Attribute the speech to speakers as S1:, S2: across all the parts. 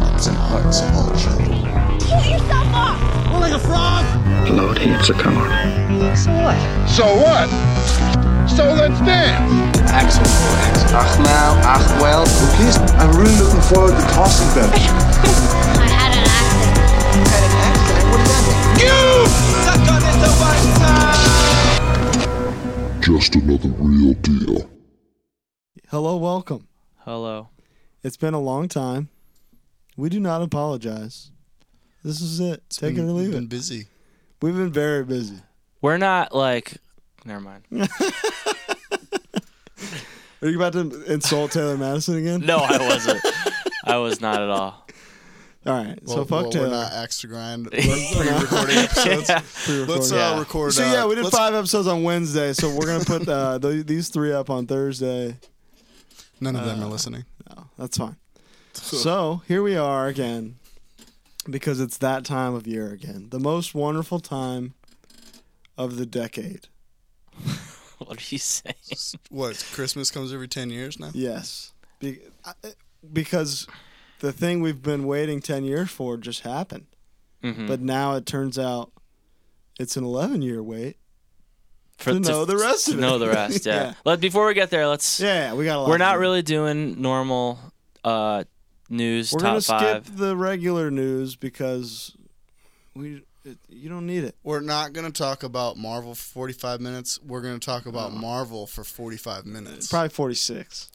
S1: hearts of all children.
S2: Kill yourself off!
S3: Lord hates a coward.
S2: So what?
S4: So what? So let's dance.
S1: I'm really looking forward to tossing them.
S2: I had an accident.
S5: Just another real deal.
S6: Hello, welcome.
S7: Hello.
S6: It's been a long time. We do not apologize. This is it. Take it or leave
S8: been
S6: it.
S8: busy.
S6: We've been very busy.
S7: We're not like. Never mind.
S6: Are you about to insult Taylor Madison again?
S7: No, I wasn't. I was not at all.
S6: All right. so
S8: Well,
S6: fuck
S8: well,
S6: Taylor.
S8: we're not axe to grind. We're pre-recording episodes. Let's uh,
S7: Yeah.
S8: record.
S6: so
S8: uh,
S6: yeah, we did
S8: let's-
S6: five episodes on Wednesday. So we're gonna put uh, th- these three up on Thursday.
S8: None of them
S6: Uh,
S8: are listening.
S6: That's fine. So here we are again, because it's that time of year again. The most wonderful time of the decade.
S7: What are you saying?
S8: What? it's Christmas comes every ten years now.
S6: Yes, Be- I- because the thing we've been waiting ten years for just happened,
S7: Mhm.
S6: but now it turns out it's an eleven-year wait.
S7: For,
S6: To know the rest
S7: to
S6: of it.
S7: know the rest. Yeah.
S6: Yeah.
S7: Let before we get there, let's.
S6: Yeah, we got a lot.
S7: We're
S6: to
S7: not
S6: do.
S7: really doing normal uh, news
S6: We're
S7: top
S6: gonna
S7: five.
S6: skip the regular news because we it, you don't need it.
S8: We're not gonna talk about Marvel for forty-five minutes. We're gonna talk about
S6: Uh,
S8: Marvel for forty-five minutes.
S6: Probably forty-six.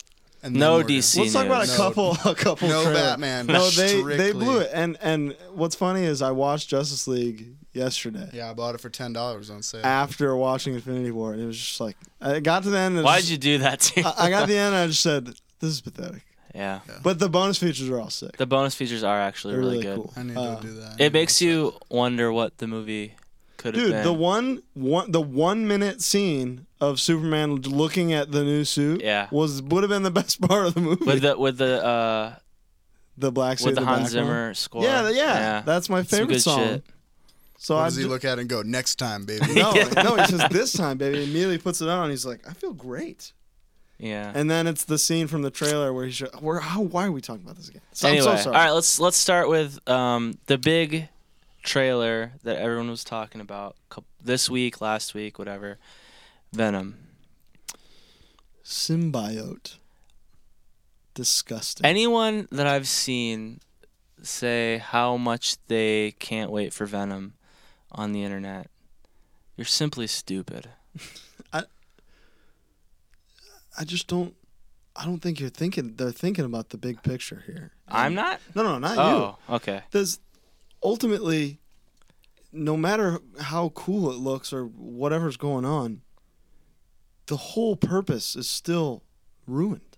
S8: And then
S7: No
S8: we're gonna-
S7: DC.
S6: Let's talk about a
S7: news.
S8: No.
S6: couple, a couple.
S8: No
S6: trailers.
S8: Batman.
S6: No, they they
S8: Strictly.
S6: blew it. And and what's funny is I watched Justice League yesterday
S8: Yeah, I bought it for ten dollars on sale.
S6: after watching Infinity War, and it was just like I got to the end. And
S7: Why'd
S6: it's-
S7: you do that to?
S6: I, I got to the end. and I just said this is pathetic.
S7: yeah.
S6: But the bonus features are all sick.
S7: The bonus features are actually
S6: They're really,
S7: good.
S6: cool.
S8: I need
S6: Uh,
S8: to do that.
S7: It makes you wonder what the movie could have
S6: Dude,
S7: been.
S6: the one, one, the one minute scene of Superman looking at the new suit,
S7: Yeah.
S6: was would have been the best part of the movie.
S7: with the with the uh,
S6: the black suit,
S7: with the Hans
S6: background.
S7: Zimmer score.
S6: Yeah, th- yeah, that's my
S7: Some
S6: favorite
S7: good
S6: song.
S7: shit.
S6: So
S8: What
S6: I
S8: does he
S6: ju-
S8: look at it and go next time, baby?
S6: no, no, he says this time, baby. He immediately puts it on. He's like, I feel great.
S7: Yeah.
S6: And then it's the scene from the trailer where he should. Where how? Why are we talking about this again? So,
S7: anyway,
S6: I'm so sorry.
S7: all right, let's let's start with um, the big trailer that everyone was talking about cou- this week, last week, whatever. Venom.
S6: Symbiote. Disgusting.
S7: Anyone that I've seen say how much they can't wait for Venom on the internet, you're simply stupid.
S6: I just don't. I don't think you're thinking. They're thinking about the big picture here.
S7: I'm not.
S6: No, no, not you.
S7: Oh, okay.
S6: There's ultimately, no matter how cool it looks or whatever's going on, the whole purpose is still ruined.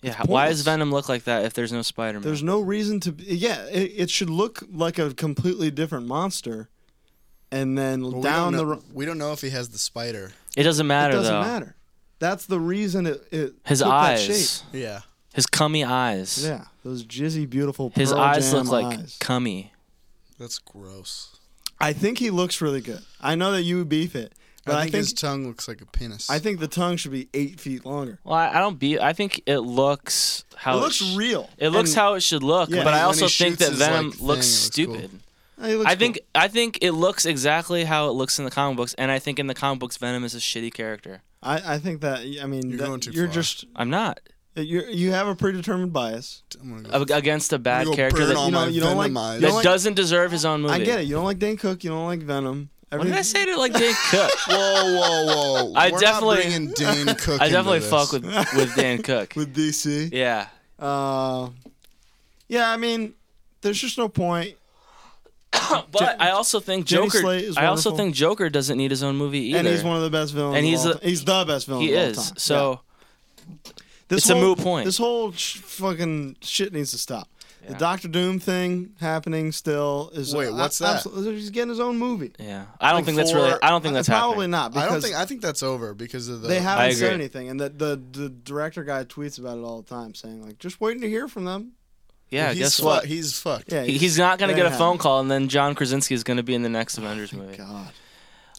S7: Yeah. Why
S6: pointless.
S7: does Venom look like that if there's no Spider-Man?
S6: There's no reason to. be- Yeah, it, it should look like a completely different monster, and then
S8: Well, we don't
S6: down the
S8: know-
S6: ro-
S8: we don't know if he has the spider.
S7: it
S6: it
S7: doesn't matter
S6: doesn't
S7: though.
S6: matter. That's the reason it. it
S7: His
S6: took that
S7: eyes.
S6: shape.
S8: Yeah.
S7: His cummy eyes.
S6: Yeah, those jizzy, beautiful.
S7: His
S6: Pearl
S7: eyes
S6: Jam
S7: look like
S6: eyes.
S7: cummy.
S8: That's gross.
S6: I think he looks really good. I know that you beef it, but
S8: I
S6: I
S8: think,
S6: think
S8: his tongue looks like a penis.
S6: I think the tongue should be eight feet longer.
S7: Well, I, I don't be. I think it looks how
S6: It looks
S7: sh-
S6: real.
S7: It looks
S6: And-
S7: how it should look,
S6: Yeah.
S7: but
S6: When
S7: I
S6: he-
S7: also
S8: when he
S7: think
S8: shoots
S7: that
S8: his,
S7: Venom
S8: like,
S7: looks
S8: thing, it looks cool.
S7: stupid.
S6: He looks
S7: I think
S6: cool.
S7: I think it looks exactly how it looks in the comic books, and I think in the comic books Venom is a shitty character.
S6: I, I think that I mean
S8: You're
S6: that-
S8: going too
S6: you're
S8: far.
S6: just
S7: I'm not
S6: you you have a predetermined bias.
S8: I'm gonna go.
S7: Ag- against a
S8: I'm
S7: bad
S8: gonna go
S7: character
S8: burn
S7: that,
S8: all
S6: you know,
S8: my
S6: you don't like-
S8: venom eyes.
S6: you
S7: that
S6: don't like-
S7: doesn't deserve his own movie.
S6: I get it. You don't like Dane Cook. You don't like Venom.
S7: What did I
S6: Everything-
S7: say to like Dane Cook?
S8: Whoa, whoa, whoa!
S7: I
S8: We're
S7: definitely-
S8: not bringing Dane Cook.
S7: I
S8: into
S7: definitely
S8: this.
S7: fuck with with Dan Cook.
S6: with DC?
S7: yeah,
S6: Uh, yeah, I mean, there's just no point.
S7: but I also think
S6: Jenny
S7: Joker.
S6: Slate is
S7: I also
S6: wonderful.
S7: think Joker doesn't need his own movie either.
S6: And he's one of the best villains.
S7: And
S6: of
S7: he's
S6: all
S7: a-
S6: ti- he's the best villain.
S7: he
S6: of all
S7: is.
S6: time.
S7: So.
S6: Yeah. This
S7: It's a moot point.
S6: This whole sh- fucking shit needs to stop. The Doctor Doom thing happening still is uh,
S8: Wait, what's that?
S6: absolutely- he's getting his own movie.
S7: Yeah, I don't
S8: Like
S7: think that's
S8: for-
S7: really. I don't think
S6: uh, It's
S7: that's
S6: probably
S7: happening.
S6: not because
S8: I don't think I think that's over because of the.
S6: they haven't said
S7: agree.
S6: anything, and the, the the director guy tweets about it all the time, saying like, "Just waiting to hear from them."
S7: Yeah,
S8: He's
S7: guess
S8: fu-
S7: what?
S8: He's fucked.
S6: Yeah,
S7: He- He's not gonna
S6: That
S7: get a
S6: happened.
S7: phone call, and then John Krasinski is gonna be in the next Avengers movie.
S6: Oh God,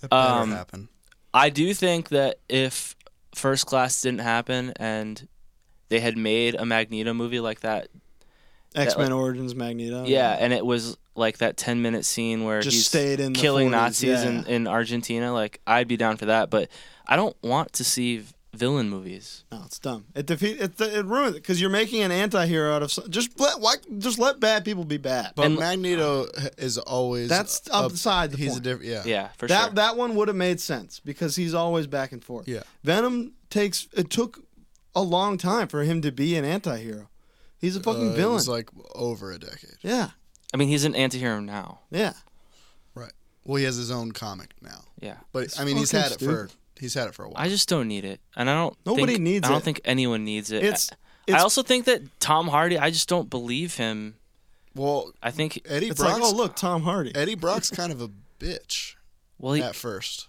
S8: That better
S7: Um,
S8: happen.
S7: I do think that if First Class didn't happen and they had made a Magneto movie like that
S6: X Men Origins Magneto.
S7: Yeah, and it was like that ten minute scene where
S6: Oh, Just
S7: he's
S6: stayed in the
S7: killing
S6: 40s,
S7: Nazis in,
S6: yeah.
S7: in Argentina. Like I'd be down for that, but I don't want to see v- villain movies.
S6: No, it's dumb. It defeat. It, it ruins it because you're making an anti-hero out of some, just let why just let bad people be bad.
S8: But
S7: And-
S8: Magneto is always
S6: That's
S8: up-
S6: upside the
S8: he's
S6: point.
S8: a different yeah.
S7: Yeah, for
S6: that
S7: sure.
S6: that one would have made sense because he's always back and forth.
S8: Yeah.
S6: Venom takes it took a long time for him to be an anti-hero. He's a fucking
S8: Uh, It
S6: villain.
S8: was like over a decade.
S6: yeah,
S7: I mean, he's an antihero now.
S6: yeah.
S8: Right. Well, he has his own comic now.
S7: Yeah,
S8: But I mean, he's
S6: fucking
S8: had it for he's had it for a while.
S7: I just don't need it, and I don't.
S6: Nobody
S7: think,
S6: needs
S7: I don't
S6: it.
S7: think anyone needs it.
S6: It's
S7: I- I,
S6: it's,
S7: also think that Tom Hardy. I just don't believe him.
S8: well,
S7: I think.
S8: Eddie
S6: it's
S8: Brock's
S6: like oh look Tom Hardy.
S8: Eddie Brock's kind of a bitch
S7: Well, he,
S8: at first.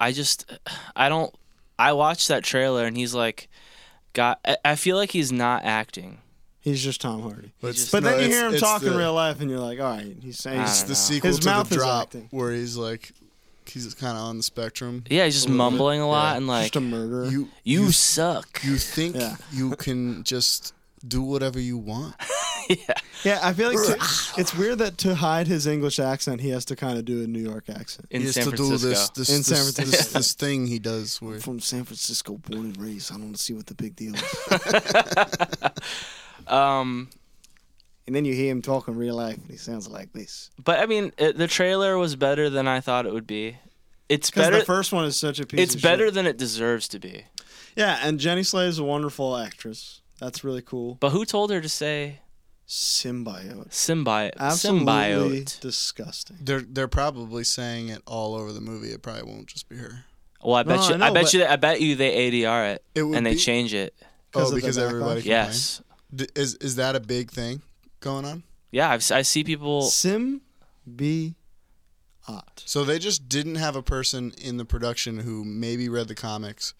S7: I just. I don't. I watched that trailer, and he's like, "God, I, I feel like he's not acting."
S6: He's just Tom Hardy.
S8: But,
S6: But then you hear him talk in real life, and you're like, all right, he's saying
S7: I
S8: It's
S7: don't
S8: the
S7: know.
S8: sequel
S6: His
S8: to
S6: mouth
S8: the
S6: is
S8: drop
S6: acting.
S8: where he's like he's kind of on the spectrum.
S7: Yeah, he's just
S8: little bit,
S7: mumbling a lot
S8: yeah.
S7: and like,
S6: just a murderer.
S8: You
S7: "You, suck."
S8: you think
S6: Yeah.
S8: you can just do whatever you want.
S6: yeah, I feel like to- it's weird that to hide his English accent, he has to kind of do a New York accent.
S7: in
S8: he has
S7: San
S8: to
S7: Francisco.
S8: do this this
S6: In San
S8: this,
S6: Francisco.
S8: this, this thing he does where
S6: From San Francisco, born and raised. I don't see what the big deal is.
S7: Um,
S6: and then you hear him talk in real life, and he sounds like this.
S7: but I mean, it, the trailer was better than I thought it would be. It's
S6: Because
S7: better.
S6: the first one is such a piece.
S7: it's
S6: of
S7: better
S6: shit.
S7: than it deserves to be.
S6: Yeah, and Jenny Slate is a wonderful actress. That's really cool.
S7: But who told her to say
S6: Symbiote.
S7: symbiote?
S6: Absolutely
S7: Symbiote.
S6: disgusting.
S8: they're they're probably saying it all over the movie. It probably won't just be her.
S7: Well, I bet
S6: No,
S7: you.
S6: I
S7: I,
S6: know,
S7: bet
S6: but-
S7: you. that- I bet you they ADR it,
S8: It would
S7: and they
S8: be-
S7: change it.
S6: Because of
S8: Oh,
S6: the
S8: because
S6: backlash?
S8: everybody complained?
S7: Yes.
S8: D- Is is that a big thing going on?
S7: Yeah, I've, si see people.
S6: Sim, be, ot.
S8: So they just didn't have a person in the production who maybe read the comics.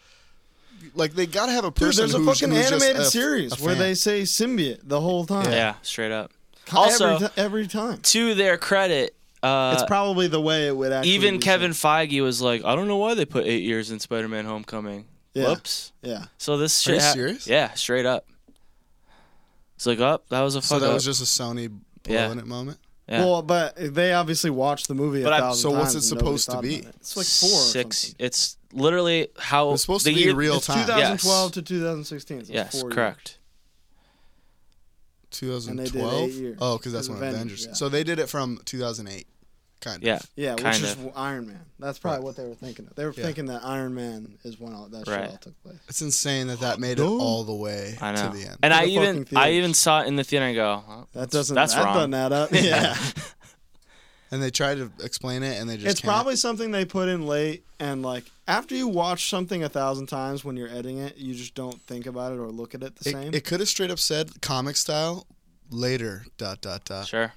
S8: Like they gotta have a
S6: Dude,
S8: person.
S6: there's a
S8: who's-
S6: fucking
S8: who's just
S6: animated
S8: a-
S6: series
S8: a
S6: where
S8: fan.
S6: they say symbiote the whole time.
S7: Yeah. straight up.
S6: Every
S7: Also,
S6: ti- every time.
S7: to their credit,
S6: It's
S7: uh,
S6: probably the way it would actually.
S7: even
S6: be
S7: Kevin
S6: said.
S7: Feige was like, "I don't know why they put eight years in Spider-Man: Homecoming."
S6: Yeah.
S7: Whoops.
S6: Yeah.
S7: So this
S8: Are
S7: shit.
S8: you
S7: hap-
S8: serious?
S7: Yeah, straight up. It's like, oh, that was a
S8: So
S7: fuck
S8: that
S7: up.
S8: was just a Sony
S7: Yeah.
S8: blowing it moment.
S7: Yeah.
S6: Well, but they obviously watched the movie.
S7: But
S6: a
S7: I-
S6: thousand
S8: so what's
S6: times
S8: it
S6: and nobody
S8: supposed to
S6: thought
S8: be?
S6: about it. It's like four. or
S7: six.
S6: something.
S7: It's literally how
S8: It's supposed
S7: the
S8: to be
S7: year,
S8: in real
S6: It's
S8: time.
S6: 2012
S7: Yes.
S6: to 2016. So it's
S7: Yes,
S6: four
S7: correct.
S6: did eight
S8: 2012.
S6: years.
S8: Oh, because that's
S6: It was
S8: when Avengers.
S6: Avengers, yeah.
S8: So they did it from 2008, kind of.
S7: Yeah.
S6: Years. Yeah,
S7: kind
S6: which
S7: of.
S6: is Iron Man. That's probably what they were thinking of. They were
S8: Yeah.
S6: thinking that Iron Man is when all that
S7: Right.
S6: shit all took place.
S8: It's insane that that made it
S6: No.
S8: all the way
S7: I know.
S8: to the end.
S7: And
S6: To
S7: I
S6: the
S7: even
S6: fucking
S7: I
S6: theaters.
S7: even saw it in the theater and go, "Huh,
S6: That doesn't.
S7: That's
S6: that
S7: wrong.
S6: doesn't add up. Yeah.
S8: And they tried to explain it, and they just
S6: it's
S8: can't.
S6: probably something they put in late and like after you watch something a thousand times when you're editing it you just don't think about it or look at it the same
S8: It, it could have straight up said comic style later. Dot dot dot.
S7: sure.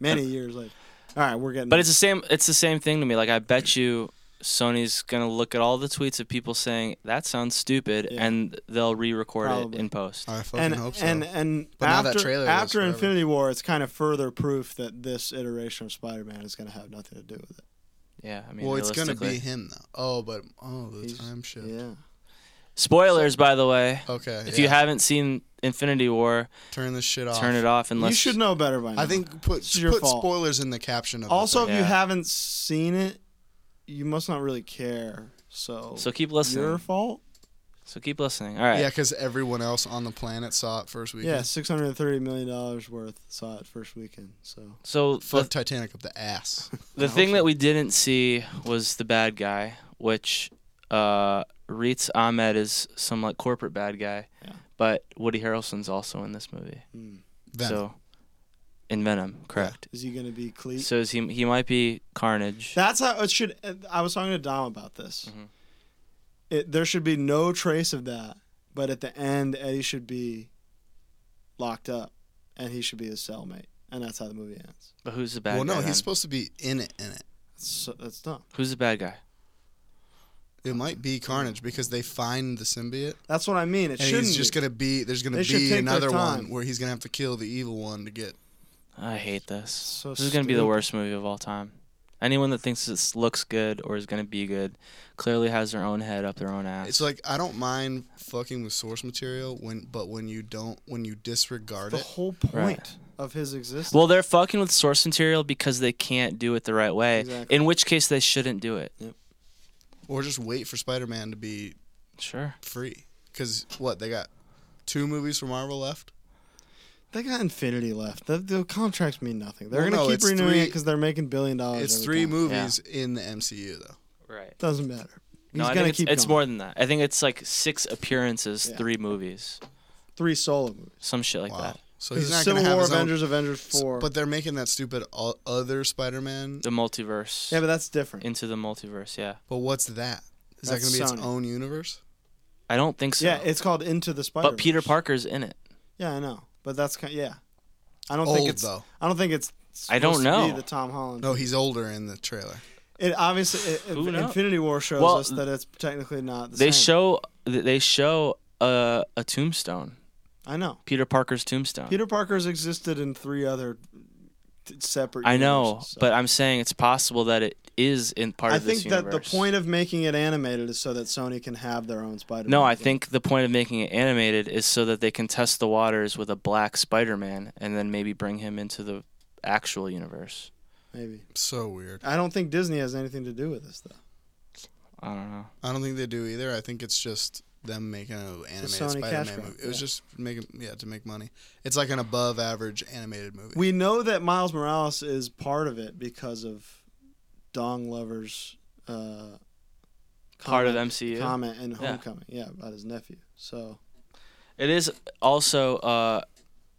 S6: many years later all right we're getting
S7: But it's the same. It's the same thing to me. Like I bet you, Sony's gonna look at all the tweets of people saying that sounds stupid,
S6: Yeah.
S7: and they'll re-record
S6: Probably.
S7: it in post.
S8: I fucking
S6: and
S8: hope so.
S6: and and
S8: But now that
S6: after,
S8: trailer is
S6: after
S8: forever.
S6: infinity war it's kind of further proof that this iteration of spider-man is going to have nothing to do with it
S7: Yeah, I mean,
S8: well, it's gonna be
S7: realistically.
S8: him though. Oh, but oh, the
S6: He's-
S8: time shift.
S6: yeah
S7: Spoilers, by the way.
S8: Okay.
S7: If
S8: yeah.
S7: you haven't seen Infinity War,
S8: turn this shit off.
S7: turn it off unless
S6: you should know better by now
S8: I think put
S6: It's your
S8: put
S6: fault.
S8: spoilers in the caption of the
S6: also if
S7: Yeah.
S6: you haven't seen it you must not really care so
S7: So keep listening.
S6: your fault
S7: So keep listening. All right.
S8: Yeah, because everyone else on the planet saw it first weekend.
S6: yeah 630 million dollars worth saw it first weekend so
S7: So
S8: Fuck
S7: the,
S8: Titanic up the ass.
S7: the thing that we didn't see was the bad guy, which uh, Reitz Ahmed is some like corporate bad guy, but Woody Harrelson's also in this movie.
S8: Venom.
S7: So in Venom, correct.
S6: Is he going to be Cleet?
S7: So is he he might be Carnage.
S6: That's how it should. I was talking to Dom about this.
S7: Mm-hmm.
S6: It, there should be no trace of that, but at the end, Eddie should be locked up, and he should be his cellmate, and that's how the movie ends.
S7: but who's the bad
S8: well,
S7: guy?
S8: no, he's
S7: then?
S8: supposed to be in it. In it,
S6: So that's dumb.
S7: Who's the bad guy?
S8: it might be Carnage because they find the symbiote,
S6: That's what I mean. It
S8: and
S6: shouldn't.
S8: he's just
S6: be.
S8: gonna be. There's gonna
S6: They should take
S8: be
S6: their
S8: another
S6: time.
S8: one where he's gonna have to kill the evil one to get.
S7: I hate this.
S6: So
S7: this is gonna be the
S6: stupid.
S7: worst movie of all time. Anyone that thinks this looks good or is going to be good clearly has their own head up their own ass.
S8: It's like I don't mind fucking with source material when, but when you don't, when you disregard
S6: The
S8: it,
S6: whole point
S7: Right.
S6: of his existence.
S7: well, they're fucking with source material because they can't do it the right way.
S6: Exactly.
S7: In which case, they shouldn't do it.
S8: or just wait for Spider-Man to be
S7: Sure.
S8: free. Because what they got, two movies for Marvel left.
S6: they got Infinity left. The, the contracts mean nothing. They're
S8: Well,
S6: gonna
S8: no,
S6: keep
S8: it's
S6: renewing it
S8: three-
S6: because they're making billion dollars.
S8: It's
S6: every
S8: three
S6: time.
S8: movies in the MCU though.
S7: Right.
S6: Doesn't matter. He's
S7: No, I
S6: gonna
S7: think it's,
S6: keep.
S7: it's
S6: going.
S7: more than that. I think it's like six appearances,
S6: Yeah.
S7: three movies,
S6: three solo movies.
S7: some shit like
S8: Wow.
S7: that.
S8: So he's not
S6: Civil
S8: gonna have
S6: War,
S8: his own-
S6: Avengers, Avengers Four.
S8: But they're making that stupid o- other Spider-Man.
S7: The multiverse.
S6: yeah, but that's different.
S7: into the multiverse. Yeah.
S8: But what's that? Is that
S6: That's
S8: gonna be
S6: Sony.
S8: its own universe?
S7: I don't think so.
S6: yeah, it's called Into the Spider.
S7: but Peter Parker's in it.
S6: Yeah, I know. But that's kind. Yeah, I don't
S8: Old,
S6: think it's.
S8: though.
S6: I don't think it's.
S7: I don't
S6: supposed to be
S7: know.
S6: the Tom Holland.
S8: No, he's older in the trailer.
S6: It obviously it,
S7: Who
S6: it-
S7: knows?
S6: Infinity War shows
S7: Well,
S6: us that it's technically not the
S7: They
S6: same.
S7: show th- they show a a tombstone.
S6: I know.
S7: Peter Parker's tombstone.
S6: Peter Parker's existed in three other t- separate.
S7: I know,
S6: universes, so.
S7: but I'm saying it's possible that it is in part
S6: I
S7: of this
S6: think that the
S7: universe.
S6: point of making it animated is so that Sony can have their own Spider-Man.
S7: No, I
S6: game.
S7: think the point of making it animated is so that they can test the waters with a black Spider-Man and then maybe bring him into the actual universe.
S6: maybe.
S8: So weird.
S6: I don't think Disney has anything to do with this though.
S7: I don't know.
S8: I don't think they do either. I think it's just them making an animated
S6: Sony cash
S8: Spider-Man
S6: grab,
S8: movie. It was
S6: yeah.
S8: just making yeah to make money. It's like an above average animated movie.
S6: We know that Miles Morales is part of it because of Dong Lover's uh,
S7: Part of
S6: comment-
S7: MCU?
S6: comment in
S7: Yeah.
S6: Homecoming. Yeah. about his nephew. So
S7: It is also uh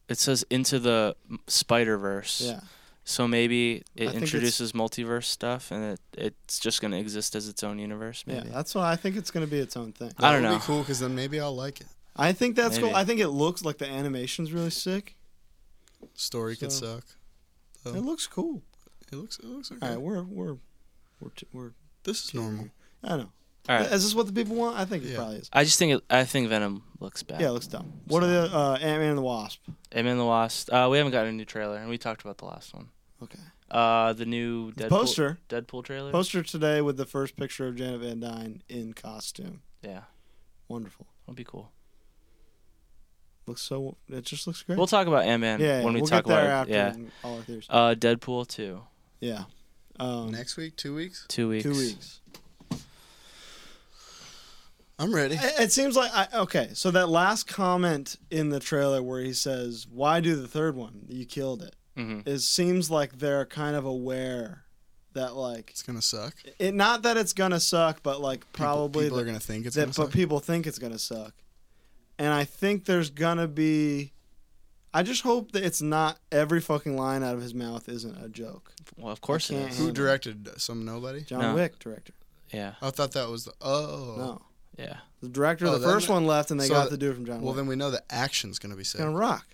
S7: it says into the Spider Verse.
S6: yeah,
S7: So maybe it
S6: think it's-
S7: introduces multiverse stuff and it it's just going to exist as its own universe
S6: yeah,
S7: maybe.
S6: that's why I think it's going to be its own thing.
S7: I don't
S8: That would
S7: know.
S8: Be cool because then maybe I'll like it.
S6: I think that's
S7: Maybe.
S6: cool. I think it looks like the animation's really sick.
S8: Story could
S6: So-
S8: suck.
S6: It looks cool.
S8: It looks it looks okay.
S6: All right, we're we're we're t- we're
S8: this is normal.
S6: I don't know.
S7: All right.
S6: Is this what the people want? I think it
S8: Yeah.
S6: probably is.
S7: I just think it, I think Venom looks bad.
S6: Yeah, it looks dumb. What are the uh, Ant Man and the Wasp?
S7: Ant Man the Wasp. Uh, we haven't got a new trailer, and we talked about the last one.
S6: Okay.
S7: Uh, the new Deadpool,
S6: poster.
S7: Deadpool trailer.
S6: Poster today with the first picture of Janet Van Dyne in costume.
S7: Yeah,
S6: Wonderful.
S7: that'll be cool.
S6: Looks so. It just looks great.
S7: We'll talk about Ant Man
S6: yeah,
S7: when we
S6: we'll
S7: talk
S6: get there
S7: about
S6: after
S7: it. Yeah.
S6: all our theories.
S7: Uh, Deadpool two,
S6: yeah. Um,
S8: Next week, two weeks.
S7: two weeks.
S6: two weeks.
S8: I'm ready.
S6: It it seems like I okay. So that last comment in the trailer where he says, "Why do the third one? You killed it."
S7: Mhm.
S6: It seems like they're kind of aware that like
S8: It's gonna suck.
S6: it. Not that it's gonna suck, but like
S8: People-
S6: probably
S8: people
S6: the-
S8: are gonna think it's
S6: that
S8: gonna
S6: but
S8: suck.
S6: people think it's gonna suck. And I think there's gonna be I just hope that it's not every fucking line out of his mouth isn't a joke.
S7: Well, of course it
S6: can't
S7: is.
S8: Who directed some nobody?
S6: John
S7: No.
S6: Wick director.
S7: Yeah,
S8: I thought that was the oh.
S6: No.
S7: yeah.
S6: The director
S8: Oh,
S6: of the
S8: that
S6: first
S8: ma-
S6: one left and they
S8: so
S6: got
S8: the-
S6: the dude from John
S8: Well,
S6: Wick.
S8: then we know the action's gonna be sick.
S6: it's gonna rock.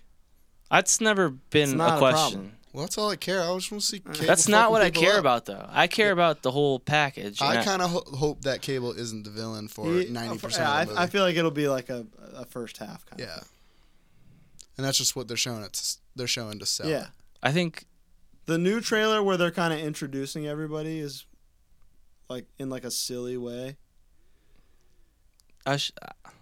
S7: That's never been
S6: not
S7: a
S6: a
S7: question.
S6: problem.
S8: Well, that's all I care. I just want to see. Cable
S7: That's not
S8: fucking
S7: what I
S8: people
S7: care
S8: up.
S7: about though. I care about the whole package. and
S8: I kind of ho- hope that Cable isn't the villain for
S6: He-
S8: ninety percent
S6: yeah,
S8: of the movie.
S6: I, I feel like it'll be like a, a first half kind
S8: yeah, and that's just what they're showing. It's they're showing to
S6: of.
S8: sell.
S6: Yeah.
S8: it.
S7: I think
S6: The new trailer where they're kind of introducing everybody is like in like a silly way.
S7: I sh-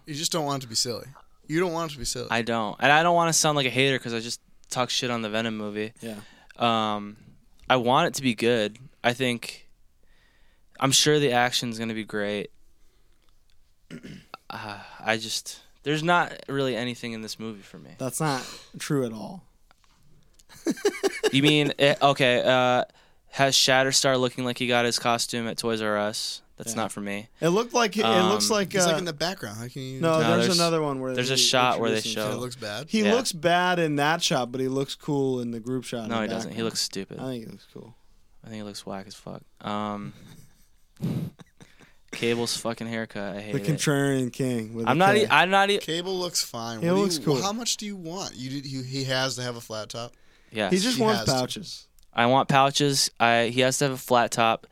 S8: you just don't want it to be silly. You don't want it to be silly.
S7: I don't, and I don't want to sound like a hater because I just talk shit on the Venom movie.
S6: Yeah.
S7: Um, I want it to be good. I think. I'm sure the action's gonna be great. Uh, I just there's not really anything in this movie for me.
S6: That's not true at all.
S7: You mean eh, okay? Uh, has Shatterstar looking like he got his costume at Toys R Us? That's
S6: Yeah.
S7: not for me.
S6: It looked like it looks
S7: Um,
S6: like,
S8: He's
S6: uh,
S8: like in the background. How can you?
S6: No,
S7: No,
S6: there's,
S7: there's-
S6: another one where
S7: there's a
S6: they
S7: shot where they
S6: introduce him.
S7: show-
S8: It looks bad.
S6: He
S7: Yeah.
S6: looks bad in that shot, but he looks cool in the group shot. in
S7: No,
S6: the
S7: he doesn't. He
S6: background.
S7: looks stupid.
S6: I think he looks cool.
S7: I think he looks whack as fuck. Um, Cable's fucking haircut. I hate
S6: The
S7: it.
S6: Contrarian King. With
S7: I'm
S6: a
S7: not.
S6: K.
S7: E- I'm not. E-
S8: Cable looks fine.
S6: He
S8: What do
S6: looks
S8: you-
S6: cool.
S8: How much do you want? You did, he, he has to have a flat top.
S7: yeah.
S6: he just
S8: he
S6: wants
S8: has to.
S6: pouches.
S7: I want pouches. I. He has to have a flat top.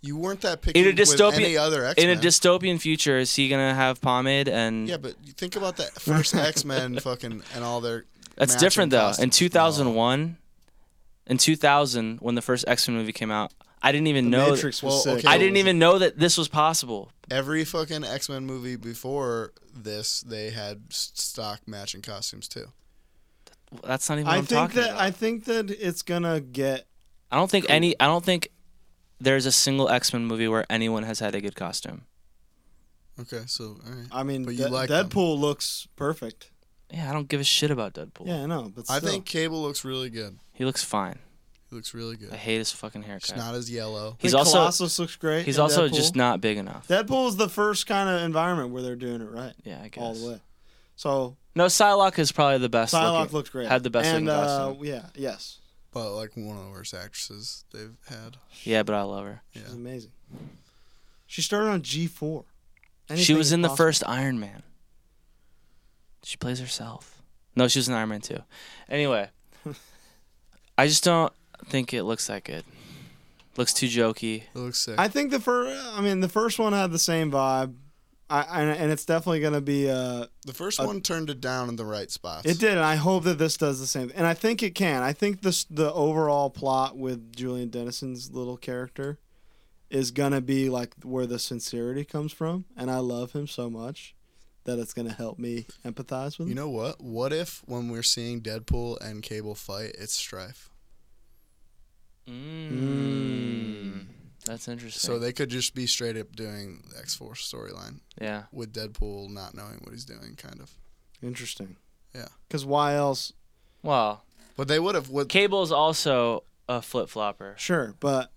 S8: You weren't that picky
S7: In a
S8: with
S7: dystopian.
S8: any other X
S7: in
S8: Men.
S7: a dystopian future, is he gonna have pomade and?
S8: yeah, but you think about that first X Men fucking and all their.
S7: That's
S8: matching
S7: different though.
S8: costumes
S7: In
S8: and all.
S7: 2001, in 2000, when the first X Men movie came out, I didn't even
S6: The
S7: know. that-
S6: Matrix was
S8: well,
S6: sick.
S8: okay.
S7: I didn't even know that this was possible.
S8: Every fucking X Men movie before this, they had s- stock matching costumes too.
S7: That's not even. What
S6: I
S7: am
S6: think
S7: talking
S6: that
S7: about.
S6: I think that it's gonna get
S7: I don't think any. I don't think there's a single X Men movie where anyone has had a good costume.
S8: Okay, so all right.
S6: I mean
S8: But you
S6: De-
S8: like them.
S6: Deadpool looks perfect. Yeah,
S7: Yeah, I don't give a shit about Deadpool.
S6: I know, but
S8: I
S6: still.
S8: think Cable looks really good.
S7: He looks fine.
S8: He looks really good.
S7: I hate his fucking
S8: He's
S7: haircut.
S8: not as yellow.
S6: I think
S7: he's also-
S6: Colossus looks great.
S7: He's
S6: in
S7: also
S6: Deadpool.
S7: just not big enough.
S6: Deadpool is the first kind of environment where they're doing it right
S7: yeah, I guess.
S6: all the way. So
S7: No, Psylocke is probably the best.
S6: Psylocke
S7: looking-
S6: looks great.
S7: Had the best
S6: and,
S7: looking
S6: uh,
S7: costume.
S6: Yeah, yes,
S8: But like one of the worst actresses they've had.
S7: Yeah, but I love her.
S8: Yeah.
S6: she's amazing. She started on G four.
S7: she was in the first Iron Man. She plays herself. No, she was in Iron Man too. Anyway, I just don't think it looks that good. Looks too jokey.
S8: It looks sick.
S6: I think the first. I mean, the first one had the same vibe. I, I and it's definitely gonna be. Uh,
S8: the first
S6: uh,
S8: one turned it down in the right spots.
S6: It did, and I hope that this does the same. And I think it can. I think this the overall plot with Julian Dennison's little character is gonna be like where the sincerity comes from, and I love him so much that it's gonna help me empathize with him.
S8: You know what? What if when we're seeing Deadpool and Cable fight, it's strife?
S7: Mm. That's interesting.
S8: So they could just be straight up doing the X Force storyline
S7: yeah.
S8: with Deadpool not knowing what he's doing, kind of.
S6: Interesting.
S8: Yeah.
S6: Because why else?
S7: Well,
S8: But they would have. What
S7: Cable's also a flip flopper.
S6: Sure, but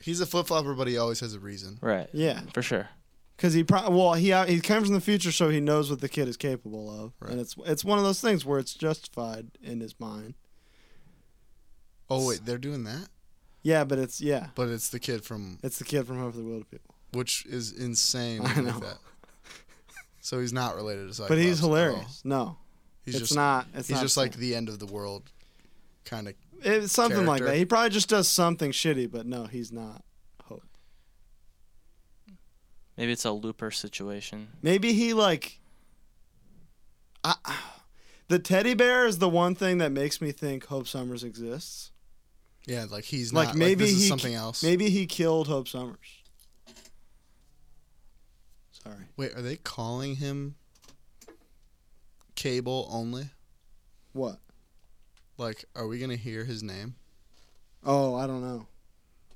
S8: he's a flip flopper, but he always has a reason.
S7: Right.
S6: yeah,
S7: For sure.
S6: because he probably well he uh, he comes from the future, so he knows what the kid is capable of,
S8: Right.
S6: and it's it's one of those things where it's justified in his mind.
S8: Oh wait, they're doing that,
S6: Yeah, but it's yeah,
S8: but it's the kid from
S6: it's the kid from Home for the Wilder People.
S8: which is insane.
S6: I
S8: I
S6: know.
S8: That. So he's not related to Cyclops.
S6: But he's
S8: at all.
S6: hilarious. No,
S8: He's
S6: it's
S8: just
S6: not. It's
S8: he's
S6: not
S8: just
S6: the
S8: like
S6: same.
S8: the end of the world, kind of.
S6: it's something like that.
S8: character.
S6: He probably just does something shitty, but no, he's not. Hope.
S7: Maybe it's a looper situation.
S6: Maybe he like. I, the teddy bear is the one thing that makes me think Hope Summers exists.
S8: Yeah, like he's
S6: Like
S8: not.
S6: maybe
S8: this
S6: he
S8: is
S6: ki-
S8: something else.
S6: Maybe he killed Hope Summers. Sorry.
S8: Wait, are they calling him Cable only?
S6: What?
S8: Like, are we gonna hear his name?
S6: Oh, I don't know.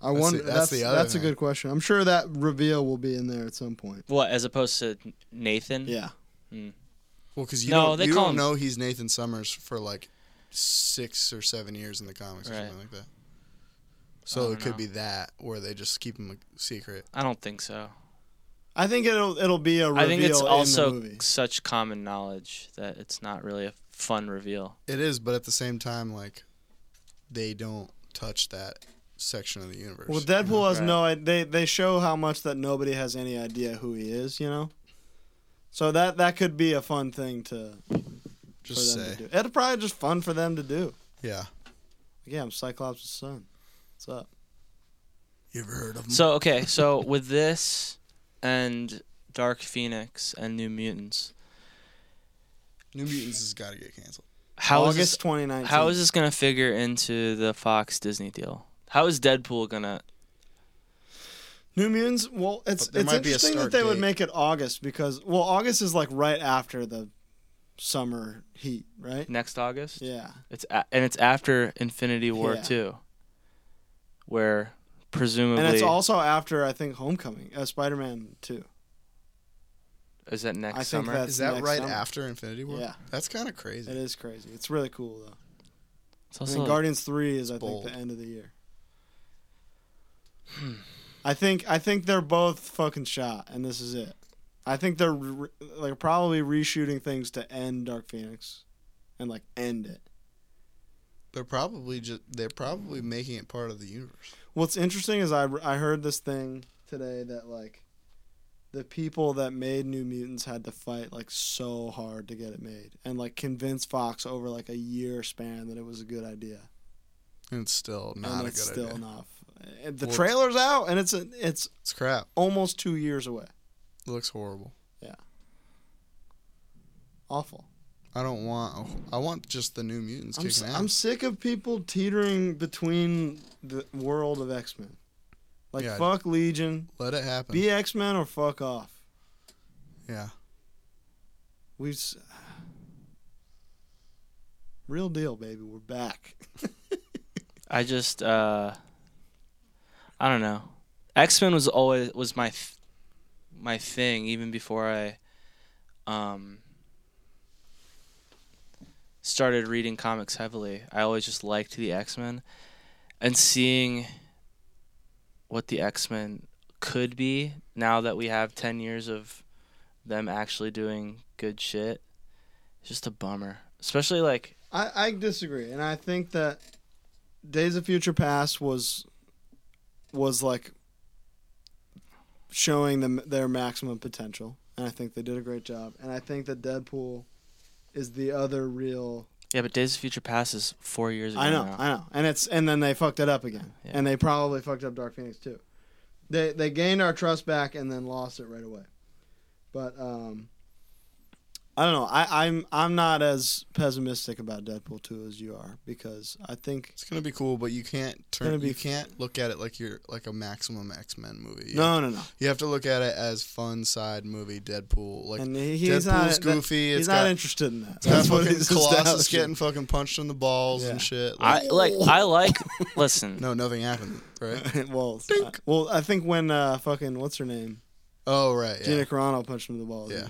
S6: I
S8: That's
S6: wonder.
S8: the- that's
S6: that's that's,
S8: the other
S6: a
S8: thing.
S6: good question. I'm sure that reveal will be in there at some point.
S7: What, as opposed to Nathan?
S6: Yeah.
S8: Well, because you
S7: No,
S8: don't,
S7: they
S8: you
S7: call
S8: don't
S7: him-
S8: know he's Nathan Summers for like six or seven years in the comics or
S7: Right.
S8: something like that. So
S7: I
S8: it could
S7: dunno.
S8: be that, or they just keep him a secret.
S7: I don't think so.
S6: I think it'll it'll be a reveal
S7: I think it's
S6: in the
S7: also
S6: movie.
S7: such common knowledge that it's not really a fun reveal.
S8: It is, but at the same time, like they don't touch that section of the universe.
S6: Well, Deadpool has
S7: Right.
S6: no. i- They they show how much that nobody has any idea who he is. You know, so that that could be a fun thing to
S8: just
S6: for them
S8: say,
S6: to do. It'll probably just fun for them to do.
S8: yeah.
S6: Yeah, I'm Cyclops' son. What's up?
S8: You ever heard
S6: Mm-hmm.
S8: of him?
S7: So, okay, so with this and Dark Phoenix and New Mutants,
S8: New Mutants has got to get canceled.
S7: how is
S6: August
S7: this,
S6: 2019.
S7: how is this going to figure into the Fox Disney deal? How is Deadpool going to
S6: New Mutants? Well, it's
S8: there
S6: it's
S8: might be a
S6: interesting that
S8: start
S6: they would
S8: date.
S6: make it August because well, August is like right after the summer heat, right?
S7: next August?
S6: Yeah,
S7: It's a- and it's after Infinity War
S6: Yeah.
S7: 2 where presumably
S6: and it's also after I think Homecoming, uh, Spider-Man Two.
S7: is that next
S6: I think
S7: summer?
S6: that's-
S8: Is that
S6: next
S8: right
S6: summer.
S8: after Infinity War?
S6: Yeah.
S8: that's kind of
S6: It
S8: crazy.
S6: is crazy. It's really cool though.
S7: It's
S6: I
S7: also
S6: mean, Guardians Three is I
S8: bold.
S6: think the end of the year. I think I think they're both fucking shot, and this is it. I think they're re- like probably reshooting things to end Dark Phoenix, and like end it.
S8: They're probably just they're probably making it part of the universe.
S6: What's interesting is I I heard this thing today that like, the people that made New Mutants had to fight like so hard to get it made, and like convince Fox over like a year span that it was a good idea.
S8: And it's still not
S6: and
S8: a
S6: it's
S8: good
S6: still
S8: idea.
S6: not. And the
S8: Well, it's-
S6: trailer's out, and it's a, it's
S8: It's crap.
S6: almost two years away.
S8: It looks horrible.
S6: Awful.
S8: I don't want. I want just the New Mutants
S6: I'm,
S8: kicking
S6: s- I'm
S8: ass.
S6: sick of people teetering between the world of X Men. Like
S8: Yeah.
S6: fuck Legion,
S8: Let it happen.
S6: be X Men or fuck off.
S8: yeah.
S6: We've s- real deal, baby. We're back.
S7: I just uh I don't know. X-Men was always was my th- my thing even before I um started reading comics heavily. I always just liked the X-Men and seeing what the X-Men could be now that we have 10 years of them actually doing good shit. It's just a bummer. Especially like
S6: I, I disagree, and I think that Days of Future Past was was like showing them their maximum potential, and I think they did a great job. And I think that Deadpool is the other real.
S7: yeah, but Days of Future Past is 4 years ago
S6: I know,
S7: now.
S6: I know, and it's and then they fucked it up again,
S7: Yeah.
S6: and they probably fucked up Dark Phoenix too. They they gained our trust back and then lost it right away. But um, I don't know. I, I'm I'm not as pessimistic about Deadpool two as you are because I think
S8: It's gonna be cool, but you can't turn.
S6: gonna be
S8: you
S6: f-
S8: can't look at it like you're like a maximum X Men movie. You
S6: No, no, no.
S8: You have to look at it as fun side movie Deadpool. Like
S6: And he- he's
S8: Deadpool's
S6: not
S8: goofy.
S6: He's
S8: it's
S6: not
S8: got,
S6: interested in that.
S8: it's got
S6: That's what
S8: fucking
S6: he's
S8: Colossus
S6: establishing.
S8: getting fucking punched in the balls
S6: Yeah.
S8: and shit.
S7: I like I like listen.
S8: no, nothing happened, right?
S6: well, I, well, I think when uh, fucking what's her name,
S8: Oh right, yeah.
S6: Gina Carano punched him in the balls. Oh,
S8: Yeah.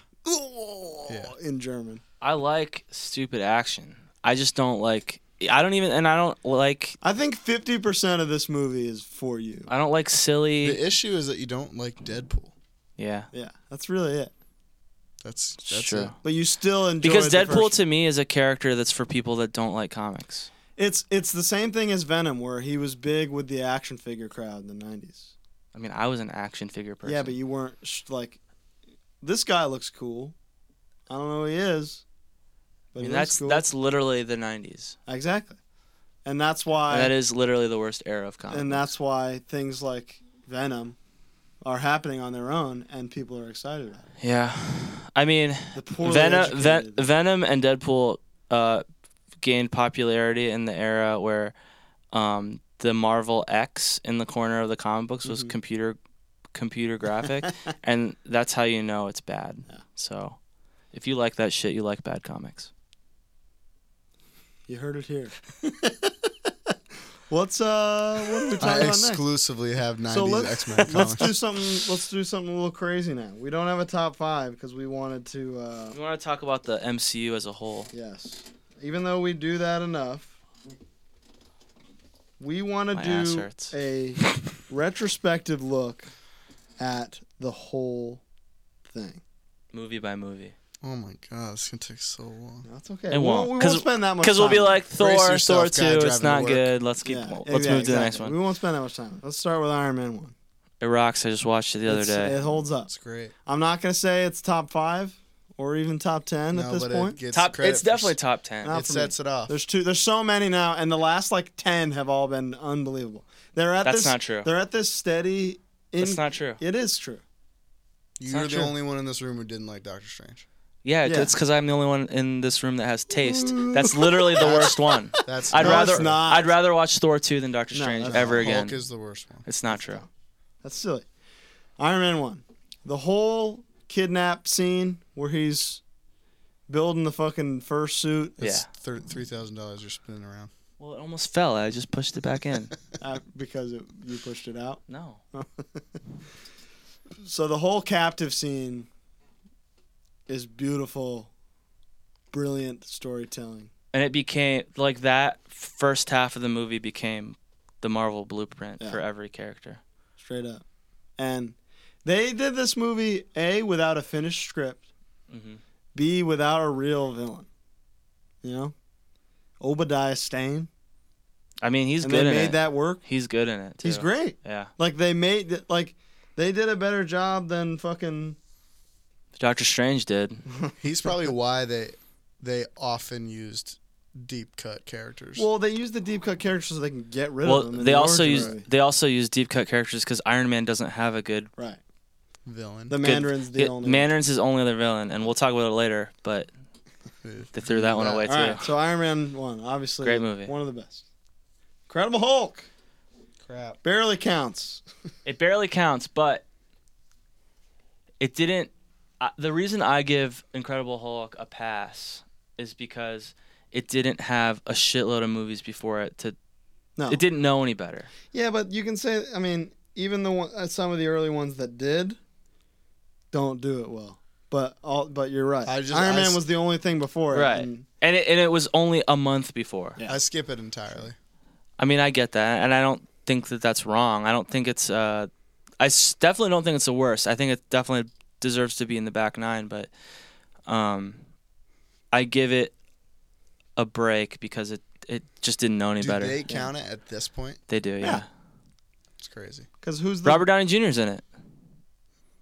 S8: Yeah.
S6: in German.
S7: I like stupid action. I just don't like I don't even and I don't like
S6: I think fifty percent of this movie is for you.
S7: I don't like silly
S8: The issue is that you don't like Deadpool.
S7: Yeah.
S6: Yeah, that's really it.
S8: That's
S7: it's
S8: that's
S7: true.
S8: it.
S6: But you still enjoy
S7: Because
S6: the
S7: Deadpool
S6: first-
S7: to me is a character that's for people that don't like comics.
S6: it's it's the same thing as Venom, where he was big with the action figure crowd in the nineties.
S7: I mean, I was an action figure person.
S6: Yeah, but you weren't sh- like, this guy looks cool. I don't know who he is, but
S7: I mean,
S6: he looks
S7: that's
S6: cool.
S7: that's literally the 90s.
S6: Exactly. And that's why
S7: that is literally the worst era of comics.
S6: and that's why things like Venom are happening on their own and people are excited about it.
S7: Yeah. I mean,
S6: The poorly
S7: Venom, Ven-
S6: educated.
S7: Venom and Deadpool uh, gained popularity in the era where um, the Marvel X in the corner of the comic books was computer computer graphic, and that's how you know it's bad. So, if you like that shit, you like bad comics.
S6: you heard it here. What's uh what are we
S8: I
S6: talking about next?
S8: exclusively have '90s
S6: So let's
S8: X-Men
S6: let's
S8: comics.
S6: do something let's do something a little crazy now. We don't have a top 5 cuz we wanted to uh
S7: We want to talk about the MCU as a whole.
S6: yes. Even though we do that enough, we want to
S7: My ass
S6: do
S7: hurts.
S6: a retrospective look at the whole thing.
S7: Movie by movie.
S8: oh my god, it's gonna take so long.
S6: That's okay.
S7: It won't.
S6: We, we
S7: Cause-
S6: won't spend that much
S7: Because we'll be
S6: time.
S7: like Thor,
S8: Brace
S7: Thor
S8: yourself, guy
S7: two.
S8: driving
S7: It's
S8: to
S7: not
S8: work.
S7: good. Let's keep.
S6: Yeah,
S7: let's
S6: yeah,
S7: move to the next
S6: exactly.
S7: one.
S6: We won't spend that much time. Let's start with Iron Man 1.
S7: It rocks. I just watched it the other
S6: It's-
S7: day.
S6: It holds up.
S8: It's great.
S6: I'm not going to say it's top five or even top 10 at this point.
S8: it gets
S7: top.
S8: credit
S7: It's
S8: for-
S7: definitely top ten.
S6: Not
S8: It
S6: for
S8: sets
S6: me.
S8: it off.
S6: There's two. There's so many now, and the last like 10 have all been unbelievable. They're at
S7: That's
S6: this,
S7: not true.
S6: They're at this steady. In,
S7: That's not true.
S6: It is true.
S8: You're
S7: not
S8: the
S7: true.
S8: only one in this room who didn't like Doctor Strange.
S7: Yeah,
S6: Yeah. Mm.
S7: that's because I'm the only one in this room that has taste. That's literally the worst one.
S8: That's
S7: I'd
S8: not
S7: rather
S8: true.
S6: not.
S7: I'd rather watch Thor two than Doctor
S6: No,
S7: Strange
S6: that's
S7: ever
S8: Hulk
S7: again.
S8: is the worst one.
S7: It's not true.
S6: That's silly. Iron Man 1. The whole kidnap scene where he's building the fucking first suit.
S7: Yeah.
S8: Thir- three thousand dollars you're spinning around.
S7: Well, it almost fell. I just pushed it back in.
S6: uh, because it, you pushed it out.
S7: No.
S6: So the whole captive scene is beautiful, brilliant storytelling.
S7: And it became like that first half of the movie became the Marvel blueprint
S6: Yeah.
S7: for every character.
S6: straight up. And they did this movie a without a finished script,
S7: Mhm.
S6: b without a real villain. You know, Obadiah Stane,
S7: I mean, he's
S6: and
S7: good
S6: they
S7: in
S6: made
S7: it.
S6: that work.
S7: He's good in it. Too.
S6: He's great.
S7: Yeah.
S6: Like they made th- like they did a better job than fucking
S7: Doctor Strange did.
S8: He's probably why they they often used deep cut characters.
S6: well they used the deep cut characters so they can get rid
S7: well,
S6: of them. in
S7: they
S6: the
S7: also
S6: origin
S7: use
S6: movie.
S7: they also use deep cut characters because Iron Man doesn't have a good.
S6: right.
S8: villain.
S6: The
S7: good-
S6: Mandarin's the
S7: it-
S6: only
S7: Mandarin's his only other villain, and we'll talk about it later. But they threw that one away too.
S6: All right, so Iron Man one, obviously,
S7: Great movie.
S6: one of the best. Incredible Hulk.
S8: crap.
S6: Barely counts.
S7: It barely counts, but it didn't. Uh, the reason I give Incredible Hulk a pass is because it didn't have a shitload of movies before it. To
S6: No.
S7: it didn't know any better.
S6: Yeah, but you can say. I mean, even the one, uh, some of the early ones that did, don't do it well. But all, but you're right.
S8: I just-
S6: Iron
S8: I
S6: Man
S8: s-
S6: was the only thing before it.
S7: Right,
S6: and-
S7: and it, and it was only a month before.
S6: Yeah.
S8: I skip it entirely.
S7: I mean, I get that, and I don't think that that's wrong. I don't think it's. Uh, I s- definitely don't think it's the worst. I think it definitely deserves to be in the back nine, but um, I give it a break because it it just didn't know any
S8: Do
S7: better.
S8: they
S7: Yeah.
S8: count it at this point?
S7: They do, yeah.
S6: Yeah.
S8: It's crazy.
S6: Because who's the
S7: Robert Downey Jr.'s in it.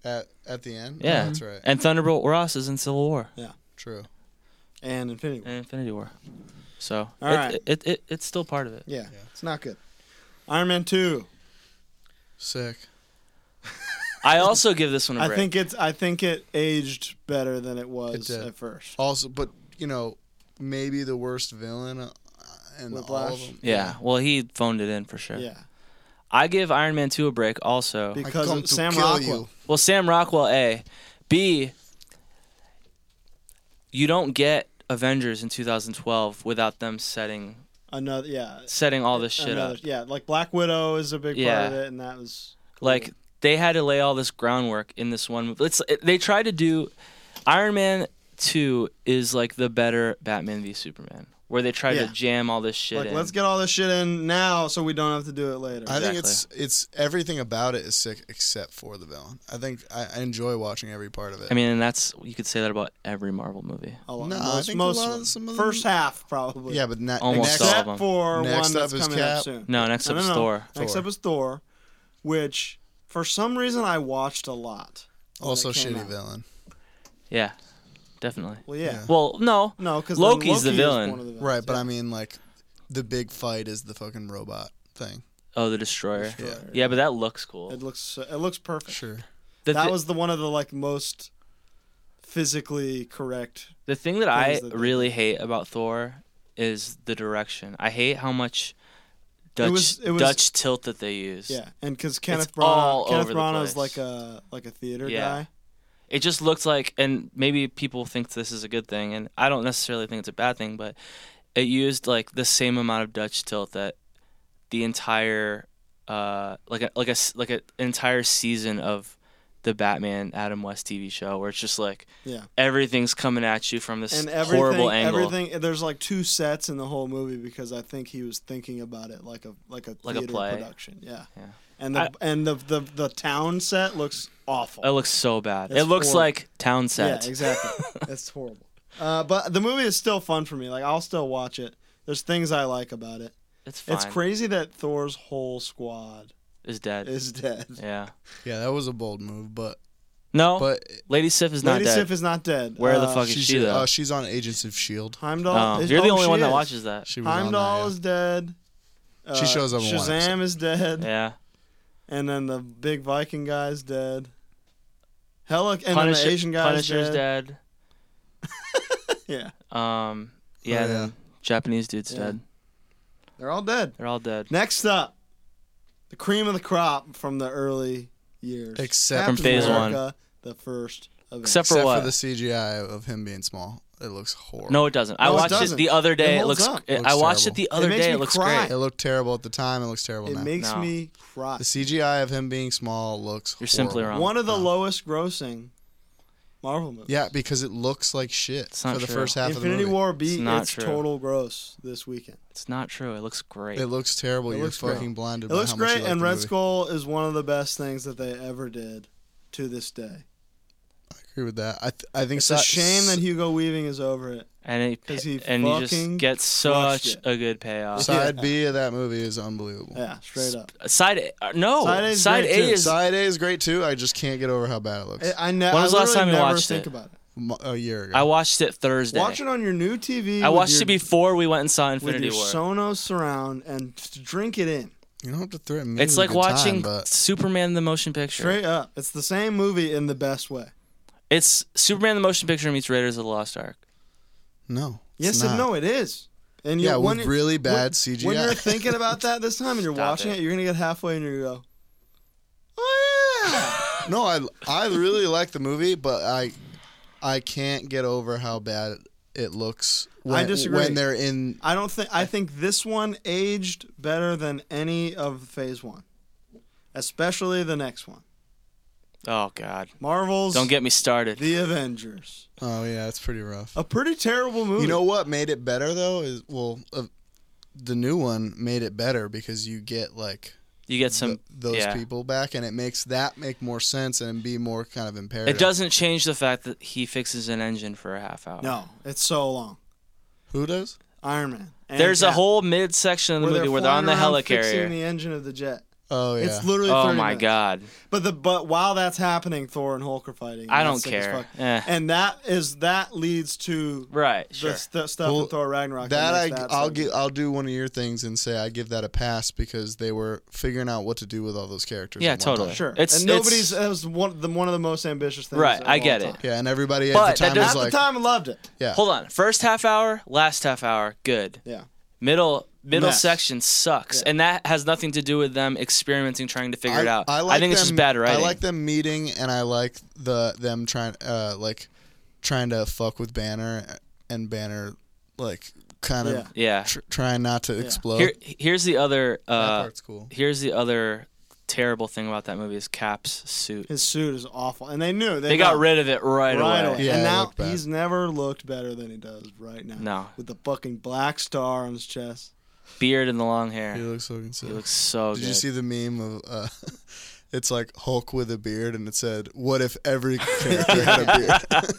S8: At at the end? Oh,
S7: Yeah,
S8: that's right.
S7: And Thunderbolt Ross is in Civil War
S8: True.
S6: and Infinity? War.
S7: and Infinity War. So
S6: All
S7: it,
S6: right.
S7: it, it, it's still part of it.
S6: Yeah, it's not good. Iron Man two.
S8: Sick.
S7: I also give this one a
S6: I
S7: break.
S6: think it's. I think it aged better than it was
S8: It did.
S6: at first.
S8: Also, but you know, maybe the worst villain uh, in all of
S6: Whiplash?
S8: them.
S7: yeah. Well, he phoned it in for sure.
S6: Yeah,
S7: I give Iron Man two a break also.
S8: I
S6: because
S8: come
S6: of
S8: to
S6: Sam
S8: kill
S6: Rockwell.
S8: you.
S7: Well, Sam Rockwell, A. B. You don't get Avengers in 2012 without them setting
S6: Another. Yeah.
S7: setting all this shit
S6: another-
S7: up.
S6: Yeah, like Black Widow is a big
S7: Yeah.
S6: part of it, and that was cool.
S7: Like they had to lay all this groundwork in this one movie. It's it, they tried to do Iron Man 2 is like the better Batman v Superman, where they tried
S6: Yeah.
S7: to jam all this shit
S6: Like,
S7: in.
S6: let's get all this shit in now, so we don't have to do it later.
S8: I think it's
S7: Exactly.
S8: it's everything about it is sick except for the villain. I think I, I enjoy watching every part of it.
S7: I mean, and that's you could say that about every Marvel movie.
S6: a lot,
S8: No, I
S6: most,
S8: think a
S6: most
S8: lot of
S6: of
S8: some
S6: them.
S8: of them-
S6: first half probably.
S8: yeah, but not
S7: Almost
S8: next,
S7: all
S6: except
S7: of them.
S6: for
S8: Next
S6: one
S8: up
S6: that's
S8: is
S6: coming
S8: Cap.
S6: up soon.
S7: No, next
S6: no,
S7: up
S6: no,
S7: is
S6: no.
S7: Thor.
S6: Next
S8: Thor.
S6: up is Thor, which for some reason I watched a lot. when
S8: also
S6: it came
S8: shitty
S6: out.
S8: villain.
S7: Yeah, definitely.
S6: Well, yeah.
S8: Yeah.
S7: Well, no,
S6: No, because
S7: Loki's
S6: Loki
S7: the
S6: is
S7: villain.
S6: one of the villains,
S8: Right, but
S6: yeah.
S8: I mean like the big fight is the fucking robot thing.
S7: Oh, the Destroyer.
S8: Yeah.
S7: Yeah, but that looks cool.
S6: It looks it looks perfect.
S8: Sure.
S7: The
S6: that
S7: thi-
S6: was the one of the like most physically correct.
S7: the thing that
S6: things
S7: I
S6: that they-
S7: really hate about Thor is the direction. I hate how much Dutch
S6: was- it was-
S7: Dutch tilt that they use.
S6: Yeah, and because Kenneth
S7: all
S6: Branagh, Kenneth
S7: over the
S6: Branagh is
S7: place.
S6: like a like a theater
S7: Yeah.
S6: guy.
S7: It just looked like, and maybe people think this is a good thing, and I don't necessarily think it's a bad thing, but it used like the same amount of Dutch tilt that the entire, uh, like a like a s- like a, an entire season of the Batman Adam West TV show, where it's just like
S6: Yeah.
S7: everything's coming at you from this
S6: And everything,
S7: horrible angle.
S6: everything. There's like two sets in the whole movie because I think he was thinking about it like a like a
S7: Like a
S6: theater
S7: play.
S6: production. Yeah.
S7: Yeah.
S6: And the and the, the the town set looks awful.
S7: It looks so bad.
S6: It's
S7: it looks
S6: horrible.
S7: like town Oh, set.
S6: Yeah, exactly. That's horrible. Uh, but the movie is still fun for me. Like I'll still watch it. There's things I like about it.
S7: It's fine.
S6: It's crazy that Thor's whole squad
S7: It's dead.
S6: is dead.
S7: yeah.
S8: Yeah, that was a bold move, but
S7: No.
S8: but
S7: Lady Sif is
S6: Lady
S7: not dead.
S6: Sif is not dead.
S7: Where the
S6: Uh,
S7: fuck is
S8: she's
S7: she though?
S8: uh, she's on Agents of Shield.
S6: Heimdall.
S7: Oh,
S6: is-
S7: you're the
S6: oh,
S7: only
S6: she
S7: one that
S6: is.
S7: watches that.
S8: She was on
S6: Heimdall
S8: that, yeah.
S6: is dead. Uh,
S8: She shows up in one
S6: Shazam
S8: episode.
S6: is dead,
S7: Yeah.
S6: and then the big Viking guy's dead. Hella, and
S7: Punisher-
S6: then the Asian guy's
S7: Punisher's dead.
S6: Yeah,
S7: Um. Yeah.
S8: Oh,
S7: and
S8: yeah.
S7: then Japanese dude's
S6: Yeah.
S7: dead.
S6: they're all dead.
S7: They're all dead.
S6: Next up, the cream of the crop from the early years,
S8: Except
S6: Captain
S7: From phase one.
S6: America, the first. Avenger.
S7: Except for
S8: Except
S7: what?
S8: for the CGI of him being small. It looks horrible.
S7: no, it doesn't. I
S6: No, it
S7: watched it,
S6: doesn't.
S7: the other day.
S6: It
S7: It looks.
S6: holds up.
S7: it-
S8: Looks
S7: I watched
S8: terrible.
S7: it the other
S6: makes
S7: day.
S6: me
S7: It looks
S6: cry.
S7: great.
S8: It looked terrible at the time. It looks terrible
S6: it
S8: now.
S6: makes
S7: No.
S6: me cry.
S8: the CGI of him being small looks.
S7: You're simply
S8: horrible.
S7: wrong.
S6: One of the lowest grossing Marvel movies.
S8: Yeah, because it looks like shit
S7: It's not
S8: for the
S7: true.
S8: first half of
S6: Infinity
S8: the movie.
S6: War beat
S7: It's
S6: its,
S7: not true.
S6: total gross this weekend.
S7: It's not true. It looks great.
S8: It looks terrible.
S6: It
S8: You're
S6: looks great.
S8: fucking blinded.
S6: It
S8: by
S6: looks
S8: how much you
S6: great,
S8: like
S6: and
S8: the
S6: Red
S8: movie.
S6: Skull is one of the best things that they ever did to this day.
S8: I agree with that. I th- I think
S6: It's
S8: so-
S6: a shame that Hugo Weaving is over it.
S7: and it,
S6: 'Cause he
S7: and you just
S6: fucking
S7: get
S6: crushed
S7: such
S6: it.
S7: a good payoff.
S8: side B of that movie is unbelievable.
S6: Yeah, straight up.
S7: Side A, uh, no.
S6: Side A is
S7: Side
S6: great,
S7: A
S6: too.
S7: is
S8: Side A is great too. I just can't get over how bad it looks.
S6: I, I ne-
S7: When was
S6: I
S7: the last
S6: literally
S7: time you
S6: never
S7: watched
S6: think
S7: it?
S6: about it.
S8: M- a year ago.
S7: I watched it Thursday.
S6: Watch it on your new TV.
S7: I
S6: with
S7: watched
S6: your-
S7: it before we went and saw
S6: with
S7: Infinity
S6: your
S7: War.
S6: Sonos surround and just drink it in.
S8: you don't have to threaten me.
S7: it's
S8: with
S7: like
S8: a good time,
S7: watching
S8: but
S7: Superman the motion picture.
S6: Straight up, uh, it's the same movie in the best way.
S7: It's Superman the motion picture meets Raiders of the Lost Ark.
S8: no. it's
S6: Yes and
S8: not.
S6: no, it is. And
S8: Yeah,
S6: you- when
S8: with
S6: you-
S8: really bad
S6: when,
S8: CGI.
S6: When you're thinking about that this time and you're
S7: Stop
S6: watching
S7: it.
S6: it. you're gonna get halfway and you go,
S8: no, I I really like the movie, but I I can't get over how bad it looks when,
S6: disagree.
S8: when they're in
S6: I don't think I think this one aged better than any of Phase One, especially the next one,
S7: Oh God!
S6: Marvel's
S7: Don't get me started.
S6: the Avengers.
S8: Oh yeah, it's pretty rough.
S6: A pretty terrible movie.
S8: You know what made it better though is well, uh, the new one made it better because you get like
S7: you get some
S8: th- those
S7: Um, yeah.
S8: people back, and it makes that make more sense and be more kind of imperative.
S7: It doesn't change the fact that he fixes an engine for a half hour.
S6: No, it's so long.
S8: Who does?
S6: Iron Man. and
S7: There's a
S6: Cap,
S7: whole mid section of the movie where they're on the
S6: flying around
S7: helicarrier.
S6: fixing the engine of the jet.
S8: Oh yeah.
S6: It's literally.
S7: oh
S6: 30
S7: my
S6: minutes.
S7: God!
S6: But the but while that's happening, Thor and Hulk are fighting. and
S7: I
S6: that's
S7: don't
S6: sick as
S7: care.
S6: fuck.
S7: Eh.
S6: And that is that leads to
S7: Right?
S6: the
S7: Sure.
S6: stu- stuff
S8: Well,
S6: in Thor Ragnarok.
S8: that I
S6: makes that
S8: I'll
S6: so
S8: give I'll do one of your things and say I give that a pass because they were figuring out what to do with all those characters.
S7: Yeah,
S8: at one time.
S7: totally.
S6: Sure.
S7: It's-
S6: and
S7: it's-
S6: nobody's that was one the one of the most ambitious things.
S7: Right,
S6: of
S7: I
S6: all
S7: get
S6: time.
S7: it.
S8: Yeah, and everybody at
S7: But
S8: the
S7: that
S8: time
S7: doesn't-
S8: was
S6: At
S8: like,
S6: the time, I loved it.
S8: yeah,
S7: Hold on. First half hour, last half hour, good.
S6: Yeah.
S7: Middle middle
S6: Mess.
S7: section sucks,
S6: Yeah.
S7: and that has nothing to do with them experimenting, trying to figure it out. I,
S8: like
S7: think it's
S8: them-
S7: just bad writing.
S8: I like them meeting, and I like the them trying, uh, like trying to fuck with Banner, and Banner like kind of
S6: Yeah.
S7: yeah.
S8: tr- trying not to explode.
S7: Here, here's the other.
S8: that
S7: Uh,
S8: part's cool.
S7: here's the other terrible thing about that movie is Cap's suit.
S6: His suit is awful, and they knew they,
S7: They got
S6: know
S7: rid of it right,
S6: right
S7: away.
S6: away.
S8: Yeah,
S6: and
S8: it
S6: now
S8: looked bad.
S6: he's never looked better than he does right now.
S7: No.
S6: with the fucking black star on his chest.
S7: Beard and the long hair.
S8: He looks fucking sick.
S7: He looks so
S8: Did
S7: good.
S8: you see the meme of? Uh, It's like Hulk with a beard, and it said, "What if every character had a beard?"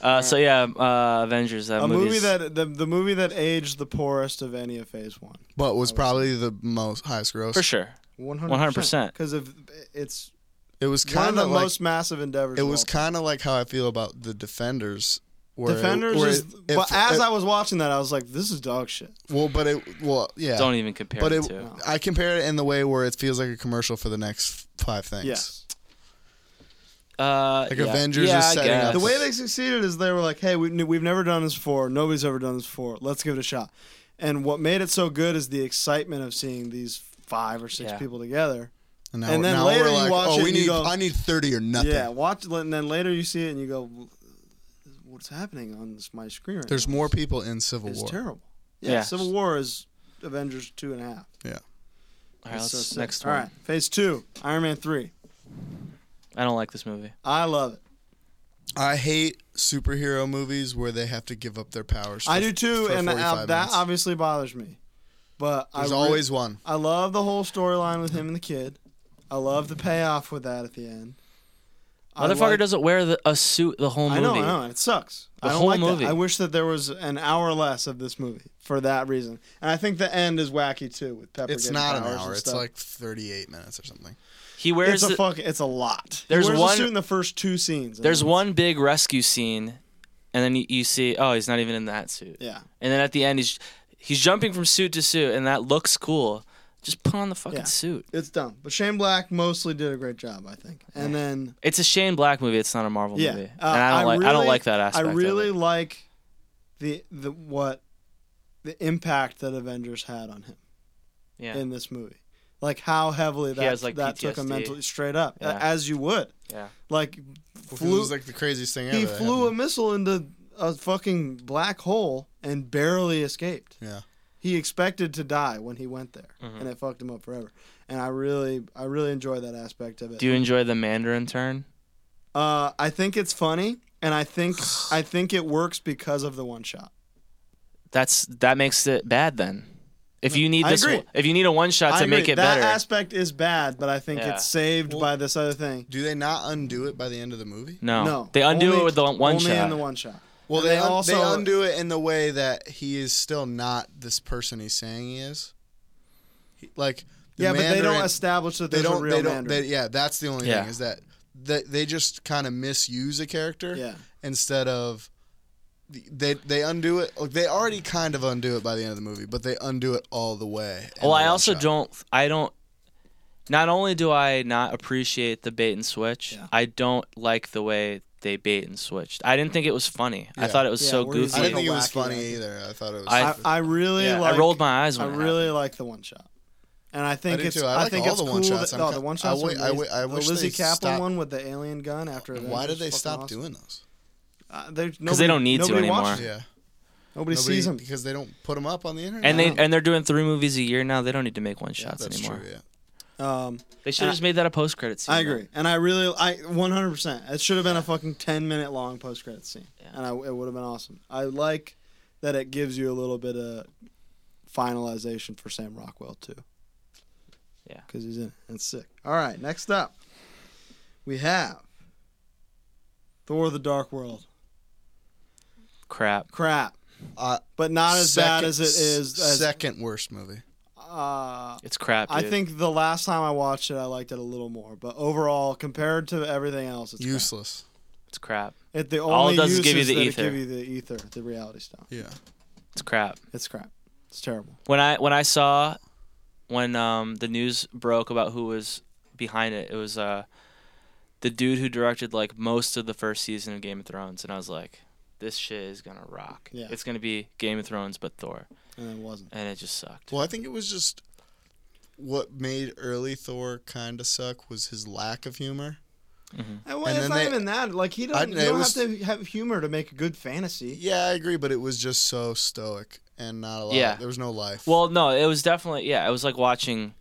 S7: uh, so yeah, uh, Avengers. That
S6: a movie
S7: movie's-
S6: that the, the movie that aged the poorest of any of Phase One.
S8: but was probably the most highest gross.
S7: for sure.
S6: One
S7: 100%.
S6: Because of it's
S8: It was
S6: one of
S8: kind
S6: the
S8: of like
S6: most massive endeavors.
S8: it
S6: of
S8: was
S6: all time.
S8: kind of like how I feel about the Defenders. Where it-
S6: Defenders.
S8: where
S6: is,
S8: it- if-
S6: but as
S8: if-
S6: I was watching that, I was like, this is dog shit.
S8: well, but it well yeah.
S7: Don't even compare
S8: but
S7: the
S8: it,
S7: two.
S8: I compare it in the way where it feels like a commercial for the next five things.
S6: Yes.
S7: Uh,
S8: Like
S7: yeah.
S8: Avengers
S7: yeah,
S8: is
S7: I
S8: setting up
S7: guess.
S6: The way they succeeded is they were like, hey, we, we've never done this before. Nobody's ever done this before. Let's give it a shot. And what made it so good is the excitement of seeing these five or six
S7: Yeah.
S6: people together.
S8: And, now,
S6: And then
S8: now
S6: later
S8: we're
S6: you
S8: like,
S6: watch it
S8: oh, we
S6: and you
S8: need
S6: go-
S8: I need thirty or nothing.
S6: Yeah, watch and then later you see it and you go, what's happening on this, my screen? Right
S8: There's
S6: now?
S8: more people in Civil
S6: It's
S8: War.
S6: terrible. Yeah,
S7: Yeah.
S6: Civil War is Avengers two and a half.
S7: All right,
S6: It's so
S7: let's,
S6: sick.
S7: next
S6: All
S7: one.
S6: right, Phase two, Iron Man three.
S7: I don't like this movie.
S6: I love it.
S8: I hate superhero movies where they have to give up their powers.
S6: I
S8: for-
S6: do too,
S8: for
S6: and that,
S8: 45
S6: that
S8: minutes.
S6: obviously bothers me. But I
S8: There's
S6: re-
S8: always one.
S6: I love the whole storyline with him and the kid. I love the payoff with that at the end. I
S7: Motherfucker
S6: like-
S7: doesn't wear the, a suit the whole
S6: I
S7: movie.
S6: know, I know, and it sucks.
S7: The
S6: I don't
S7: whole
S6: like that.
S7: movie.
S6: I wish that there was an hour less of this movie for that reason. And I think the end is wacky too with Pepper.
S8: It's
S6: getting
S8: not an
S6: powers and
S8: hour. It's
S6: stuff.
S8: like 38 minutes or something.
S7: He
S6: it's
S7: wears
S6: a
S7: the-
S6: fuck. It's a lot.
S7: There's
S6: he wears
S7: one-
S6: a suit in the first two scenes. and
S7: there's
S6: then-
S7: one big rescue scene, and then you, you see oh he's not even in that suit.
S6: Yeah,
S7: And then at the end he's he's jumping from suit to suit, and that looks cool. Just put on the fucking
S6: Yeah.
S7: suit.
S6: it's dumb. But Shane Black mostly did a great job, I think. And then
S7: It's a Shane Black movie. It's not a Marvel
S6: yeah,
S7: movie,
S6: uh,
S7: and I don't like I don't
S6: really-
S7: like that aspect.
S6: I
S7: of
S6: really
S7: it.
S6: like the the what the impact that Avengers had on him
S7: yeah.
S6: in this movie, like how heavily that
S7: has, like,
S6: that took a
S7: PTSD.
S6: mental straight up
S7: Yeah.
S6: as you would
S7: Yeah.
S6: like
S8: it
S6: flew
S8: was like the craziest thing ever.
S6: he
S8: that
S6: flew a
S8: happened.
S6: missile into a fucking black hole and barely escaped.
S8: Yeah.
S6: He expected to die when he went there,
S7: Mm-hmm.
S6: and it fucked him up forever. And I really, I really enjoy that aspect of it.
S7: Do you enjoy the Mandarin turn?
S6: Uh, I think it's funny, and I think I think it works because of the one shot.
S7: That's that makes it bad then. If you need
S6: I
S7: this,
S6: agree.
S7: one- if you need a one shot
S6: I
S7: to
S6: agree.
S7: make it
S6: that
S7: better,
S6: aspect is bad, but I think
S7: Yeah.
S6: it's saved by this other thing.
S8: Do they not undo it by the end of the movie?
S7: no,
S6: No,
S7: they undo
S6: only-
S7: it with the one one
S6: only
S7: shot.
S6: in the one shot.
S8: Well,
S6: And
S8: they,
S6: they
S8: un-
S6: also-
S8: they undo it in the way that he is still not this person he's saying he is. He, like the
S6: yeah, but they
S8: Mandarin-
S6: don't establish that
S8: they
S6: there's
S8: don't
S6: a real
S8: they don't
S6: Mandarin.
S8: they, yeah that's the only
S7: Yeah.
S8: thing is that they, they just kind of misuse a character
S6: Yeah.
S8: instead of they they undo it like, they already kind of undo it by the end of the movie but they undo it all the way. in
S7: Well,
S8: the
S7: I
S8: one
S7: also
S8: shot.
S7: don't. I don't. Not only do I not appreciate the bait and switch, I don't like the way they bait and switched. I didn't think it was funny. I
S8: Yeah.
S7: thought it was
S6: Yeah,
S7: so
S6: where he's
S7: goofy.
S8: I didn't
S6: like
S8: think it
S6: a
S8: was
S6: wacky
S8: funny
S6: guy.
S8: either. I thought it was.
S7: I-
S6: I, I really
S7: Yeah,
S6: like
S7: I rolled my eyes
S6: I
S7: when it
S6: really like the one shot. And I think
S8: I do
S6: it's
S8: too. I like
S6: think
S8: all
S6: it's
S8: the
S6: cool
S8: one-shots.
S6: that
S8: I'm
S6: no,
S8: ki-
S6: the one
S8: I
S6: shots.
S8: wi- I wi- I
S6: the
S8: wish
S6: Lizzie
S8: they
S6: Kaplan
S8: stopped-
S6: one with the alien gun after.
S8: Why did they stop doing those?
S6: Because
S7: Because they don't need to anymore.
S8: Yeah, nobody
S6: Nobody, sees them.
S8: because they don't put them up on the internet.
S7: and they and they're doing three movies a year now. They don't need to make one
S8: Yeah,
S7: shots
S8: that's
S7: anymore.
S8: True, yeah.
S6: Um,
S7: They should
S6: And I-
S7: have just made that a post credit scene.
S6: I
S7: though.
S6: agree, and I really, I 100. percent It should have been a fucking 10 minute long post credit scene, and I, it would have been awesome. I like that it gives you a little bit of finalization for Sam Rockwell too.
S7: Yeah.
S6: because he's in. it. It's sick. All right, next up, we have Thor: The Dark World.
S7: Crap.
S6: Crap,
S8: Uh,
S6: but not as bad
S8: second-
S6: as it is. As,
S8: second worst movie.
S6: uh,
S7: It's crap.
S6: I
S7: dude.
S6: think the last time I watched it, I liked it a little more. But overall, compared to everything else, it's crap.
S8: Useless.
S7: it's crap.
S6: It, the only
S7: All it does is
S6: use
S7: give you the
S6: that it
S7: ether.
S6: give you the ether, the reality stone.
S8: Yeah.
S7: It's crap.
S6: It's crap. It's terrible.
S7: When I when I saw when um the news broke about who was behind it, it was uh the dude who directed like most of the first season of Game of Thrones, and I was like, this shit is gonna rock.
S6: Yeah.
S7: It's gonna be Game of Thrones but Thor,
S6: And it wasn't.
S7: and it just sucked.
S8: Well, I think it was just what made early Thor kind of suck was his lack of humor.
S6: And well,
S8: And
S6: it's
S8: then
S6: not
S8: they-
S6: even that. Like he
S8: I-
S6: doesn't. You
S8: it
S6: don't
S8: was-
S6: have to have humor to make a good fantasy.
S8: Yeah, I agree, but it was just so stoic and not a lot.
S7: Yeah.
S8: There was no life.
S7: Well, no, it was definitely yeah. It was like watching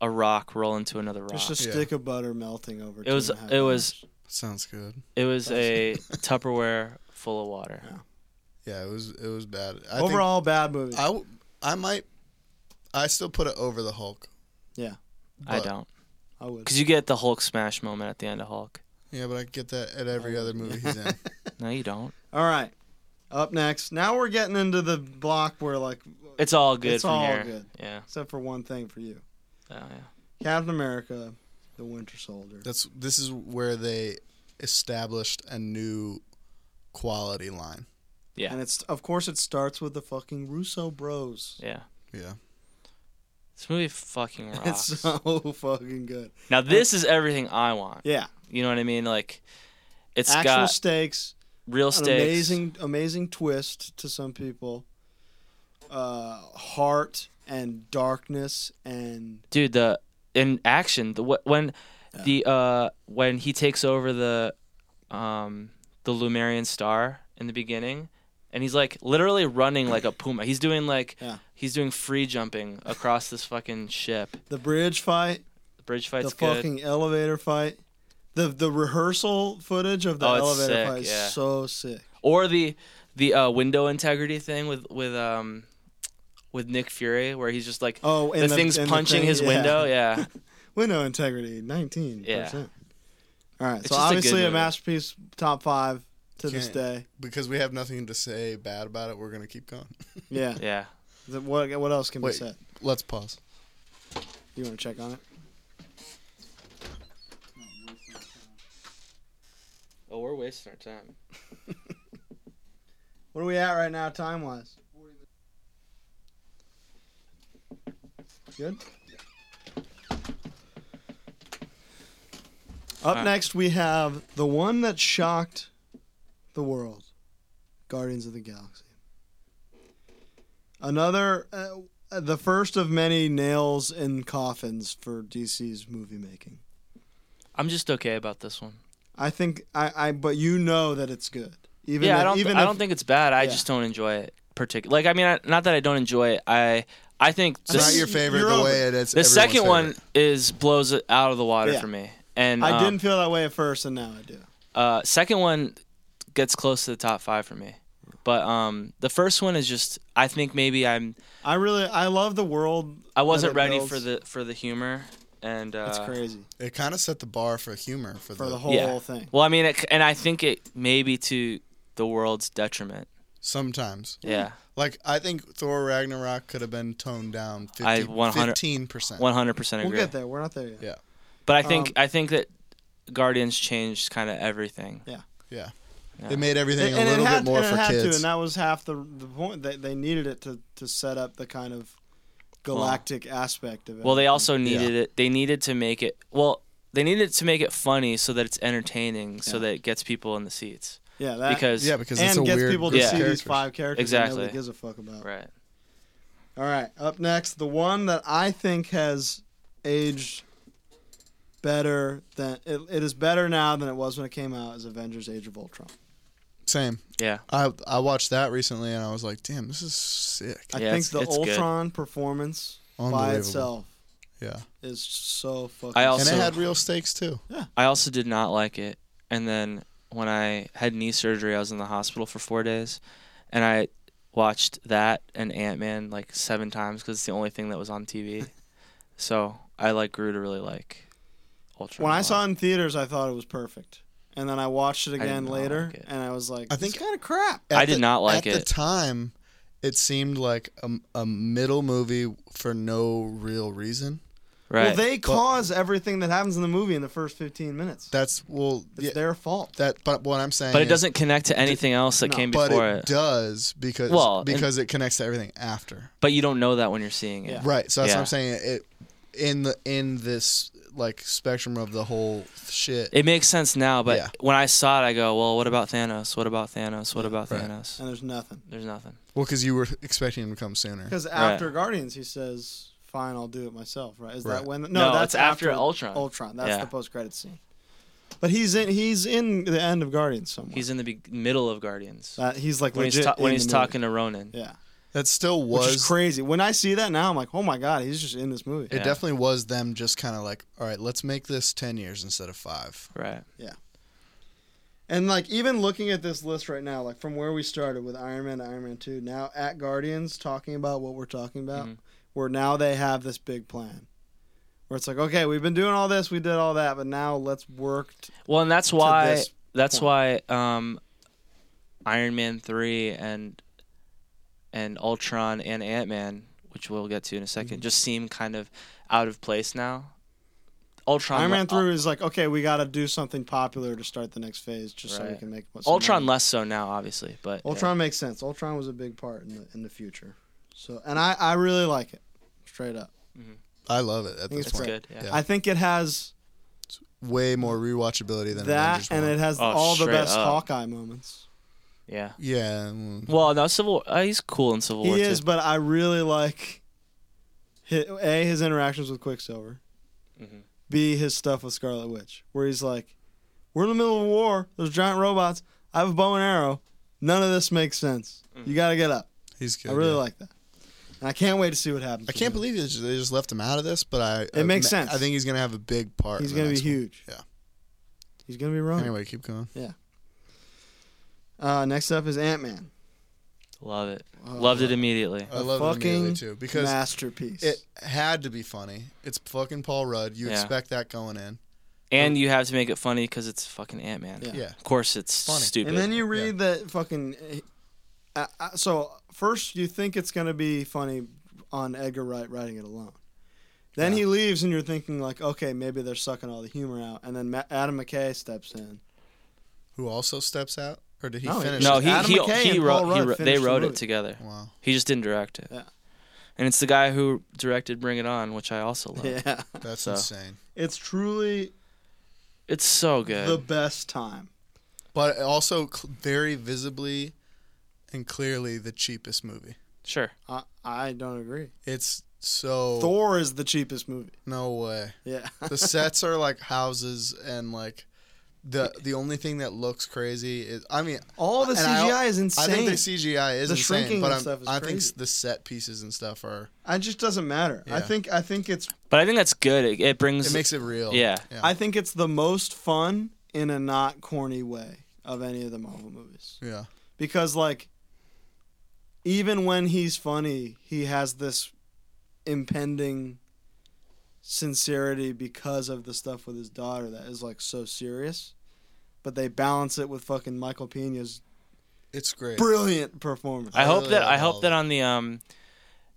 S7: a rock roll into another rock.
S6: It's just a
S8: Yeah.
S6: stick of butter melting over.
S7: It was- it was-
S8: sounds good.
S7: It was a Tupperware full of water.
S8: Yeah, it was it was bad. I think
S6: overall bad movie.
S8: I w- I might I still put it over the Hulk.
S6: yeah,
S7: I
S8: But-
S7: don't,
S6: I would.
S7: because you get the Hulk smash moment at the end of Hulk.
S8: Yeah, but I get that at every other movie he's in.
S7: No, you don't.
S6: All right. Up next, now we're getting into the block where like,
S7: It's all good
S6: It's
S7: from
S6: all
S7: here.
S6: good.
S7: Yeah.
S6: except for one thing for you,
S7: Oh, yeah.
S6: Captain America, the Winter Soldier.
S8: That's this is where they established a new quality line.
S7: Yeah.
S6: And it's of course it starts with the fucking Russo Bros.
S7: Yeah.
S8: Yeah.
S7: This movie fucking rocks.
S6: It's uh, so fucking good.
S7: now this is everything I want.
S6: Yeah,
S7: You know what I mean? Like, it's
S6: actual
S7: got
S6: stakes.
S7: real
S6: an
S7: stakes.
S6: amazing amazing twist to some people uh heart and darkness and
S7: dude the in action the wh- when the uh when he takes over the um the Lumerian star in the beginning and he's like literally running like a puma he's doing like
S6: Yeah.
S7: he's doing free jumping across this fucking ship
S6: the bridge fight
S7: the bridge fight's
S6: the
S7: good
S6: fucking elevator fight the the rehearsal footage of the
S7: Oh, it's
S6: elevator
S7: sick,
S6: fight is
S7: yeah.
S6: so sick
S7: or the the uh, window integrity thing with with um with Nick Fury where he's just like
S6: Oh, and
S7: the,
S6: the-
S7: thing's
S6: and the
S7: punching
S6: thing-
S7: his
S6: yeah.
S7: window yeah
S6: window integrity 19
S7: Yeah.
S6: all right so
S7: just a good
S6: obviously a,
S7: movie.
S6: masterpiece top five to this
S8: Can't-
S6: day
S8: Because we have nothing to say bad about it, we're gonna keep going.
S6: yeah,
S7: yeah
S6: The- what, what else can
S8: Wait.
S6: be said
S8: Let's pause.
S6: you want to check on it
S7: oh we're wasting our time
S6: what are we at right now time wise good Up
S7: Alright.
S6: next, we have the one that shocked the world Guardians of the Galaxy. Another, uh, the first of many nails in coffins for DC's movie making.
S7: I'm just okay about this one
S6: I think, I, I but you know that it's good. Even
S7: yeah,
S6: if-
S7: I don't.
S6: even
S7: I
S6: if-
S7: don't think it's bad. I
S6: yeah.
S7: just don't enjoy it particularly. Like, I mean, I, not that I don't enjoy it. I I think
S8: It's
S7: the,
S8: not
S7: s-
S8: your favorite
S6: you're
S8: the
S6: over
S8: way it
S6: it.
S8: is.
S7: the
S8: everyone's
S7: second
S8: favorite.
S7: one is blows it out of the water
S6: Yeah.
S7: for me. And
S6: I
S7: um,
S6: didn't feel that way at first, and now I do.
S7: Uh, second one gets close to the top five for me, but um, the first one is just. I think maybe I'm.
S6: I really, I love the world.
S7: I wasn't
S6: that it
S7: ready
S6: builds.
S7: for the for the humor, and uh,
S6: It's crazy
S8: It kind of set the bar for humor for,
S6: for
S8: the,
S6: the whole
S7: yeah.
S6: thing.
S7: Well, I mean, it, and I think it maybe to the world's detriment.
S8: sometimes.
S7: Yeah,
S8: Like I think Thor Ragnarok could have been toned down
S7: I 100
S8: 15 percent.
S7: one hundred percent
S6: We'll
S7: agree.
S6: get there. Um, We're not there yet.
S8: Yeah,
S7: But I think I think that Guardians changed kind of everything.
S8: yeah.
S7: Yeah.
S8: They made everything
S6: and
S8: a
S6: it
S8: little
S6: had,
S8: bit more
S6: and it
S8: for
S6: had to,
S8: kids.
S6: and that was half the the point. They, they needed it to, to set up the kind of galactic aspect of it.
S7: Well, they also needed it. They needed to make it. Well, they needed to make it funny so that it's entertaining, so that it gets people in the seats.
S6: Yeah, that,
S7: Because
S8: Yeah, because it's
S6: and
S8: a
S6: gets
S8: weird
S6: people to
S8: group of
S7: Yeah.
S6: see these
S8: characters.
S6: five characters
S7: Exactly.
S6: that nobody gives a fuck about.
S7: right,
S6: All right, up next, the one that I think has aged better than it, it is better now than it was when it came out is Avengers: Age of Ultron.
S8: Same.
S7: yeah,
S8: I I watched that recently and I was like, damn, this is sick.
S6: I
S7: Yeah,
S6: think
S7: it's-
S6: the
S7: it's good.
S6: Ultron performance by
S8: Unbelievable.
S6: itself
S8: Yeah.
S6: is so fucking.
S7: I
S8: And
S7: also-
S8: it had real stakes too.
S7: I also did not like it. And then when I had knee surgery, I was in the hospital for four days, and I watched that and Ant Man like seven times because it's the only thing that was on TV. so I like grew to really like Ultra.
S6: when I saw it in theaters, I thought it was perfect, and then I watched it again
S7: not
S6: later,
S7: like it.
S6: and I was like,
S8: I
S6: "This
S8: think-
S6: is kind of crap."
S8: At
S7: I did not like
S8: At the
S7: it.
S8: time, it seemed like a, a middle movie for no real reason.
S7: right,
S6: Well, they cause everything that happens in the movie in the first 15 minutes.
S8: That's well,
S6: It's
S8: yeah,
S6: their fault.
S8: that. But what I'm saying,
S7: but it
S8: is-
S7: doesn't connect to anything else that
S6: no,
S7: came
S8: But
S7: before
S8: it,
S7: it.
S8: does because
S7: Well, and-
S8: because it connects to everything after.
S7: But you don't know that when you're seeing it.
S6: Yeah.
S8: Right. So that's
S7: Yeah.
S8: what I'm saying. It in the in this like spectrum of the whole shit.
S7: It makes sense now, but
S8: Yeah.
S7: when I saw it, I go, "Well, what about Thanos? What about Thanos? What about
S8: right.
S7: Thanos?"
S6: And there's nothing.
S7: There's nothing.
S8: well, because you were expecting him to come sooner.
S6: Because after Guardians, he says, "Fine, I'll do it myself." Right? Is that
S8: Right.
S6: when? No,
S7: No,
S6: that's
S7: it's after Ultron.
S6: Ultron. That's
S7: Yeah.
S6: the post-credit scene. But he's in. He's in the end of Guardians somewhere.
S7: He's in the be- middle of Guardians
S6: That- he's like
S7: when he's
S6: legit
S7: ta- when
S6: in
S7: he's
S6: the
S7: talking to Ronan.
S6: Movie. Yeah,
S8: That still
S6: which
S8: was
S6: is crazy. When I see that now, I'm like, "Oh my god, he's just in this movie."
S8: It
S7: Yeah.
S8: definitely was them just kind of like, all right, let's make this 10 years instead of five.
S7: Right.
S6: And like even looking at this list right now, like from where we started with Iron Man to Iron Man Two, now at Guardians talking about what we're talking about,
S7: Mm-hmm.
S6: where now they have this big plan, where it's like, okay, we've been doing all this, we did all that, but now let's work. T-
S7: Well, and that's why
S6: this
S7: that's why um, Iron Man three and and Ultron and Ant Man, which we'll get to in a 2nd
S6: Mm-hmm.
S7: just seem kind of out of place now. Ultron,
S6: Iron
S7: le-
S6: Man Three is like, okay, we got to do something popular to start the next phase, just so we
S7: Right.
S6: can make some
S7: Ultron
S6: money.
S7: less so now, obviously, but yeah.
S6: Ultron makes sense. Ultron was a big part in the in the future, so and I I really like it, straight up.
S8: I love it at
S6: think
S8: this
S6: it's
S7: it's
S8: point.
S7: good. Yeah.
S8: Yeah.
S6: I think it has
S8: Way more rewatchability than
S6: that,
S8: that. Avengers
S6: and it
S8: one.
S6: has
S7: Oh,
S6: all the
S7: straight
S6: best
S7: up.
S6: Hawkeye moments.
S7: yeah.
S8: Yeah. mm,
S7: Well, no, Civil War. Uh, he's cool in Civil War.
S6: He is,
S7: too.
S6: but I really like hi a his interactions with Quicksilver,
S7: Mm-hmm.
S6: b his stuff with Scarlet Witch, where he's like, "We're in the middle of a war. There's giant robots. I have a bow and arrow. None of this makes sense.
S7: Mm-hmm.
S6: You got to get up."
S8: He's good.
S6: I really
S8: yeah.
S6: like that, and I can't wait to see what happens.
S8: I can't
S6: with him.
S8: believe they just, they just left him out of this, but I.
S6: It makes
S8: I,
S6: sense.
S8: I think he's going to have a big part.
S6: He's
S8: in the
S6: gonna be
S8: next one.
S6: huge.
S8: Yeah.
S6: he's gonna be wrong.
S8: Anyway, keep going.
S6: Uh, next up is Ant Man.
S7: Love it.
S6: Oh,
S7: Loved it immediately.
S6: Uh,
S8: I love it
S6: Fucking
S8: immediately too because
S6: masterpiece.
S8: it had to be funny. It's fucking Paul Rudd. You
S7: Yeah.
S8: expect that going in.
S7: and you have to make it funny because it's fucking Ant Man.
S6: uh, Yeah.
S8: Yeah.
S7: Of course, it's
S8: Funny.
S7: stupid.
S6: And then you read that fucking. Uh, uh, so first you think it's gonna be funny on Edgar Wright writing it alone. Then he leaves, and you're thinking like, okay, maybe they're sucking all the humor out. And then Ma- Adam McKay steps in.
S8: Who also steps out? Or did he
S6: No, he
S8: finish?
S7: no,
S8: it?
S7: he
S6: Adam
S7: he,
S6: McKay
S7: he
S6: and Paul
S7: wrote he
S6: Rudd
S7: wrote, they
S6: finished the
S7: wrote it
S6: movie.
S7: together.
S8: Wow.
S7: He just didn't direct it.
S6: Yeah.
S7: And it's the guy who directed Bring It On, which I also love.
S6: Yeah,
S8: That's
S7: So.
S8: insane.
S6: it's truly
S7: It's so good.
S6: the best time.
S8: but also cl- very visibly and clearly the cheapest movie.
S7: sure.
S6: I I don't agree.
S8: It's so
S6: Thor is the cheapest movie.
S8: no way.
S6: Yeah,
S8: The sets are like houses and like the the only thing that looks crazy is I mean
S6: all the
S8: and I-
S6: CGI is
S8: I think
S6: insane.
S8: the
S6: I
S8: CGI is
S6: The
S8: insane,
S6: shrinking
S8: but
S6: and
S8: I'm,
S6: stuff is
S8: I think
S6: crazy.
S8: the set pieces and stuff are
S6: it just doesn't matter. I
S8: Yeah.
S6: think I think it's
S7: But I think that's good. It, it brings
S8: it makes it real.
S7: Yeah.
S6: I think it's the most fun in a not corny way of any of the Marvel movies.
S8: yeah.
S6: Because like even when he's funny, he has this impending sincerity because of the stuff with his daughter that is like so serious. But they balance it with fucking Michael Pena's
S8: It's great.
S6: brilliant performance.
S7: I hope
S8: really
S7: that
S8: like
S7: I
S8: all
S7: hope
S8: of
S7: that
S8: it.
S7: on the um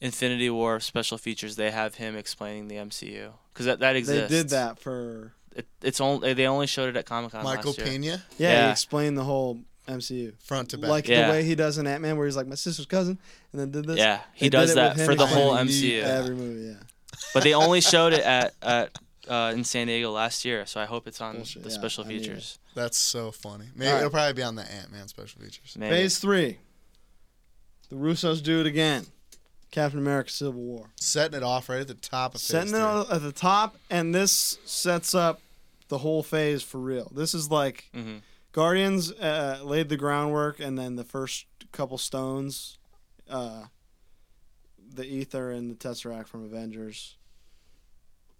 S7: Infinity War special features they have him explaining the MCU cuz that that
S6: they
S7: exists.
S6: did that for
S7: It, it's only they only showed it at Comic-Con
S8: Michael
S7: last year.
S8: Pena
S6: yeah,
S7: Yeah.
S6: He explained the whole MCU.
S8: front to back.
S6: Like
S7: Yeah.
S6: the way he does in Ant Man, where he's like my sister's cousin, and then did this.
S7: Yeah,
S6: They
S7: he
S6: did
S7: does
S6: it
S7: that
S6: with him
S7: for the
S6: explaining
S7: whole
S8: explaining the-
S7: MCU.
S6: Every movie, yeah.
S7: But they only showed it at at uh, in San Diego last year, so I hope it's on
S6: Bullshit.
S7: the
S6: Yeah,
S7: special
S6: I need it.
S7: features.
S8: That's so funny. Maybe
S6: Alright.
S8: it'll probably be on the Ant Man special features.
S7: Maybe.
S6: Phase three. The Russos do it again. Captain America: Civil War.
S8: Setting it off right at the top of
S6: Setting it
S8: off.
S6: at the top, and this sets up the whole phase for real. This is like
S7: Mhm.
S6: Guardians uh, laid the groundwork, and then the first couple stones, uh, the ether and the tesseract from Avengers,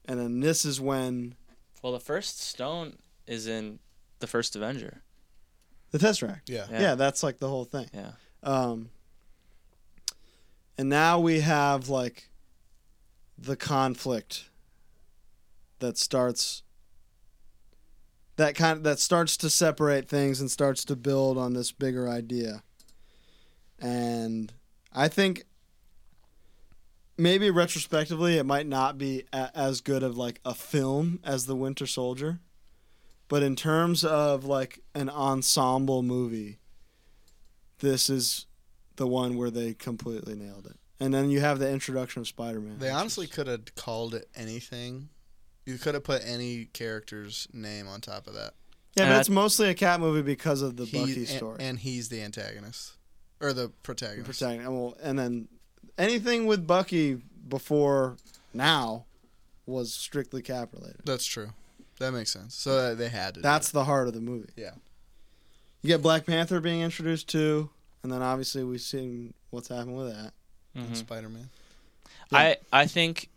S6: and then this is when
S7: Well, the first stone is in the first Avenger.
S6: the tesseract.
S8: Yeah.
S6: Yeah, that's like the whole thing.
S7: Yeah.
S6: Um, and now we have like the conflict that starts that kind that starts to separate things and starts to build on this bigger idea. And I think maybe retrospectively it might not be a- as good of like a film as The Winter Soldier, but in terms of like an ensemble movie, this is the one where they completely nailed it. And then you have the introduction of Spider Man.
S8: They honestly could have called it anything. You could have put any character's name on top of that.
S6: yeah,
S7: And
S6: but
S7: I-
S6: it's mostly a cat movie because of the
S8: He-
S6: Bucky
S8: and-
S6: story.
S8: And, he's the antagonist. Or the
S6: The
S8: protagonist.
S6: protagonist. Well, and then anything with Bucky before now was strictly cat related.
S8: That's true. That makes sense. So uh, they had to. do
S6: That's the heart of the movie.
S8: Yeah.
S6: You get Black Panther being introduced too, and then obviously we've seen what's happened with that.
S7: Mm-hmm.
S8: it. Spider-Man.
S7: I I think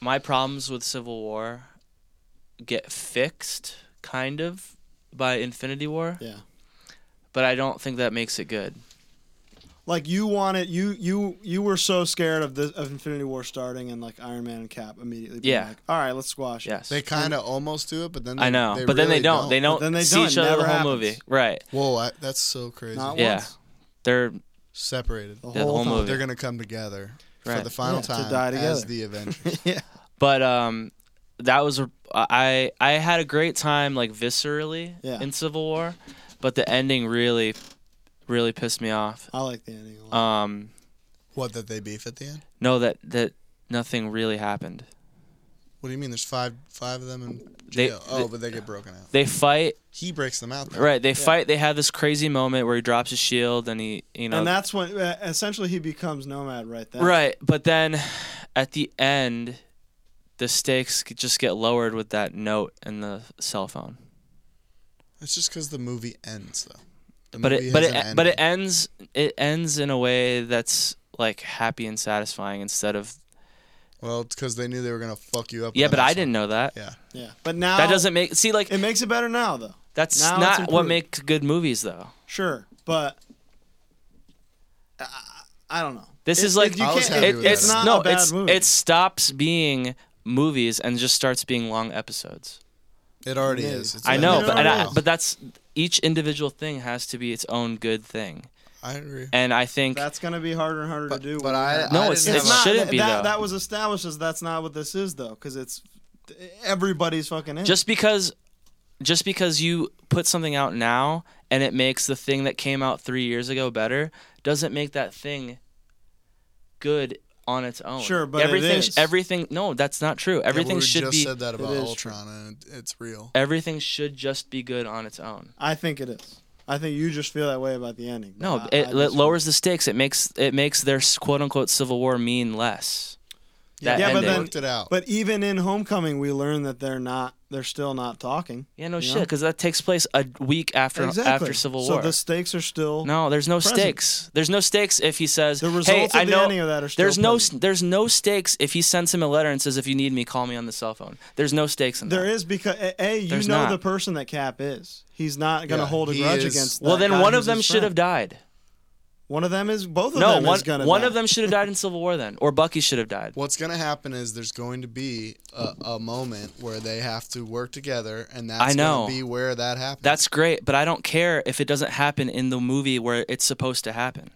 S7: my problems with Civil War get fixed kind of by Infinity War.
S6: Yeah.
S7: But I don't think that makes it good.
S6: like you wanted you you you were so scared of this of Infinity War starting and like Iron Man and Cap immediately. being
S7: Yeah.
S6: Like, All right, let's squash it.
S7: Yes.
S8: They kind of almost do it, but then they,
S7: I know,
S8: they
S7: but then they
S8: really
S7: don't. They don't
S6: But then they
S7: see
S6: don't. It
S7: each other the
S6: never
S7: whole
S6: happens.
S7: movie. Right.
S8: Whoa, I, that's so crazy.
S6: Not
S7: Yeah.
S6: once.
S7: They're
S8: Separated.
S6: The
S7: Yeah, the whole
S6: time.
S7: movie.
S8: They're gonna come together for
S7: Right.
S8: the final
S6: Yeah, to
S8: time
S6: die
S8: as
S6: together.
S8: the Avengers.
S6: yeah.
S7: but um that was a- I I had a great time like viscerally
S6: Yeah.
S7: in Civil War, but the ending really really pissed me off.
S6: I like the ending a lot.
S7: Um
S8: what? That they beef at the end?
S7: no that that nothing really happened.
S8: What do you mean? There's five five of them in
S7: They-
S8: jail. oh,
S7: they-
S8: but they get broken out.
S7: They fight
S8: He breaks them out. Though.
S7: Right, they fight. They have this crazy moment where he drops his shield and he, you know,
S6: and that's when uh, essentially he becomes Nomad right then.
S7: Um, right. But then, at the end, the stakes could just get lowered with that note and the cell phone.
S8: It's just because the movie ends though. The
S7: But
S8: movie
S7: it, but
S8: has
S7: it,
S8: an
S7: but it
S8: ending.
S7: ends. It ends in a way that's like happy and satisfying instead of.
S8: well, it's because they knew they were gonna fuck you up.
S7: Yeah,
S8: with
S7: but
S8: this
S7: I
S8: one.
S7: didn't know that.
S8: Yeah,
S6: Yeah. But now
S7: That doesn't make see like
S6: It makes it better now though.
S7: that's
S6: now it's
S7: not what
S6: improved.
S7: makes good movies though.
S6: Sure, but I, I don't know.
S7: This
S6: It-
S7: is like
S6: it- you
S8: I was
S6: can't-
S8: happy
S7: it-
S8: with that
S7: it's
S8: ending.
S6: not
S7: no,
S6: a bad
S7: it's
S6: movie.
S7: it stops being movies and just starts being long episodes.
S8: it already
S6: Maybe.
S8: is. It's
S7: I
S8: been
S7: know,
S8: there
S7: but
S8: for a
S7: and I,
S8: while.
S7: but that's each individual thing has to be its own good thing,
S8: I agree.
S7: and I think
S6: that's gonna be harder and harder
S8: But,
S6: to do.
S8: but I
S7: No,
S8: I
S7: it's-
S8: didn't have
S7: it's
S8: a-
S7: not- shouldn't be,
S6: that,
S7: though.
S6: that was established as that's not what this is though, because it's everybody's fucking in.
S7: just because just because you put something out now and it makes the thing that came out three years ago better doesn't make that thing good on its own.
S6: Sure, but it
S7: everything
S6: is.
S7: everything no, that's not true.
S8: Yeah, but
S7: Everything
S8: we
S7: should
S8: just
S7: be
S8: said that about
S6: is
S8: Ultron, and it- it's real.
S7: everything should just be good on its own.
S6: I think it is. I think you just feel that way about the ending.
S7: No,
S6: I-
S7: it,
S6: I
S7: it
S6: just-
S7: lowers the stakes. It makes it makes their quote unquote civil war mean less. That
S6: Yeah, but
S7: ending.
S8: they
S6: then
S8: worked it out.
S6: But even in Homecoming, we learn that they're not. They're still not talking.
S7: Yeah, no
S6: You
S7: shit,
S6: know?
S7: 'cause shit, because that takes place a week after after Civil War.
S6: So the stakes are still.
S7: no, there's no
S6: present.
S7: stakes. There's no stakes if he says,
S6: The
S7: "Hey,
S6: results
S7: I
S6: of the
S7: know."
S6: ending of that are still.
S7: there's no
S6: present.
S7: there's no stakes if he sends him a letter and says, "If you need me, call me on the cell phone." There's no stakes in
S6: There
S7: that.
S6: is because a, a you
S7: There's
S6: know
S7: not.
S6: the person that Cap is. He's not gonna
S8: Yeah,
S6: hold a
S8: he
S6: grudge
S8: is-
S6: against.
S7: Well,
S6: that
S7: then
S6: guy
S7: one
S6: who's
S7: of them
S6: his
S7: should have
S6: friend.
S7: died.
S6: One of them is both of
S7: No,
S6: them
S7: one
S6: is gonna.
S7: one
S6: die.
S7: of them should have died in Civil War then, or Bucky should have died.
S8: What's going to happen is there's going to be a, a moment where they have to work together, and that's
S7: I know.
S8: going to be where that happens.
S7: That's great, but I don't care if it doesn't happen in the movie where it's supposed to happen.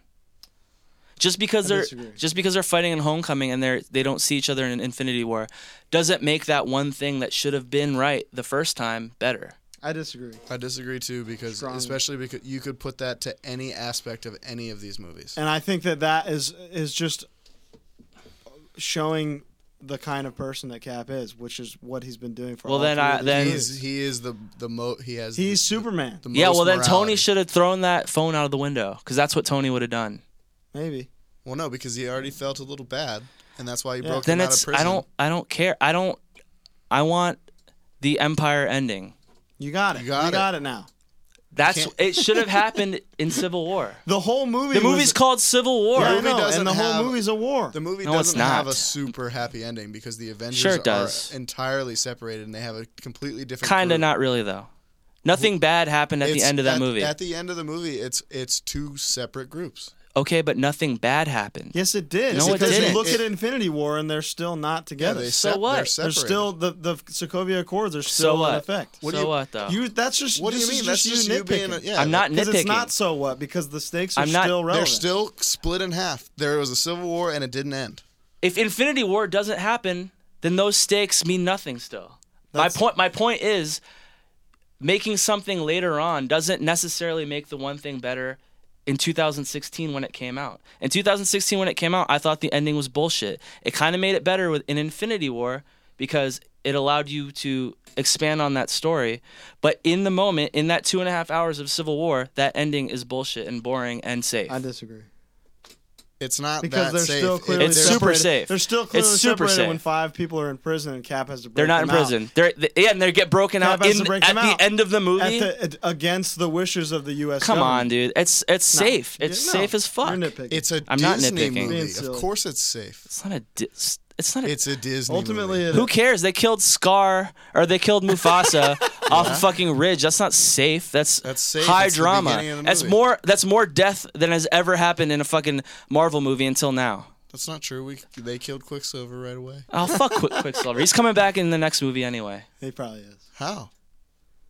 S7: Just because
S6: I
S7: they're
S6: disagree.
S7: just because they're fighting in Homecoming and they're they don't see each other in Infinity War, doesn't make that one thing that should have been right the first time better.
S6: I disagree.
S8: I disagree too, because
S6: Strongly.
S8: especially because you could put that to any aspect of any of these movies.
S6: And I think that that is is just showing the kind of person that Cap is, which is what he's been doing for.
S7: Well,
S6: all
S7: then
S6: three of
S7: I-
S6: these
S7: then-
S6: movies.
S8: He's, he is the the mo. He has
S6: he's
S8: the,
S6: Superman.
S8: the
S7: Yeah,
S8: most
S7: well then
S8: morality.
S7: Tony should have thrown that phone out of the window because that's what Tony would have done.
S6: Maybe
S8: Well, no, because he already felt a little bad, and that's why he broke
S7: Then
S8: him out of
S7: it's
S8: prison.
S7: I don't I don't care. I don't I want the empire ending.
S6: you got it. You
S8: You got
S6: got,
S8: it.
S6: it. now.
S7: That's
S8: Can't-
S7: it should have happened in Civil War.
S6: The whole movie.
S7: The movie's
S6: was,
S7: called Civil War.
S6: Yeah, I
S8: The movie
S6: know,
S8: doesn't
S6: and the
S8: have-
S6: whole movie's a war.
S8: The movie
S7: No, it's
S8: doesn't have
S7: not.
S8: a super happy ending because the Avengers
S7: Sure it does.
S8: are entirely separated and they have a completely different.
S7: kind of
S8: group.
S7: not really though. Nothing bad happened at the
S8: It's-
S7: end of that
S8: at-
S7: movie.
S8: At the end of the movie, it's it's two separate groups.
S7: okay, but nothing bad happened.
S6: yes, it did.
S7: No, it
S6: because
S7: didn't.
S6: You look
S8: It-
S6: at Infinity War, and they're still not together.
S8: they
S7: So
S8: sep-
S7: what?
S8: They're
S7: There's
S6: They're
S8: separated.
S6: still the the Sokovia Accords are still
S7: what?
S6: in effect.
S7: so what though?
S6: You that's just
S8: What do you
S6: this is
S8: mean? That's just
S6: you
S8: you being.
S6: nitpicking.
S8: a- yeah,
S7: I'm not
S6: Because
S7: nitpicking.
S6: it's not so what because the stakes are
S7: I'm not-
S6: still
S8: They're
S6: relevant.
S8: still split in half. There was a civil war and it didn't end.
S7: if Infinity War doesn't happen, then those stakes mean nothing still.
S6: That's-
S7: my point my point is making something later on doesn't necessarily make the one thing better in 2016 when it came out. In 2016 when it came out, I thought the ending was bullshit. It kind of made it better with in Infinity War because it allowed you to expand on that story. But in the moment, in that two and a half hours of Civil War, that ending is bullshit and boring and safe.
S6: I disagree.
S8: It's not
S6: Because
S8: that
S6: they're
S8: safe.
S6: still
S8: It-
S6: clearly
S7: It's
S8: they're-
S7: super
S6: separated.
S7: safe.
S6: They're still clearly
S7: It's super
S6: separated
S7: safe.
S6: when five people are in prison and Cap has to break
S7: They're not in
S6: them
S7: prison. They're they, yeah, and they get broken
S6: Cap
S7: out
S6: has
S7: in,
S6: to
S7: at
S6: break them
S7: the
S6: out.
S7: end of the
S6: out at
S7: movie.
S6: the, at- against the wishes of the U.S.
S7: Come on,
S6: government.
S7: dude. It's it's
S6: No.
S7: safe. It's
S6: Yeah, no,
S7: safe as fuck.
S6: You're nitpicking.
S8: It's a
S7: I'm not
S8: Disney
S7: nitpicking.
S8: movie.
S6: Being
S8: Of
S6: silly.
S8: course, it's safe.
S7: it's not a. Dis, it's not a.
S8: It's a Disney.
S6: ultimately
S8: movie.
S6: it
S7: who cares? They killed Scar or they killed Mufasa off a fucking ridge. That's not safe. That's
S8: That's safe.
S7: high
S8: It's the
S7: drama.
S8: beginning of the
S7: That's
S8: movie.
S7: more. That's more death than has ever happened in a fucking Marvel movie until now.
S8: That's not true. We they killed Quicksilver right away.
S7: Oh fuck, Quick, Quicksilver. He's coming back in the next movie anyway.
S6: He probably is.
S8: How?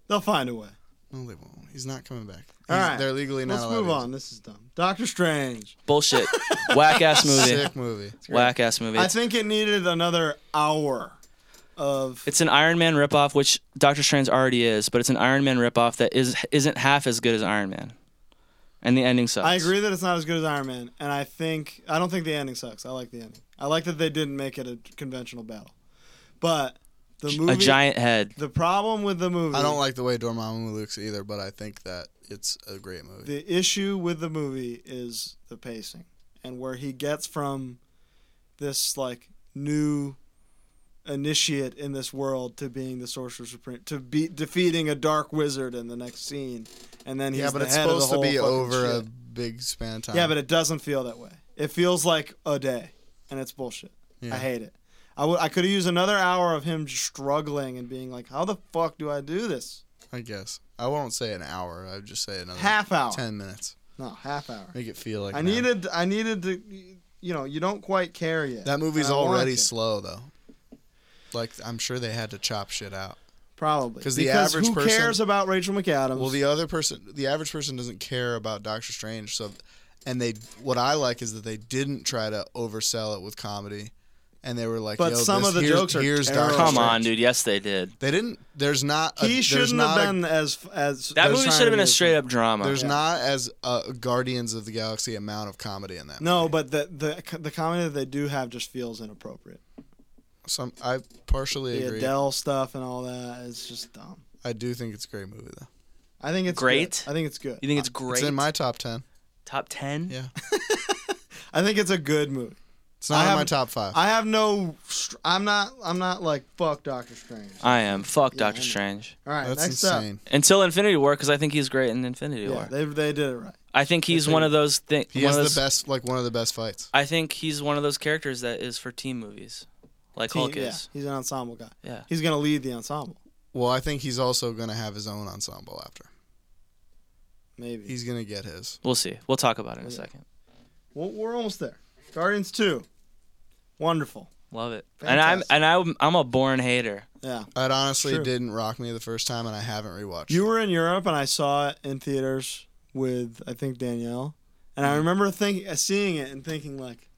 S6: They'll find a way.
S8: No, they won't. He's not coming back.
S6: All
S8: He's-
S6: right.
S8: They're legally not
S6: Let's
S8: allowed
S6: move
S8: to.
S6: on. This is dumb. Doctor Strange.
S7: Bullshit. Whack ass movie.
S8: Sick movie.
S7: Whack ass movie.
S6: I
S7: It's,
S6: think it needed another hour of.
S7: it's an Iron Man ripoff, which Doctor Strange already is, but it's an Iron Man ripoff that is isn't half as good as Iron Man. And the ending sucks.
S6: I agree that it's not as good as Iron Man, and I think I don't think the ending sucks. I like the ending. I like that they didn't make it a conventional battle, but the movie.
S7: a giant head.
S6: The problem with the movie.
S8: I don't like the way Dormammu looks either, but I think that it's a great movie.
S6: the issue with the movie is the pacing and where he gets from this like new initiate in this world to being the sorcerer supreme to be defeating a dark wizard in the next scene and then he's
S8: yeah, but
S6: the
S8: it's
S6: head of the
S8: supposed to
S6: whole
S8: be
S6: fucking
S8: over a
S6: shit.
S8: big span of time.
S6: yeah but it doesn't feel that way it feels like a day and it's bullshit i hate it I could have used another hour of him struggling and being like how the fuck do i do this
S8: I guess I won't say an hour. I'd just say another
S6: Half hour.
S8: Uh, ten minutes.
S6: no half hour
S8: Make it feel like
S6: I
S8: an hour.
S6: needed I needed to you know, you don't quite care yet.
S8: That movie's
S6: And I want
S8: already
S6: it.
S8: slow though. Like I'm sure they had to chop shit out.
S6: probably
S8: 'cause the
S6: because
S8: average
S6: who
S8: person-
S6: cares about Rachel McAdams?
S8: Well, the other person, the average person doesn't care about Doctor Strange, so and they what I like is that they didn't try to oversell it with comedy. And they were like,
S6: But
S8: Yo,
S6: some
S8: this-
S6: of the
S8: here's,
S6: jokes are
S8: here's
S6: terrible.
S8: Doctor
S7: Come
S8: Oh, Strange.
S7: on, dude. Yes, they did.
S8: They didn't. There's not. A,
S6: he
S8: uh, there's
S6: shouldn't
S8: not
S6: have
S8: a-
S6: been as as
S7: That
S6: as
S7: movie
S6: trying
S7: should have
S6: to
S7: been a
S6: be-
S7: straight up drama.
S8: There's not as uh, Guardians of the Galaxy amount of comedy in that.
S6: No, but the the the comedy that they do have just feels inappropriate.
S8: some I partially
S6: The
S8: agree.
S6: Adele stuff and all that is just dumb.
S8: I do think it's a great movie though.
S6: I think it's
S7: Great?
S6: good. I think it's good.
S7: You think it's great?
S8: It's in my top ten.
S7: top ten.
S8: Yeah,
S6: I think it's a good movie.
S8: it's not
S6: I
S8: in my
S6: haven't-
S8: top five.
S6: I have no. str- I'm not. I'm not like fuck Doctor Strange.
S7: I am. Fuck Doctor
S6: I know.
S7: Strange.
S6: All right,
S8: That's
S6: next
S8: insane.
S7: Until Infinity War, because I think he's great in Infinity
S6: up. Yeah,
S7: War.
S6: they they did it right.
S7: I think he's one of those things.
S8: He has the best, like one of the best fights.
S7: I think he's one of those characters that is for team movies, like Hulk
S6: He- yeah,
S7: is.
S6: he's an ensemble guy.
S7: Yeah.
S6: He's gonna lead the ensemble.
S8: Well, I think he's also gonna have his own ensemble after.
S6: Maybe.
S8: He's gonna get his.
S7: We'll see. We'll talk about it in a second.
S6: Well, we're almost there. Guardians Two, wonderful.
S7: Love it. And I'm and I'm I'm a born hater.
S6: Yeah,
S8: It honestly
S6: True.
S8: didn't rock me the first time, and I haven't rewatched.
S6: you
S8: it.
S6: were in Europe, and I saw it in theaters with I think Danielle, and
S8: Mm-hmm.
S6: I remember think, seeing it and thinking like,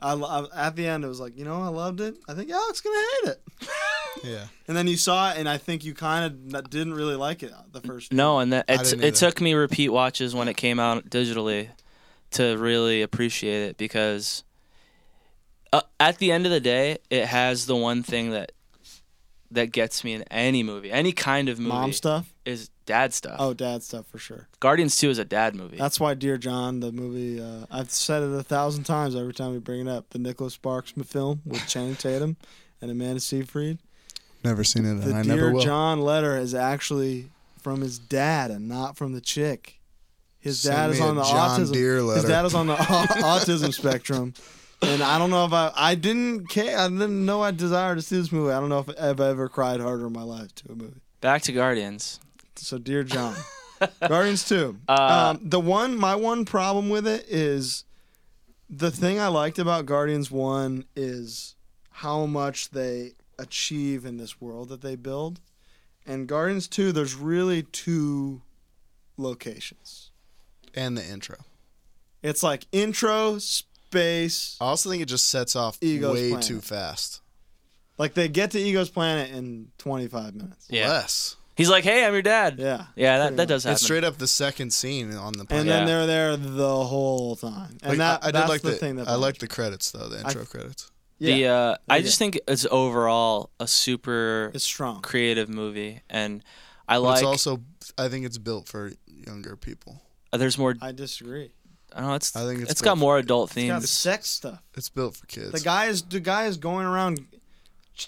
S6: I, lo- I at the end it was like you know I loved it. I think Alex gonna hate it,
S8: yeah.
S6: and then you saw it, and I think you kind of didn't really like it uh, the first.
S7: No, and that it,
S8: didn't
S7: it
S8: either.
S7: took me repeat watches when it came out digitally to really appreciate it because uh, at the end of the day, it has the one thing that that gets me in any movie, any kind of movie.
S6: Mom stuff.
S7: is dad stuff.
S6: Oh, dad stuff for sure.
S7: Guardians Two is a dad movie.
S6: That's why Dear John, the movie, uh, I've said it a thousand times every time we bring it up. The Nicholas Sparks film with Channing Tatum and Amanda Seyfried.
S8: Never seen it, and
S6: The
S8: Uh, I never
S6: Dear
S8: will.
S6: John letter is actually from his dad and not from the chick. His
S8: Send
S6: dad
S8: me
S6: is
S8: a
S6: on the
S8: John
S6: autism.
S8: Deere
S6: His
S8: letter.
S6: dad is on the au- autism spectrum. And I don't know if I I didn't care I didn't know I desired to see this movie. I don't know if I've ever cried harder in my life to a movie.
S7: Back to Guardians.
S6: So, dear John, Guardians Two.
S7: Uh,
S6: um, the one, my one problem with it is, the thing I liked about Guardians One is how much they achieve in this world that they build, and Guardians Two, there's really two locations.
S8: and the intro.
S6: It's like intro space.
S8: I also think it just sets off
S6: Ego's
S8: way
S6: planet.
S8: too fast.
S6: Like they get to Ego's planet in 25 minutes.
S7: Yeah.
S8: Less.
S7: He's like, hey, I'm your dad.
S6: Yeah.
S7: Yeah, that,
S6: Pretty
S7: that does happen.
S8: It's straight up the second scene on the planet.
S6: And
S7: Oh, Yeah.
S6: then they're there the whole time. And
S8: Like,
S6: that
S8: I, I
S6: that's
S8: did like
S6: the, thing that
S8: I like the credits though, the intro credits.
S6: yeah,
S7: The uh, I
S6: Okay.
S7: just think it's overall a super
S6: it's strong.
S7: creative movie, and I
S8: But
S7: like.
S8: it's also I think it's built for younger people.
S7: uh, there's more. I
S6: I disagree.
S7: don't know. It's
S8: I think it's
S7: it's got
S8: both.
S7: more adult
S6: It's got
S7: themes.
S6: sex stuff.
S8: It's built for kids.
S6: The guy is the guy is going around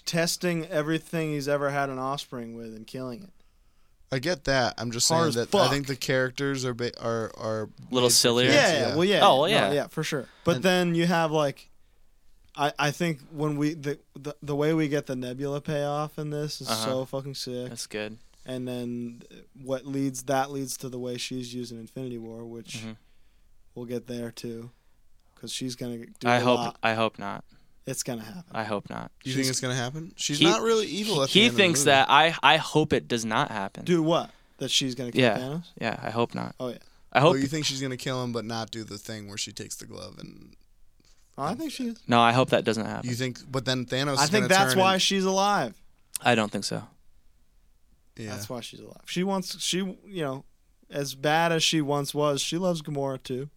S6: testing everything he's ever had an offspring with and killing it.
S8: I get that. I'm just
S6: Hard
S8: saying
S6: as
S8: that
S6: fuck.
S8: I think the characters are ba- are are
S7: Little
S8: made for
S7: sillier.
S8: kids,
S6: Yeah, well, yeah.
S7: Oh, well,
S6: no,
S7: yeah.
S6: yeah, for sure. But then you have like, I I think when we the the, the way we get the Nebula payoff in this is
S7: Uh-huh.
S6: so fucking sick.
S7: That's good.
S6: and then what leads that leads to the way she's using Infinity War, which
S7: Mhm.
S6: we'll get there too, because she's gonna do.
S7: I
S6: a
S7: hope.
S6: lot.
S7: I hope not.
S6: it's gonna happen.
S7: I hope not.
S8: Do you think it's gonna happen? She's
S7: He-
S8: not really evil. At the
S7: He
S8: end of the
S7: thinks
S8: movie.
S7: that. I I hope it does not happen.
S6: Do what? That she's gonna kill
S7: yeah.
S6: Thanos?
S7: Yeah. I hope not.
S6: Oh yeah.
S7: I
S8: Oh,
S7: hope.
S8: you think she's gonna kill him, but not do the thing where she takes the glove, and
S6: Oh, I think she is.
S7: no. I hope that doesn't happen.
S8: you think, but then Thanos.
S6: I
S8: is
S6: think
S8: gonna
S6: that's
S8: turn
S6: why
S8: and-
S6: she's alive.
S7: I don't think so.
S8: yeah,
S6: That's why she's alive. She wants she you know, as bad as she once was, she loves Gamora too.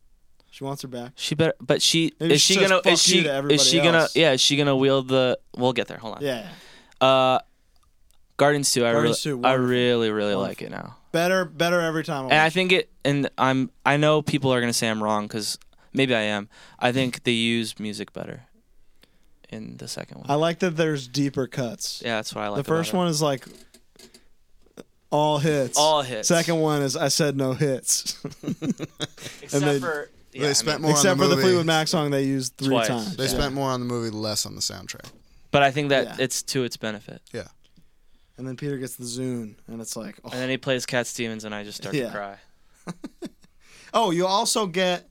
S6: She wants her back.
S7: She better. But she
S6: Maybe
S7: is
S6: she
S7: she
S6: says
S7: gonna
S6: fuck you
S7: is she
S6: to everybody
S7: is she gonna
S6: else.
S7: yeah is she gonna wield the? We'll get there. Hold on.
S6: Yeah.
S7: Uh, Guardians Two. I
S6: Guardians
S7: really,
S6: 2,
S7: I
S6: wonderful.
S7: really, really like it now,
S6: Better better every time. I
S7: and I
S6: watch it.
S7: think it. And I'm. I know people are gonna say I'm wrong because maybe I am. I think they use music better in the second one.
S6: I like that there's deeper cuts.
S7: yeah, that's what I like.
S6: the first
S7: about it.
S6: one is like all hits.
S7: All hits.
S6: Second one is I said no hits.
S7: except
S6: they-
S7: for yeah, I
S8: they
S7: mean-
S8: spent more
S6: Except
S8: on the
S6: for the
S8: movie.
S6: Fleetwood Mac song they used three
S7: Twice.
S6: times.
S8: They
S6: Yeah.
S8: spent more on the movie, less on the soundtrack.
S7: but I think that
S6: Yeah.
S7: it's to its benefit.
S8: Yeah,
S6: And then Peter gets the Zune and it's like oh,
S7: And then he plays Cat Stevens, and I just start
S6: Yeah.
S7: to cry.
S6: Oh, you also get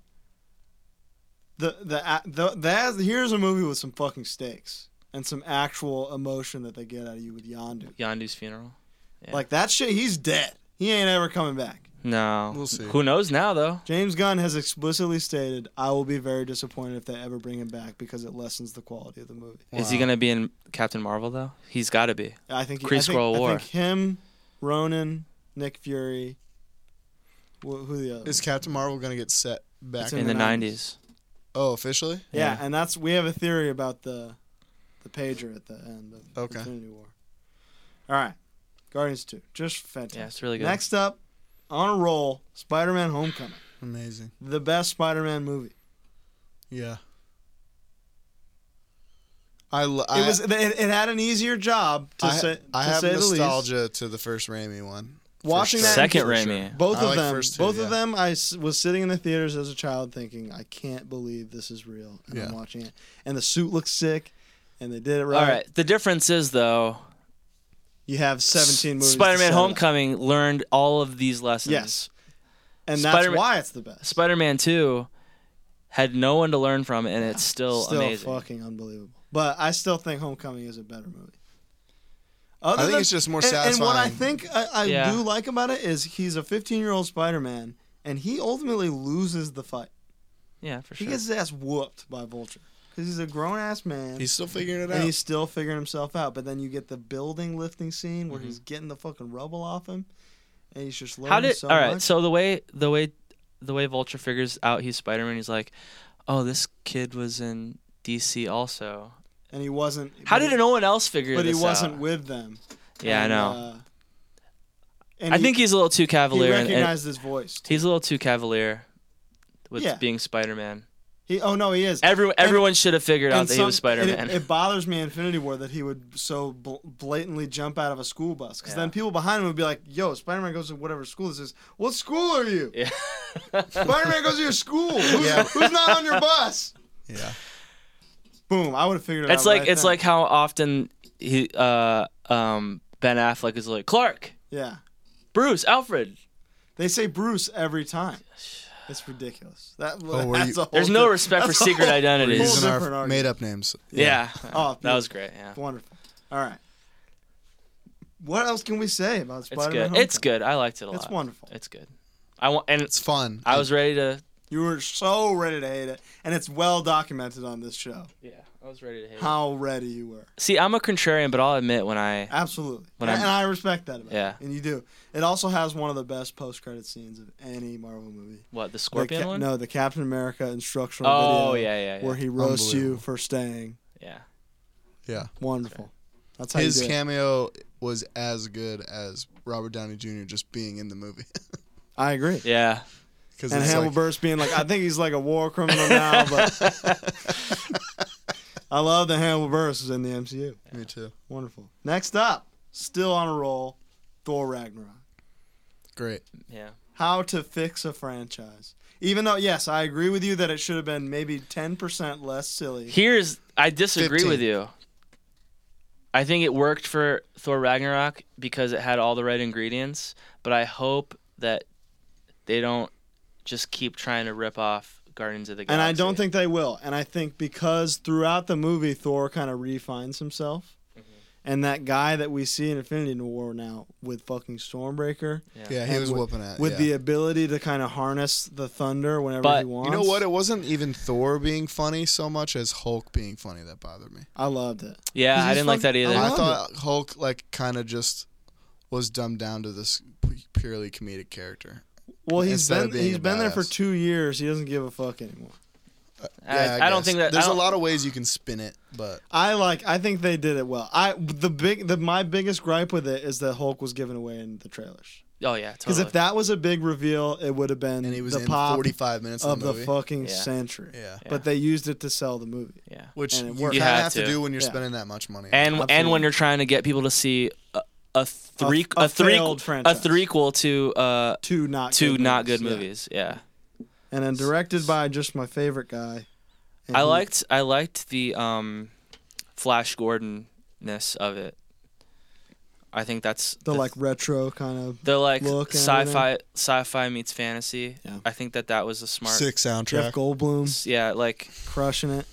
S6: the the the that here's a movie with some fucking stakes and some actual emotion that they get out of you with Yondu.
S7: Yondu's funeral. Yeah.
S6: Like that shit, he's dead. He ain't ever coming back.
S7: No,
S8: We'll see.
S7: Who knows now though?
S6: James Gunn has explicitly stated, "I will be very disappointed if they ever bring him back because it lessens the quality of the movie."
S7: Is he gonna be in Captain Marvel though? He's got to be.
S6: I think.
S7: Kree
S6: I think,
S7: Skrull
S6: I
S7: War.
S6: think him, Ronan, Nick Fury. Wh- who the other?
S8: is Captain Marvel gonna get set back?
S6: It's in
S7: in
S6: the
S7: the 90s.
S8: oh, officially?
S6: yeah,
S7: yeah.
S6: and that's we have a theory about the, the pager at the end of
S8: Okay.
S6: Infinity War. All right, Guardians Two, just fantastic.
S7: Yeah, it's really good.
S6: Next up, on a roll, Spider-Man: Homecoming,
S8: Amazing.
S6: the best Spider-Man movie.
S8: Yeah. I, lo-
S6: It
S8: I
S6: was it, it had an easier job to
S8: I,
S6: say.
S8: I
S6: to
S8: have
S6: say
S8: nostalgia to the first Raimi one. For
S6: Watching
S8: sure.
S6: that-
S7: Second
S6: For
S7: Raimi.
S6: The least. Both
S8: I
S6: of
S8: like
S6: them,
S8: first two,
S6: both
S8: yeah.
S6: of them, I s- was sitting in the theaters as a child thinking, I can't believe this is real, and
S8: Yeah.
S6: I'm watching it, and the suit looks sick, and they did it right.
S7: All right. The difference is though,
S6: You have 17 movies. to
S7: Spider-Man
S6: set up.
S7: Homecoming learned all of these lessons.
S6: Yes. and that's
S7: Spider-Man-
S6: why it's the best.
S7: Spider-Man 2 had no one to learn from and it's still,
S6: still
S7: amazing.
S6: fucking unbelievable. But I still think Homecoming is a better movie. Other
S8: think it's just more
S6: and- And what I
S8: satisfying.
S6: think I, I
S7: Yeah.
S6: do like about it is he's a 15 year old Spider Man, and he ultimately loses the fight.
S7: Yeah, for sure.
S6: He gets his ass whooped by Vulture because he's a grown ass man.
S8: He's still figuring it
S6: and
S8: out.
S6: he's still figuring himself out, but then you get the building lifting scene where he's getting the fucking rubble off him, and he's just learning
S7: Mm-hmm. How did
S6: so
S7: All right.
S6: much.
S7: So the way the way the way Vulture figures out he's Spider-Man, he's like, "Oh, this kid was in DC also.
S6: and he wasn't.
S7: How
S6: but
S7: did
S6: he-
S7: no one else figure
S6: But he
S7: this
S6: wasn't
S7: out?
S6: with them.
S7: yeah, I
S6: And,
S7: know.
S6: uh, and
S7: I
S6: he-
S7: think he's a little too
S6: he
S7: cavalier. and- and
S6: recognized his voice. too.
S7: he's a little too cavalier with
S6: Yeah.
S7: being Spider-Man.
S6: He, oh no, he is.
S7: Every, everyone should have figured out
S6: And
S7: that he
S6: some-
S7: was
S6: and
S7: Spider-Man.
S6: It, it bothers me in Infinity War that he would so bl- blatantly jump out of a school bus because then
S7: Yeah.
S6: people behind him would be like, "Yo, Spider Man goes to whatever school this is. What school are you?
S7: Yeah.
S6: Spider Man goes to your school. Who's,
S8: Yeah.
S6: who's not on your bus?
S8: Yeah.
S6: Boom! I would have figured it
S7: it's
S6: out.
S7: like
S6: right
S7: it's
S6: then.
S7: like how often he uh um Ben Affleck is like Clark,
S6: yeah.
S7: Bruce, Alfred.
S6: They say Bruce every time. It's ridiculous. That
S8: Oh, were
S6: that's
S8: you-
S6: a whole
S7: There's no
S6: di-
S7: respect for
S6: that's a
S7: secret
S6: whole-
S7: identities.
S8: Using
S6: different
S8: our
S6: argument.
S8: made up names.
S7: Yeah.
S6: Oh,
S7: that was great. Yeah.
S6: Wonderful. All right. What else can we say about
S7: It's
S6: Spider-Man?
S7: good.
S6: Homecoming?
S7: It's good. I liked it a lot.
S6: It's wonderful.
S7: It's good. I want and
S8: It's fun.
S7: I was ready to
S6: You were so ready to hate it, and it's well documented on this show
S7: Yeah, I was ready to hate.
S6: how ready you were.
S7: See, I'm a contrarian, but I'll admit when I
S6: Absolutely,
S7: When
S6: and,
S7: I'm-
S6: and I respect that about
S7: Yeah.
S6: you. And you do. It also has one of the best post-credit scenes of any Marvel movie.
S7: what the
S6: The
S7: scorpion
S6: Ca-
S7: one?
S6: No, the Captain America instructional
S7: Oh,
S6: video.
S7: yeah, yeah, yeah.
S6: Where he roasts you
S8: Unbelievable.
S6: for staying.
S7: Yeah.
S8: Yeah.
S6: Wonderful. That's how
S8: His
S6: you do it.
S8: cameo was as good as Robert Downey Jr. just being in the movie.
S6: I agree.
S7: Yeah.
S8: Because
S6: And
S8: it's
S6: Hannibal
S8: like,
S6: Buress being like, I think he's like a war criminal now, but I love that Hannibal Buress is in the MCU.
S8: me too.
S6: Wonderful. Next up, still on a roll, Thor Ragnarok.
S8: Great.
S7: Yeah.
S6: How to fix a franchise. Even though, yes, I agree with you that it should have been maybe 10% less silly.
S7: Here's I disagree
S8: 15.
S7: with you. I think it worked for Thor Ragnarok because it had all the right ingredients, but I hope that they don't just keep trying to rip off Guardians of the Galaxy.
S6: And I don't think they will. And I think because throughout the movie, Thor kind of refines himself.
S8: Mm-hmm.
S6: And that guy that we see in Infinity War now with fucking Stormbreaker,
S8: Yeah, he
S6: And
S8: was
S6: with-
S8: whooping at Uh,
S6: with
S8: yeah.
S6: the ability to kind of harness the thunder whenever
S7: But
S6: he wants.
S8: You know what? It wasn't even Thor being funny so much as Hulk being funny that bothered me.
S6: I loved it.
S7: Yeah,
S6: Because
S7: I
S6: he's
S7: didn't like that
S6: fucking-
S7: either.
S8: I
S6: love
S8: thought Hulk like kind of just was dumbed down to this p- purely comedic character.
S6: Well, he's
S8: Instead of
S6: been
S8: being
S6: he's
S8: a
S6: been there for
S8: badass.
S6: two years. He doesn't give a fuck anymore.
S7: I, I don't
S8: guess.
S7: think that I
S8: there's a
S7: don't-
S8: lot of ways you can spin it, but
S6: I like. I think they did it well. I the big the my biggest gripe with it is that Hulk was given away in the trailers.
S7: Oh yeah,
S6: Because
S7: totally.
S6: if that was a big reveal, it would have been
S8: and he was
S6: the
S8: in
S6: pop
S8: 45 minutes
S6: of
S8: of the
S6: the,
S8: movie.
S6: fucking
S7: Yeah.
S6: century.
S8: Yeah.
S6: But they used it to sell the movie.
S7: yeah.
S8: Which
S6: and it
S8: you
S6: worked.
S8: kind
S7: You
S8: of
S7: have
S8: have to
S7: to.
S8: do when you're
S6: Yeah.
S8: spending that much money.
S7: and and
S6: Absolutely.
S7: when you're trying to get people to see a, a three
S6: a
S7: a, three
S6: failed
S7: a
S6: franchise.
S7: threequel to uh
S6: Two not
S7: two
S6: good movies.
S7: not good
S6: Yeah. Mm-hmm.
S7: movies. Yeah,
S6: And then directed by just my favorite guy. And
S7: I
S6: he-
S7: liked I liked the um Flash Gordon ness of it. I think that's
S6: the like retro kind of.
S7: the like
S6: look and
S7: sci-fi sci-fi meets fantasy.
S6: Yeah.
S7: I think that that was a smart
S8: sick
S6: Jeff
S8: soundtrack.
S6: Goldblum
S7: Yeah, like
S6: crushing it.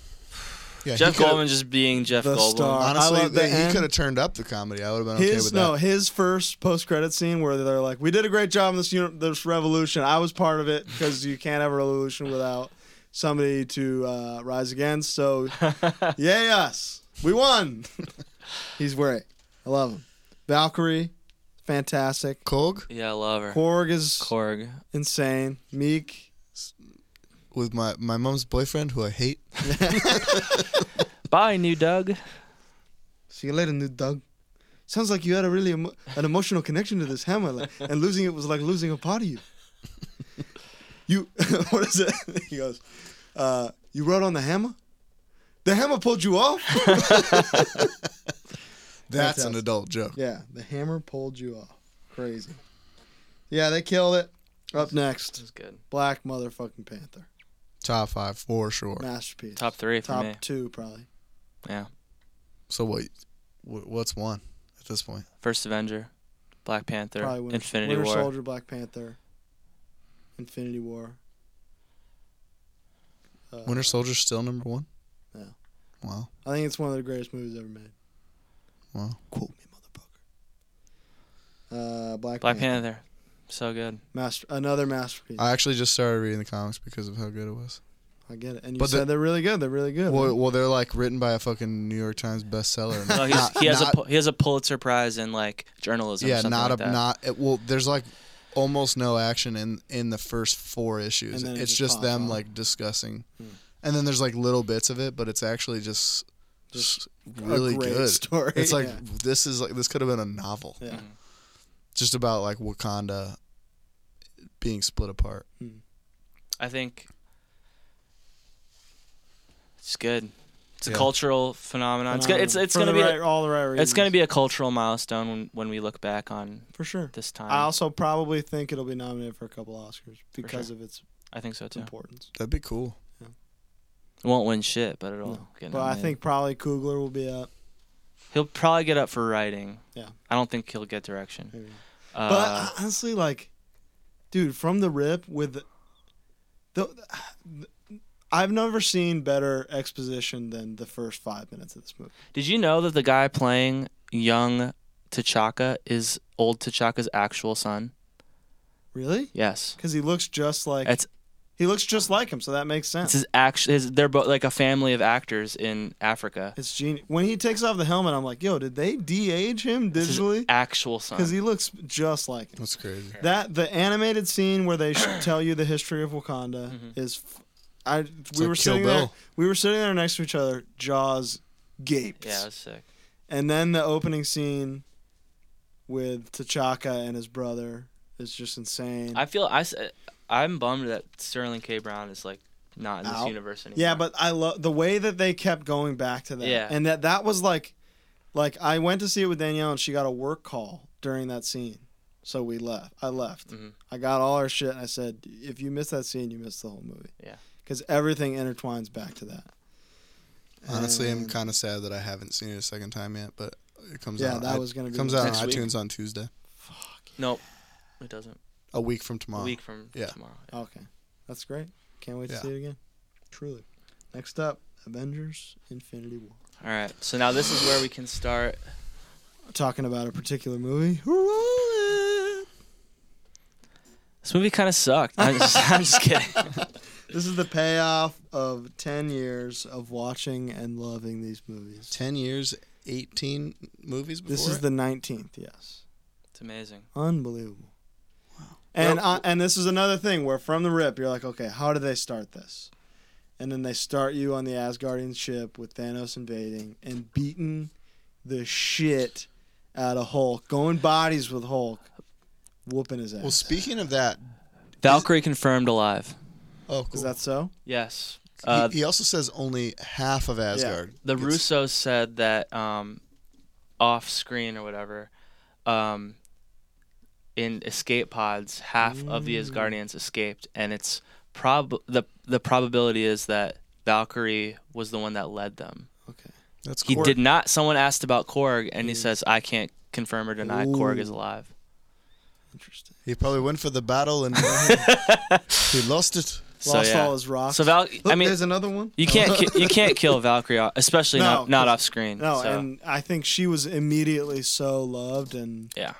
S8: yeah, he
S7: Jeff
S8: could've-
S7: Goldman just being Jeff
S6: The
S7: Goldblum.
S6: star. I
S8: Honestly,
S6: love the
S8: they- he
S6: end.
S8: could have turned up the comedy. I would have been okay
S6: His
S8: with
S6: no,
S8: that.
S6: his first post credit scene where they're like, "We did a great job in this uni- this revolution. I was part of it because you can't have a revolution without somebody to uh, rise against." So, yay us, we won. He's great. I love him. Valkyrie, fantastic.
S8: Kog
S7: Yeah, I love her.
S6: Korg is
S7: Korg.
S6: insane. Meek,
S8: with my my mom's boyfriend who I hate.
S7: Bye, new Doug.
S6: see you later, new Doug. Sounds like you had a really emo- an emotional connection to this hammer, like, and losing it was like losing a part of you. You, what is it? He goes, uh, you wrote on the hammer. The hammer pulled you off.
S8: That's an
S6: Fantastic.
S8: adult joke.
S6: yeah, the hammer pulled you off. Crazy. Yeah, they killed it. Up
S7: This
S6: next,
S7: is good.
S6: Black motherfucking Panther,
S8: Top five for sure.
S6: masterpiece.
S7: Top three for
S6: Top
S7: me.
S6: two probably.
S7: Yeah.
S8: So what? wh- What's one at this point?
S7: First Avenger, Black Panther,
S6: Probably Winter,
S7: Infinity
S6: Winter
S7: War.
S6: Soldier, Black Panther, Infinity War. Uh,
S8: Winter Soldier's still number one.
S6: Yeah.
S8: Wow.
S6: I think it's one of the greatest movies ever made.
S8: Wow.
S6: Quote me, motherfucker. Uh, Black,
S7: Black
S6: Panther.
S7: Panther. So good.
S6: Master, another masterpiece. I,
S8: I actually just started reading the comics because of how good it was.
S6: get it. And you
S8: But
S6: said
S8: the-
S6: they're really good. They're really good.
S8: Well,
S6: man.
S8: well, they're like written by a fucking New York Times bestseller.
S7: No, he's,
S8: Not-
S7: he has
S8: not-
S7: a Pul- he has a Pulitzer Prize in like journalism. or
S8: yeah,
S7: something
S8: not
S7: like
S8: a
S7: that.
S8: not. It, well, there's like almost no action in in the first four issues.
S6: And then it
S8: It's
S6: just
S8: just
S6: pops Hmm.
S8: them
S6: off.
S8: like discussing and then there's like little bits of it, but it's actually just s-
S6: Just
S8: really
S6: great
S8: good
S6: story,
S8: It's like
S6: yeah.
S8: this is like this could have been a novel,
S6: Yeah.
S8: just about like Wakanda being split apart.
S7: I think it's good. It's a
S8: Yeah.
S7: cultural phenomenon. It's gonna, it's it's
S6: Um, For
S7: gonna
S6: the
S7: be
S6: right, all the right
S7: it's gonna
S6: reasons.
S7: be a cultural milestone when, when we look back on
S6: for sure.
S7: this time.
S6: I also probably think it'll be nominated for a couple Oscars because of its
S7: I think so too.
S6: importance.
S8: That'd be cool.
S7: It won't win shit, but it'll get.
S6: But I
S7: nominated.
S6: think probably Coogler will be up.
S7: he'll probably get up for writing.
S6: Yeah.
S7: I don't think he'll get direction.
S6: Maybe.
S7: Uh,
S6: But honestly, like, dude, from the rip with the, I've never seen better exposition than the first five minutes of this movie.
S7: Did you know that the guy playing young T'Chaka is old T'Chaka's actual son?
S6: Really?
S7: Yes.
S6: Because he looks just like
S7: It's
S6: he looks just like him, so that makes
S7: it's
S6: sense.
S7: his actual his they're both like a family of actors in Africa.
S6: It's genius. When he takes off the helmet, I'm like, yo, did they de-age him
S7: It's his
S6: digitally?
S7: actual son.
S6: Because he looks just like him.
S8: That's crazy.
S6: That the animated scene where they sh- tell you the history of Wakanda
S7: Mm-hmm.
S6: is, f- I we
S8: like
S6: were
S8: Kill
S6: sitting there,
S8: Bill.
S6: we were sitting there next to each other, jaws gaped.
S7: yeah, that's sick.
S6: And then the opening scene with T'Chaka and his brother is just insane.
S7: I feel I am bummed that Sterling K. Brown is like not in this
S6: Out.
S7: universe anymore.
S6: yeah, but I love the way that they kept going back to that.
S7: Yeah.
S6: And that that was like like I went to see it with Danielle and she got a work call during that scene. So we left. I left.
S7: Mm-hmm.
S6: I got all our shit and I said, if you miss that scene, you miss the whole movie.
S7: Yeah.
S6: Because everything intertwines back to that.
S8: Honestly, I'm
S6: And-
S8: kind of sad that I haven't seen it a second time yet, but it comes
S6: Yeah,
S8: out.
S6: that
S8: I-
S6: was gonna be
S8: comes
S6: my-
S8: out on
S7: Next week?
S8: iTunes on Tuesday,
S7: nope, it doesn't.
S8: a week from tomorrow.
S7: A week from
S8: Yeah.
S7: tomorrow.
S6: Okay. That's great. Can't wait to
S8: Yeah.
S6: see it again. Truly. Next up, Avengers Infinity War.
S7: All right, so now this is where we can start.
S6: Talking about a particular movie.
S7: This movie kind of sucked. I'm just, I'm just kidding.
S6: This is the payoff of 10 years of watching and loving these movies.
S8: Ten years, eighteen movies. Before
S6: This is
S8: it?
S6: the 19th, yes.
S7: It's amazing.
S6: Unbelievable. And I, and this is another thing where from the rip you're like, okay, how did they start this? And then they start you on the Asgardian ship with Thanos invading and beating the shit out of Hulk, going bodies with Hulk, whooping his ass.
S8: Well, speaking of that,
S7: Valkyrie confirmed alive.
S8: oh, cool.
S6: is that so?
S7: Yes.
S8: He-
S7: Uh,
S8: he, also says only half of Asgard.
S7: the
S8: gets-
S7: Russos said that um, off screen or whatever, um, in escape pods, half of the
S6: Mm.
S7: Asgardians escaped, and it's prob the the probability is that Valkyrie was the one that led them.
S6: Okay.
S8: That's
S7: He
S8: cool.
S7: did not. Someone asked about Korg, and
S6: Mm.
S7: he says, "I can't confirm or deny Korg is alive."
S6: Interesting.
S8: He probably went for the battle and he lost it.
S7: So,
S6: Lost
S7: yeah.
S6: all his rocks.
S7: So Val,
S6: Look,
S7: I mean,
S6: there's another one.
S7: you can't ki- you can't kill Valkyrie, especially
S6: No,
S7: not not
S6: 'cause-
S7: off screen.
S6: No,
S7: so,
S6: and I think she was immediately so loved, and
S7: yeah.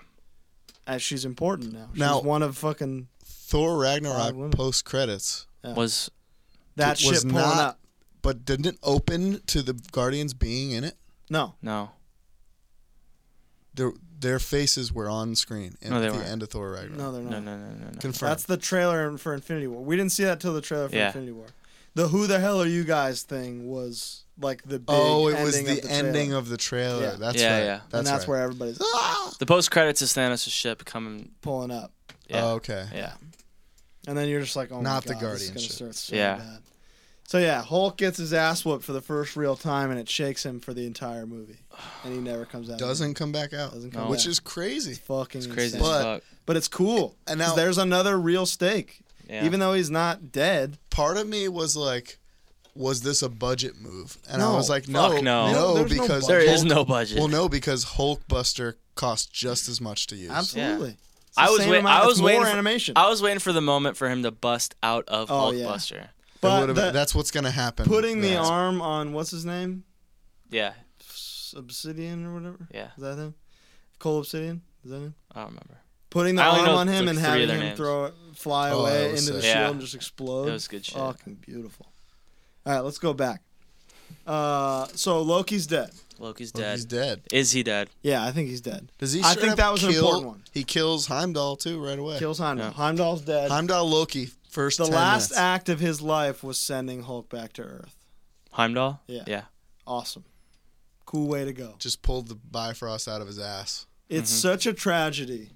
S6: uh, she's important now. She's
S8: Now-
S6: one of fucking
S8: Thor
S6: Five
S8: Ragnarok
S6: women.
S8: post credits,
S7: Was
S6: that
S8: It was
S6: shit pulling
S8: not-
S6: up.
S8: but didn't it open to the Guardians being in it?
S6: No,
S7: no.
S8: Their their faces were on screen in
S7: No, they
S8: at the
S7: weren't.
S8: end of Thor Ragnarok.
S6: no, they're not.
S7: No, no, no, no, no.
S8: Confirmed.
S6: That's the trailer for Infinity War. We didn't see that till the trailer for
S7: Yeah.
S6: Infinity War. The "Who the hell are you guys?" thing was like the big
S8: oh, it was
S6: ending
S8: the,
S6: of the
S8: ending
S6: trailer.
S8: of the trailer.
S6: Yeah.
S8: That's
S7: Yeah,
S8: right.
S7: yeah.
S8: That's
S6: and that's
S8: right.
S6: where everybody's ah!
S7: The post credits is Thanos' ship coming.
S6: pulling up,
S7: Yeah.
S8: Oh, okay.
S7: Yeah.
S6: and then you're just like, "Oh
S8: Not
S6: my
S8: the
S6: god, this is gonna
S8: Guardianship.
S6: start so
S7: Yeah.
S6: bad." So yeah, Hulk gets his ass whooped for the first real time, and it shakes him for the entire movie, and he never comes out. of it.
S8: Doesn't come back out,
S6: Doesn't come
S8: which
S6: back.
S8: is crazy.
S6: fucking
S7: Crazy
S6: insane.
S8: But-
S7: as fuck.
S6: But it's cool.
S8: And
S6: And
S8: now-
S6: now there's another real stake.
S7: Yeah.
S6: Even though he's not dead,
S8: Part of me was like, was this a budget move? And I
S6: No.
S8: was like, no,
S7: Fuck no.
S8: no,
S6: No, there's no
S8: because
S6: budget.
S7: There
S8: Hulk-
S7: is no budget.
S8: Well, no, because Hulkbuster cost just as much to use.
S6: absolutely. It's the
S7: I was
S6: same
S7: waiting.
S6: amount-
S7: I
S6: it's
S7: was waiting.
S6: more
S7: For,
S6: animation.
S7: I was waiting for the moment for him to bust out of
S6: Oh, yeah.
S7: Hulkbuster.
S8: That
S6: but
S8: would've-
S6: the-
S8: that's what's gonna happen.
S6: putting the
S8: That's-
S6: arm on what's his name,
S7: Yeah.
S6: Obsidian or whatever.
S7: Yeah.
S6: Is that him? Cole Obsidian. Is that him?
S7: I don't remember.
S6: Putting the
S7: I only
S6: arm
S7: know
S6: on him
S7: like
S6: and
S7: three
S6: having
S7: of their
S6: him
S7: names.
S6: throw it, fly
S8: Oh, that
S6: away
S8: was
S6: into the
S8: sick.
S6: shield
S7: Yeah.
S6: and just explode.
S7: It was good shit.
S6: Fucking beautiful. All right, let's go back. Uh, so Loki's dead.
S7: Loki's
S8: Well,
S7: dead.
S8: He's dead.
S7: Is he dead?
S6: Yeah, I think he's dead.
S8: Does he?
S6: I
S8: straight
S6: think
S8: up
S6: that was an
S8: kill-
S6: important one.
S8: He kills Heimdall too right away.
S6: Kills Heimdall.
S7: Yeah.
S6: Heimdall's dead.
S8: Heimdall Loki first
S6: the
S8: 10
S6: last
S8: minutes.
S6: act of his life was sending Hulk back to Earth.
S7: Heimdall.
S6: Yeah.
S7: Yeah.
S6: Awesome. Cool way to go.
S8: just pulled the Bifrost out of his ass.
S6: It's
S7: Mm-hmm.
S6: such a tragedy.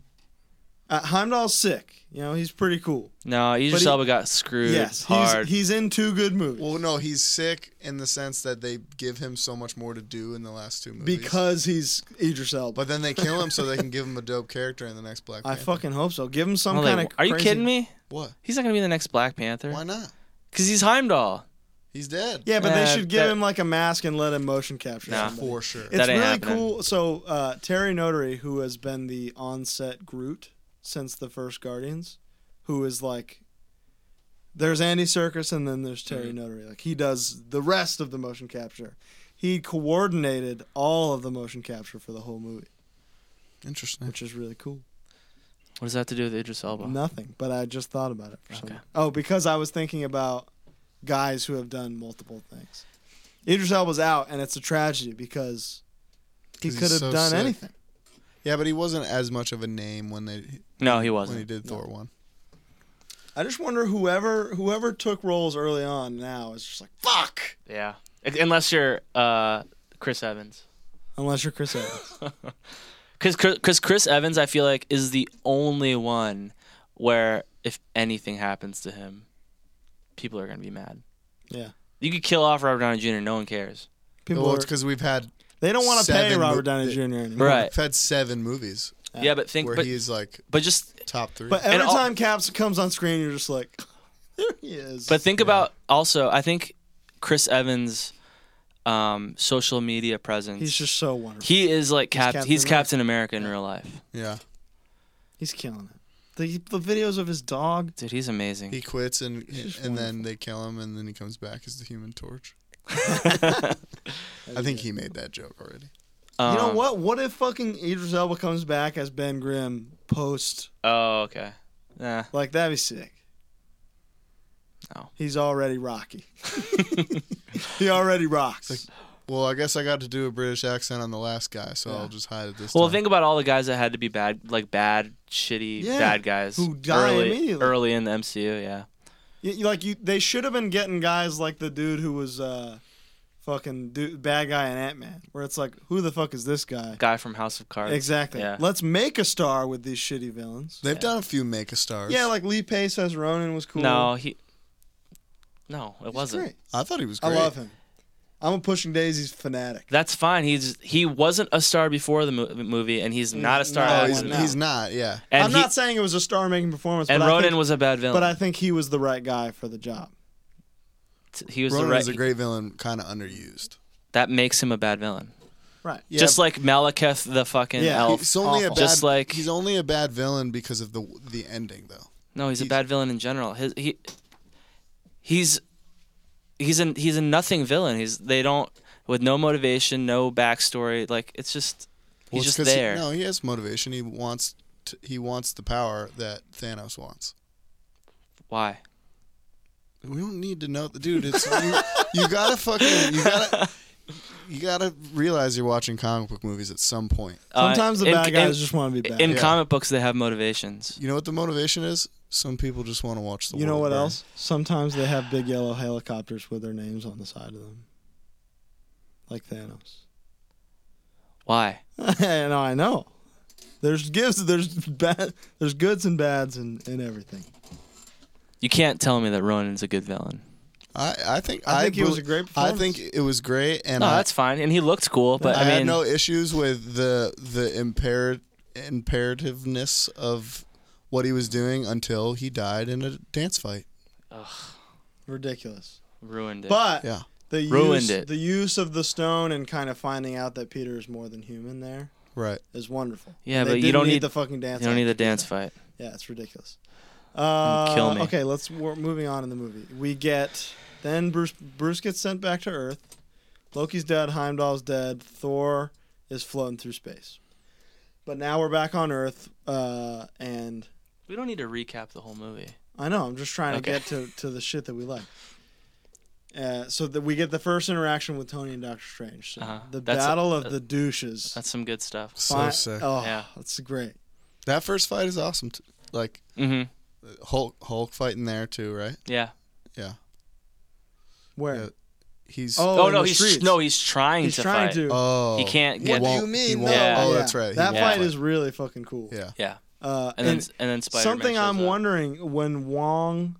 S6: Uh, Heimdall's sick. You know, he's pretty cool.
S7: No, Idris
S6: he-
S7: Elba got screwed
S6: yes.
S7: hard.
S6: He's, he's in two good movies.
S8: Well, no, he's sick in the sense that they give him so much more to do in the last two movies.
S6: because he's Idris Elba.
S8: but then they kill him so they can give him a dope character in the next Black
S6: I
S8: Panther.
S6: fucking hope so. Give him some
S7: I'm
S6: kind
S7: like,
S6: of.
S7: are you kidding me?
S8: what?
S7: He's not gonna be the next Black Panther.
S8: Why not?
S7: Because he's Heimdall.
S8: He's dead.
S6: Yeah, but they
S7: Uh,
S6: should give
S7: that-
S6: him like a mask and let him motion capture.
S7: Nah.
S6: somebody.
S8: for sure.
S6: It's
S7: That ain't
S6: really
S7: happening.
S6: cool. So uh, Terry Notary, who has been the on-set Groot since the first Guardians, who is like, there's Andy Serkis and then there's Terry
S7: Mm-hmm.
S6: Notary. Like he does the rest of the motion capture. He coordinated all of the motion capture for the whole movie,
S8: Interesting.
S6: which is really cool.
S7: What does that have to do with Idris Elba?
S6: Nothing, but I just thought about it. For some-
S7: Okay.
S6: Oh, because I was thinking about guys who have done multiple things. Idris Elba's out, and it's a tragedy because he
S8: 'Cause he's
S6: could have
S8: so
S6: done
S8: sick.
S6: anything.
S8: Yeah, but he wasn't as much of a name when they
S7: No, he
S8: when he
S7: wasn't.
S8: did Thor one.
S6: I just wonder whoever whoever took roles early on now is just like fuck.
S7: Yeah. Ex- Unless you're uh, Chris Evans.
S6: Unless you're Chris Evans.
S7: Because Chris, Chris Evans, I feel like, is the only one where if anything happens to him, people are going to be mad.
S6: Yeah.
S7: You could kill off Robert Downey Jr., no one cares.
S6: People
S8: Well,
S6: are,
S8: it's because we've had
S6: they don't want to pay
S8: seven mo-
S6: Robert Downey Jr. anymore.
S7: Right.
S8: we've had seven movies
S7: Yeah, but think,
S8: where
S7: but,
S8: he's like
S7: but just,
S8: top three.
S6: But uh, every
S7: And all-
S6: time Caps comes on screen, you're just like, there he is.
S7: but think about also, I think Chris Evans' um, social media presence.
S6: he's just so wonderful.
S7: he is like Cap.
S6: Captain
S7: he's
S6: America.
S7: Captain America in real life,
S8: yeah,
S6: he's killing it. The the videos of his dog.
S7: dude. He's amazing.
S8: he quits and
S6: just
S8: and then they kill him and then he comes back as the Human Torch. I think he made that joke already.
S6: you know
S7: Um,
S6: what? What if fucking Idris Elba comes back as Ben Grimm post?
S7: Oh, okay. Nah.
S6: Like that'd be sick.
S7: No.
S6: He's already Rocky. he already rocks.
S8: Well, I guess I got to do a British accent on the last guy, so
S6: Yeah.
S8: I'll just hide it this
S7: Well,
S8: time.
S7: think about all the guys that had to be bad, like bad, shitty,
S6: Yeah,
S7: bad guys
S6: who die
S7: early,
S6: immediately.
S7: early in the MCU. Yeah,
S6: Y- you- like you, they should have been getting guys like the dude who was uh, fucking dude, bad guy in Ant Man, where it's like, who the fuck is this guy?
S7: guy from House of Cards.
S6: Exactly.
S7: Yeah.
S6: Let's make a star with these shitty villains.
S8: They've done a few make a stars.
S6: yeah, like Lee Pace as Ronan was cool.
S7: No, he. No, it
S6: He's
S7: wasn't.
S6: great.
S8: I thought he was
S6: I
S8: great.
S6: love him. I'm a Pushing Daisies fanatic.
S7: That's fine. He's he wasn't a star before the mo- movie, and he's not a star.
S6: no,
S8: Oh,
S7: after
S8: he's,
S7: the
S6: No.
S7: movie.
S8: he's not. Yeah,
S7: and
S6: I'm
S7: he-
S6: not saying it was a star-making performance,
S7: and
S6: but,
S7: Ronan
S6: I think,
S7: was a bad villain.
S6: but I think he was the right guy for the job.
S7: he was
S8: Ronan
S7: the right.
S8: is a great villain, kind of underused.
S7: that makes him a bad villain.
S6: Right.
S8: Yeah,
S7: Just like Malekith, the fucking
S6: Yeah,
S7: elf.
S8: he's only a bad,
S6: Awful.
S7: Just like-
S8: he's only a bad villain because of the the ending, though.
S7: No, he's, a
S8: He's-
S7: bad villain in general. His he he's he's an he's a nothing villain. He's they don't with no motivation, no backstory. Like it's just he's
S8: Well, it's
S7: just
S8: 'cause he-
S7: there.
S8: no, he has motivation. He wants to, he wants the power that Thanos wants.
S7: Why?
S8: We don't need to know, dude. It's you, you gotta fucking you gotta you gotta realize you're watching comic book movies at some point.
S7: Uh,
S6: Sometimes the
S7: in-
S6: bad guys
S7: in,
S6: just want to be bad.
S7: in
S8: Yeah.
S7: comic books they have motivations.
S8: You know what the motivation is? Some people just want to watch the.
S6: you know
S8: world
S6: what
S8: burn.
S6: else? Sometimes they have big yellow helicopters with their names on the side of them, like Thanos.
S7: Why?
S6: and I know. There's gives there's bad there's goods and bads and, and everything.
S7: You can't tell me that Ronan's a good villain.
S8: I, I think
S6: I think it
S8: bel-
S6: was a great
S8: I
S6: performance.
S8: think it was great, and
S7: No,
S8: I,
S7: that's fine, and he looked cool, but
S8: I,
S7: I, mean,
S8: had no issues with the the impaired imperativeness of what he was doing until he died in a dance fight.
S6: Ridiculous.
S7: ruined it.
S6: But
S8: Yeah,
S6: the
S7: Ruined
S6: use,
S7: it.
S6: the use of the stone and kind of finding out that Peter is more than human there
S8: right.
S6: is wonderful.
S7: Yeah,
S6: They
S7: but you
S6: didn't
S7: don't
S6: need,
S7: need-
S6: the fucking dance.
S7: you don't need
S6: act.
S7: the dance fight.
S6: Yeah, it's ridiculous. Uh,
S7: kill me.
S6: Okay, let's we're moving on in the movie. We get then Bruce Bruce gets sent back to Earth. Loki's dead. Heimdall's dead. Thor is floating through space. But now we're back on Earth, uh, and
S7: We don't need to recap the whole movie.
S6: I know I'm just trying to
S7: Okay.
S6: get to, to the shit that we like. Uh, so that we get the first interaction with Tony and Doctor Strange. So
S7: Uh-huh.
S6: The
S7: That's a-
S6: battle of the douches.
S7: That's some good stuff.
S8: So
S6: Fi-
S8: sick.
S6: Oh,
S7: Yeah.
S6: that's great.
S8: That first fight is awesome. T- like
S7: Mm-hmm.
S8: Hulk Hulk fight in there too, right?
S7: Yeah.
S8: Yeah.
S6: Where?
S8: Yeah. He's
S7: Oh,
S6: in
S7: no,
S6: the
S7: he's
S6: streets.
S7: no, he's trying
S6: He's
S7: to
S6: trying
S7: fight.
S6: to.
S8: Oh.
S7: He can't
S8: He
S7: get.
S8: won't-
S9: you mean?
S8: he won't-
S7: Yeah.
S8: Oh,
S6: Yeah.
S8: that's right. He
S6: That
S8: won't
S6: fight
S8: fight.
S6: is really fucking cool.
S8: Yeah.
S7: Yeah,
S6: Uh,
S7: and, then and then Spider Man.
S6: something I'm wondering when Wong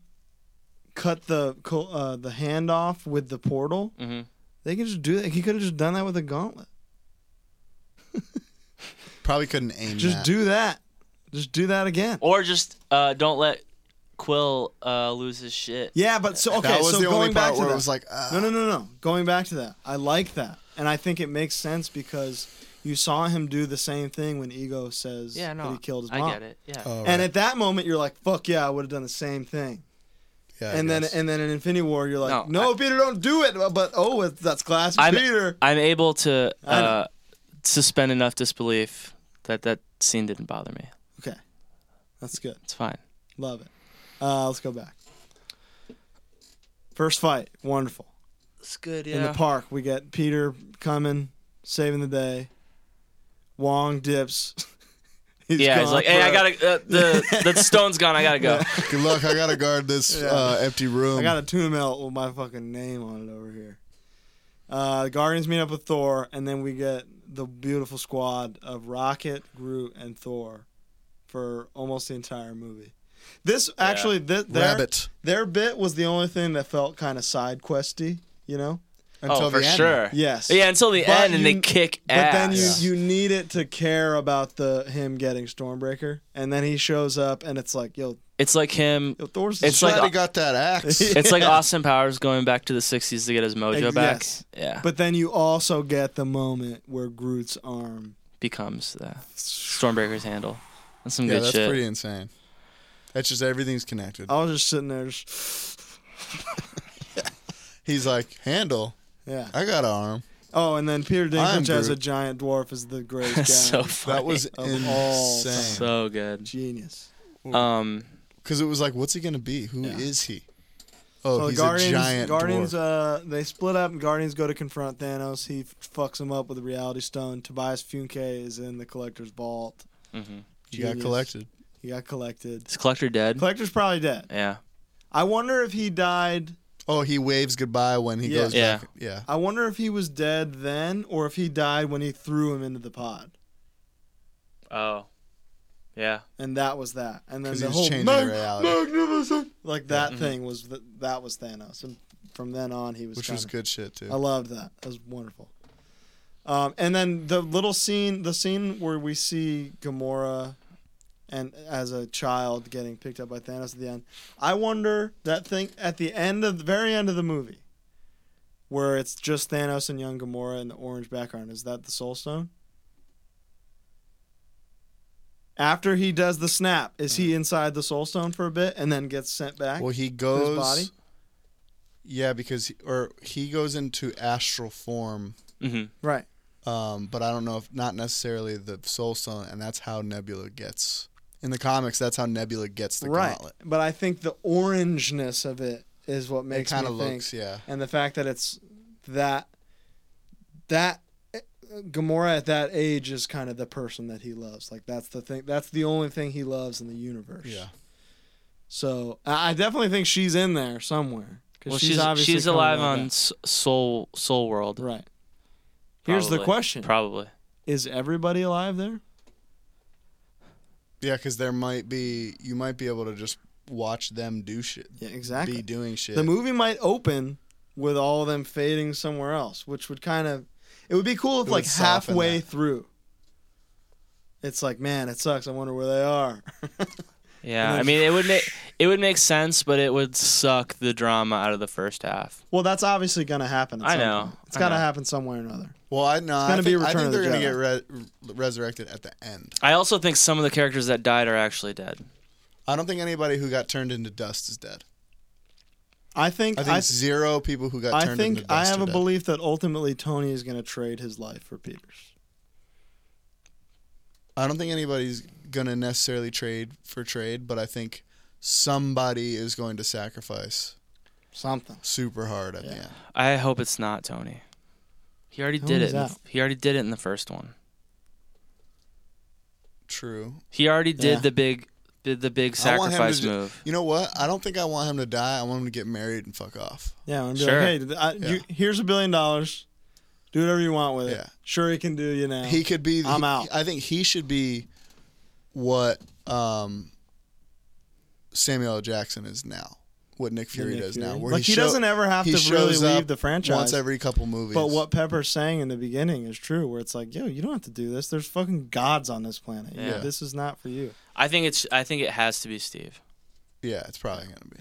S6: cut the co- uh, the hand off with the portal,
S7: hmm
S6: they can just do that. He could have just done that with a gauntlet.
S8: Probably couldn't aim.
S6: Just
S8: that.
S6: do that. Just do that again.
S7: Or just uh, don't let Quill uh, lose his shit.
S6: Yeah, but so okay.
S8: that was
S6: so
S8: the
S6: going
S8: only
S6: back
S8: part
S6: to
S8: where
S6: that,
S8: it was like, ah.
S6: no, no, no, no. Going back to that, I like that, and I think it makes sense because you saw him do the same thing when Ego says
S7: yeah, no,
S6: that he killed his
S7: I
S6: mom. Uh,
S7: get it. Yeah,
S8: Oh,
S6: And
S8: right.
S6: at that moment, you're like, "Fuck yeah, I would have done the same thing."
S8: Yeah, I
S6: and then,
S8: guess.
S6: and then in Infinity War, you're like,
S7: No,
S6: "No, Peter, don't do it." But oh, it's- that's classic
S7: I'm-
S6: Peter.
S7: I'm able to
S6: I know.
S7: uh, suspend enough disbelief that that scene didn't bother me.
S6: Okay, that's good.
S7: It's fine.
S6: Love it. Uh, let's go back. First fight, wonderful.
S7: It's good.
S6: in the
S7: park.
S6: park. We get Peter coming, saving the day. Wong dips. He's
S7: yeah, he's
S6: gone
S7: like, hey, I
S6: for-
S7: gotta uh, the the stone's gone. I gotta go.
S8: good luck. I gotta guard this uh, empty room.
S6: I got a tune melt with my fucking name on it over here. Uh, the Guardians meet up with Thor, and then we get the beautiful squad of Rocket, Groot, and Thor for almost the entire movie. This actually, th- their,
S8: rabbit
S6: their bit was the only thing that felt kind of side questy, you know?
S7: oh, for sure.
S6: Yes.
S7: Yeah, until the
S6: But
S7: end, and
S6: you-
S7: they kick
S6: But
S7: ass.
S6: then you, you need it to care about the him getting Stormbreaker, and then he shows up, and it's like, yo,
S7: it's like him.
S6: yo Thor's
S7: It's
S8: Glad
S7: like-
S8: he got that axe.
S7: It's like Austin Powers going back to the '60s to get his mojo
S6: Ex-
S7: back.
S6: yes.
S7: Yeah,
S6: But then you also get the moment where Groot's arm.
S7: becomes the Stormbreaker's handle. That's some
S8: yeah,
S7: good
S8: that's
S7: shit.
S8: pretty insane. That's just everything's connected.
S6: I was just sitting there, just,
S8: He's like handle.
S6: yeah.
S8: I got an arm.
S6: Oh, and then Peter
S8: I'm
S6: Dinklage as a
S8: Groot.
S6: giant dwarf is the greatest guy.
S7: That's so funny.
S8: That was
S6: Of all
S8: insane.
S7: so good.
S6: genius.
S7: Um,
S8: Because it was like, what's he gonna be? Who is
S6: Yeah.
S8: he? Oh,
S6: So
S8: he's
S6: Guardians,
S8: a giant
S6: Guardians,
S8: dwarf.
S6: uh, they split up, and Guardians go to confront Thanos. He f- fucks him up with the Reality Stone. Tobias Funke is in the Collector's vault.
S7: Mm-hmm.
S8: he got
S6: genius.
S8: collected.
S6: He got collected.
S7: is Collector dead?
S6: Collector's probably dead.
S7: yeah.
S6: I wonder if he died.
S8: Oh, he waves goodbye when he
S6: Yeah.
S8: goes
S7: Yeah.
S8: back. Yeah.
S6: I wonder if he was dead then, or if he died when he threw him into the pod,
S7: Oh. Yeah.
S6: and that was that. And then
S8: Because
S6: the
S8: he's
S6: whole
S8: changing
S6: "Mag-
S8: reality.
S6: magnificent," like that thing was th- that was Thanos, and from then on he was.
S8: which was
S6: kinda-
S8: good shit too.
S6: I loved that. That was wonderful. Um, and then the little scene, the scene where we see Gamora, and as a child getting picked up by Thanos at the end. I wonder that thing at the end of the very end of the movie, where it's just Thanos and young Gamora in the orange background. Is that the Soul Stone? After he does the snap, is he inside the Soul Stone for a bit and then gets sent back?
S8: Mm-hmm. Well, he goes.
S6: body?
S8: Yeah, because he, or he goes into astral form,
S7: hmm
S6: right.
S8: um, but I don't know if not necessarily the Soul Stone, and that's how Nebula gets. In the comics, that's how Nebula gets the
S6: right.
S8: gauntlet.
S6: But I think the orangeness of it is what
S8: It
S6: makes
S8: kind
S6: me
S8: of looks,
S6: think,
S8: yeah.
S6: and the fact that it's that that uh, Gamora at that age is kind of the person that he loves. Like that's the thing. That's the only thing he loves in the universe.
S8: Yeah.
S6: So I I definitely think she's in there somewhere. 'cause
S7: Well, she's she's,
S6: obviously coming
S7: alive
S6: right
S7: on
S6: back.
S7: S- Soul Soul World.
S6: Right. Here's the
S7: probably.
S6: question:
S7: Probably.
S6: Is everybody alive there?
S8: Yeah, because there might be you might be able to just watch them do shit,
S6: Yeah, exactly.
S8: be doing shit.
S6: The movie might open with all of them fading somewhere else, which would kind of it would be cool if
S8: It
S6: like
S8: would soften
S6: halfway
S8: that.
S6: through. It's like, man, it sucks. I wonder where they are.
S7: Yeah.
S6: And
S7: I
S6: then-
S7: mean, it would make it would make sense, but it would suck the drama out of the first half.
S6: well, that's obviously gonna happen. At
S7: I
S6: some
S7: know.
S6: Point. It's
S7: I
S6: gotta
S7: know.
S6: happen somewhere or another.
S8: well, I know. I
S6: gonna be
S8: think, I
S6: Return
S8: think
S6: of
S8: they're
S6: the
S8: gonna get re- resurrected at the end.
S7: I also think some of the characters that died are actually dead.
S8: I don't think anybody who got turned into dust is dead.
S6: I think
S8: I
S6: I
S8: think
S6: I,
S8: zero people who got turned
S6: think
S8: into dust.
S6: I have
S8: are
S6: a
S8: dead.
S6: belief that ultimately Tony is gonna trade his life for Peter's.
S8: I don't think anybody's gonna necessarily trade for trade, but I think somebody is going to sacrifice
S6: Something.
S8: super hard at the end.
S7: I hope it's not Tony. He already did
S6: Tony's
S7: it. in the-
S6: out.
S7: he already did it in the first one.
S8: True.
S7: He already did
S6: Yeah.
S7: the big the, the big
S8: I want him to
S7: sacrifice
S8: ju-
S7: move.
S8: You know what? I don't think I want him to die. I want him to get married and fuck off.
S6: Yeah, and be
S7: Sure.
S6: like, hey, th- I, you, here's a billion dollars. Do whatever you want with it.
S8: Yeah.
S6: Sure, he can do you now.
S8: He could be.
S6: I'm
S8: he-
S6: out.
S8: I think he should be what um, Samuel L. Jackson is now. What Nick Fury
S6: Nick
S8: does
S6: Fury.
S8: now. Where
S6: Like, he doesn't ever have
S8: he
S6: to really
S8: shows
S6: leave
S8: up
S6: the franchise.
S8: once every couple movies.
S6: But what Pepper's saying in the beginning is true, where it's like, yo, you don't have to do this. There's fucking gods on this planet. Yeah.
S7: Yeah.
S6: this is not for you.
S7: I think it's. I think it has to be Steve.
S8: Yeah, it's probably gonna be.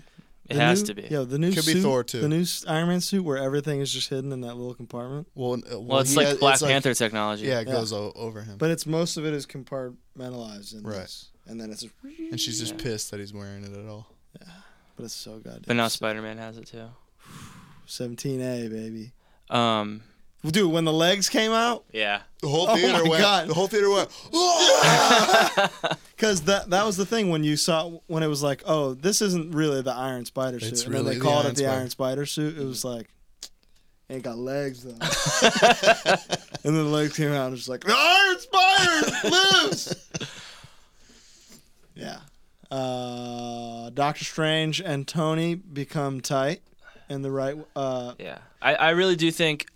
S7: It
S6: The
S7: has
S6: new-
S7: to be.
S6: Yo, the new
S8: Could be
S6: suit,
S8: Thor, too.
S6: The new s- Iron Man suit where everything is just hidden in that little compartment.
S8: Well, n- uh,
S7: well, it's
S8: he
S7: like
S8: has-
S7: Black
S8: like-
S7: Panther technology.
S8: yeah, it
S6: Yeah.
S8: goes o- over him.
S6: But it's most of it is compartmentalized in
S8: Right.
S6: this. And then it's
S8: and she's just pissed that he's wearing it at all.
S6: but it's so goddamn.
S7: But now
S6: sick.
S7: Spider Man has it too.
S6: 17A, baby.
S7: Um.
S6: Dude, when the legs came out,
S7: Yeah.
S8: The whole
S6: Oh
S8: theater
S6: my
S8: went.
S6: God.
S8: The whole theater went. "Oh!"
S6: Because that that was the thing when you saw when it was like, oh, this isn't really the Iron Spider suit.
S8: It's
S6: and then
S8: really
S6: they
S8: the
S6: called
S8: Iron
S6: it the
S8: Spider. Mm-hmm.
S6: Iron Spider suit. It was like, ain't got legs though. and then the legs came out and it's like, the Iron Spider lives. yeah. Uh, Doctor Strange and Tony become tight in the right. Uh,
S7: Yeah. I, I really do think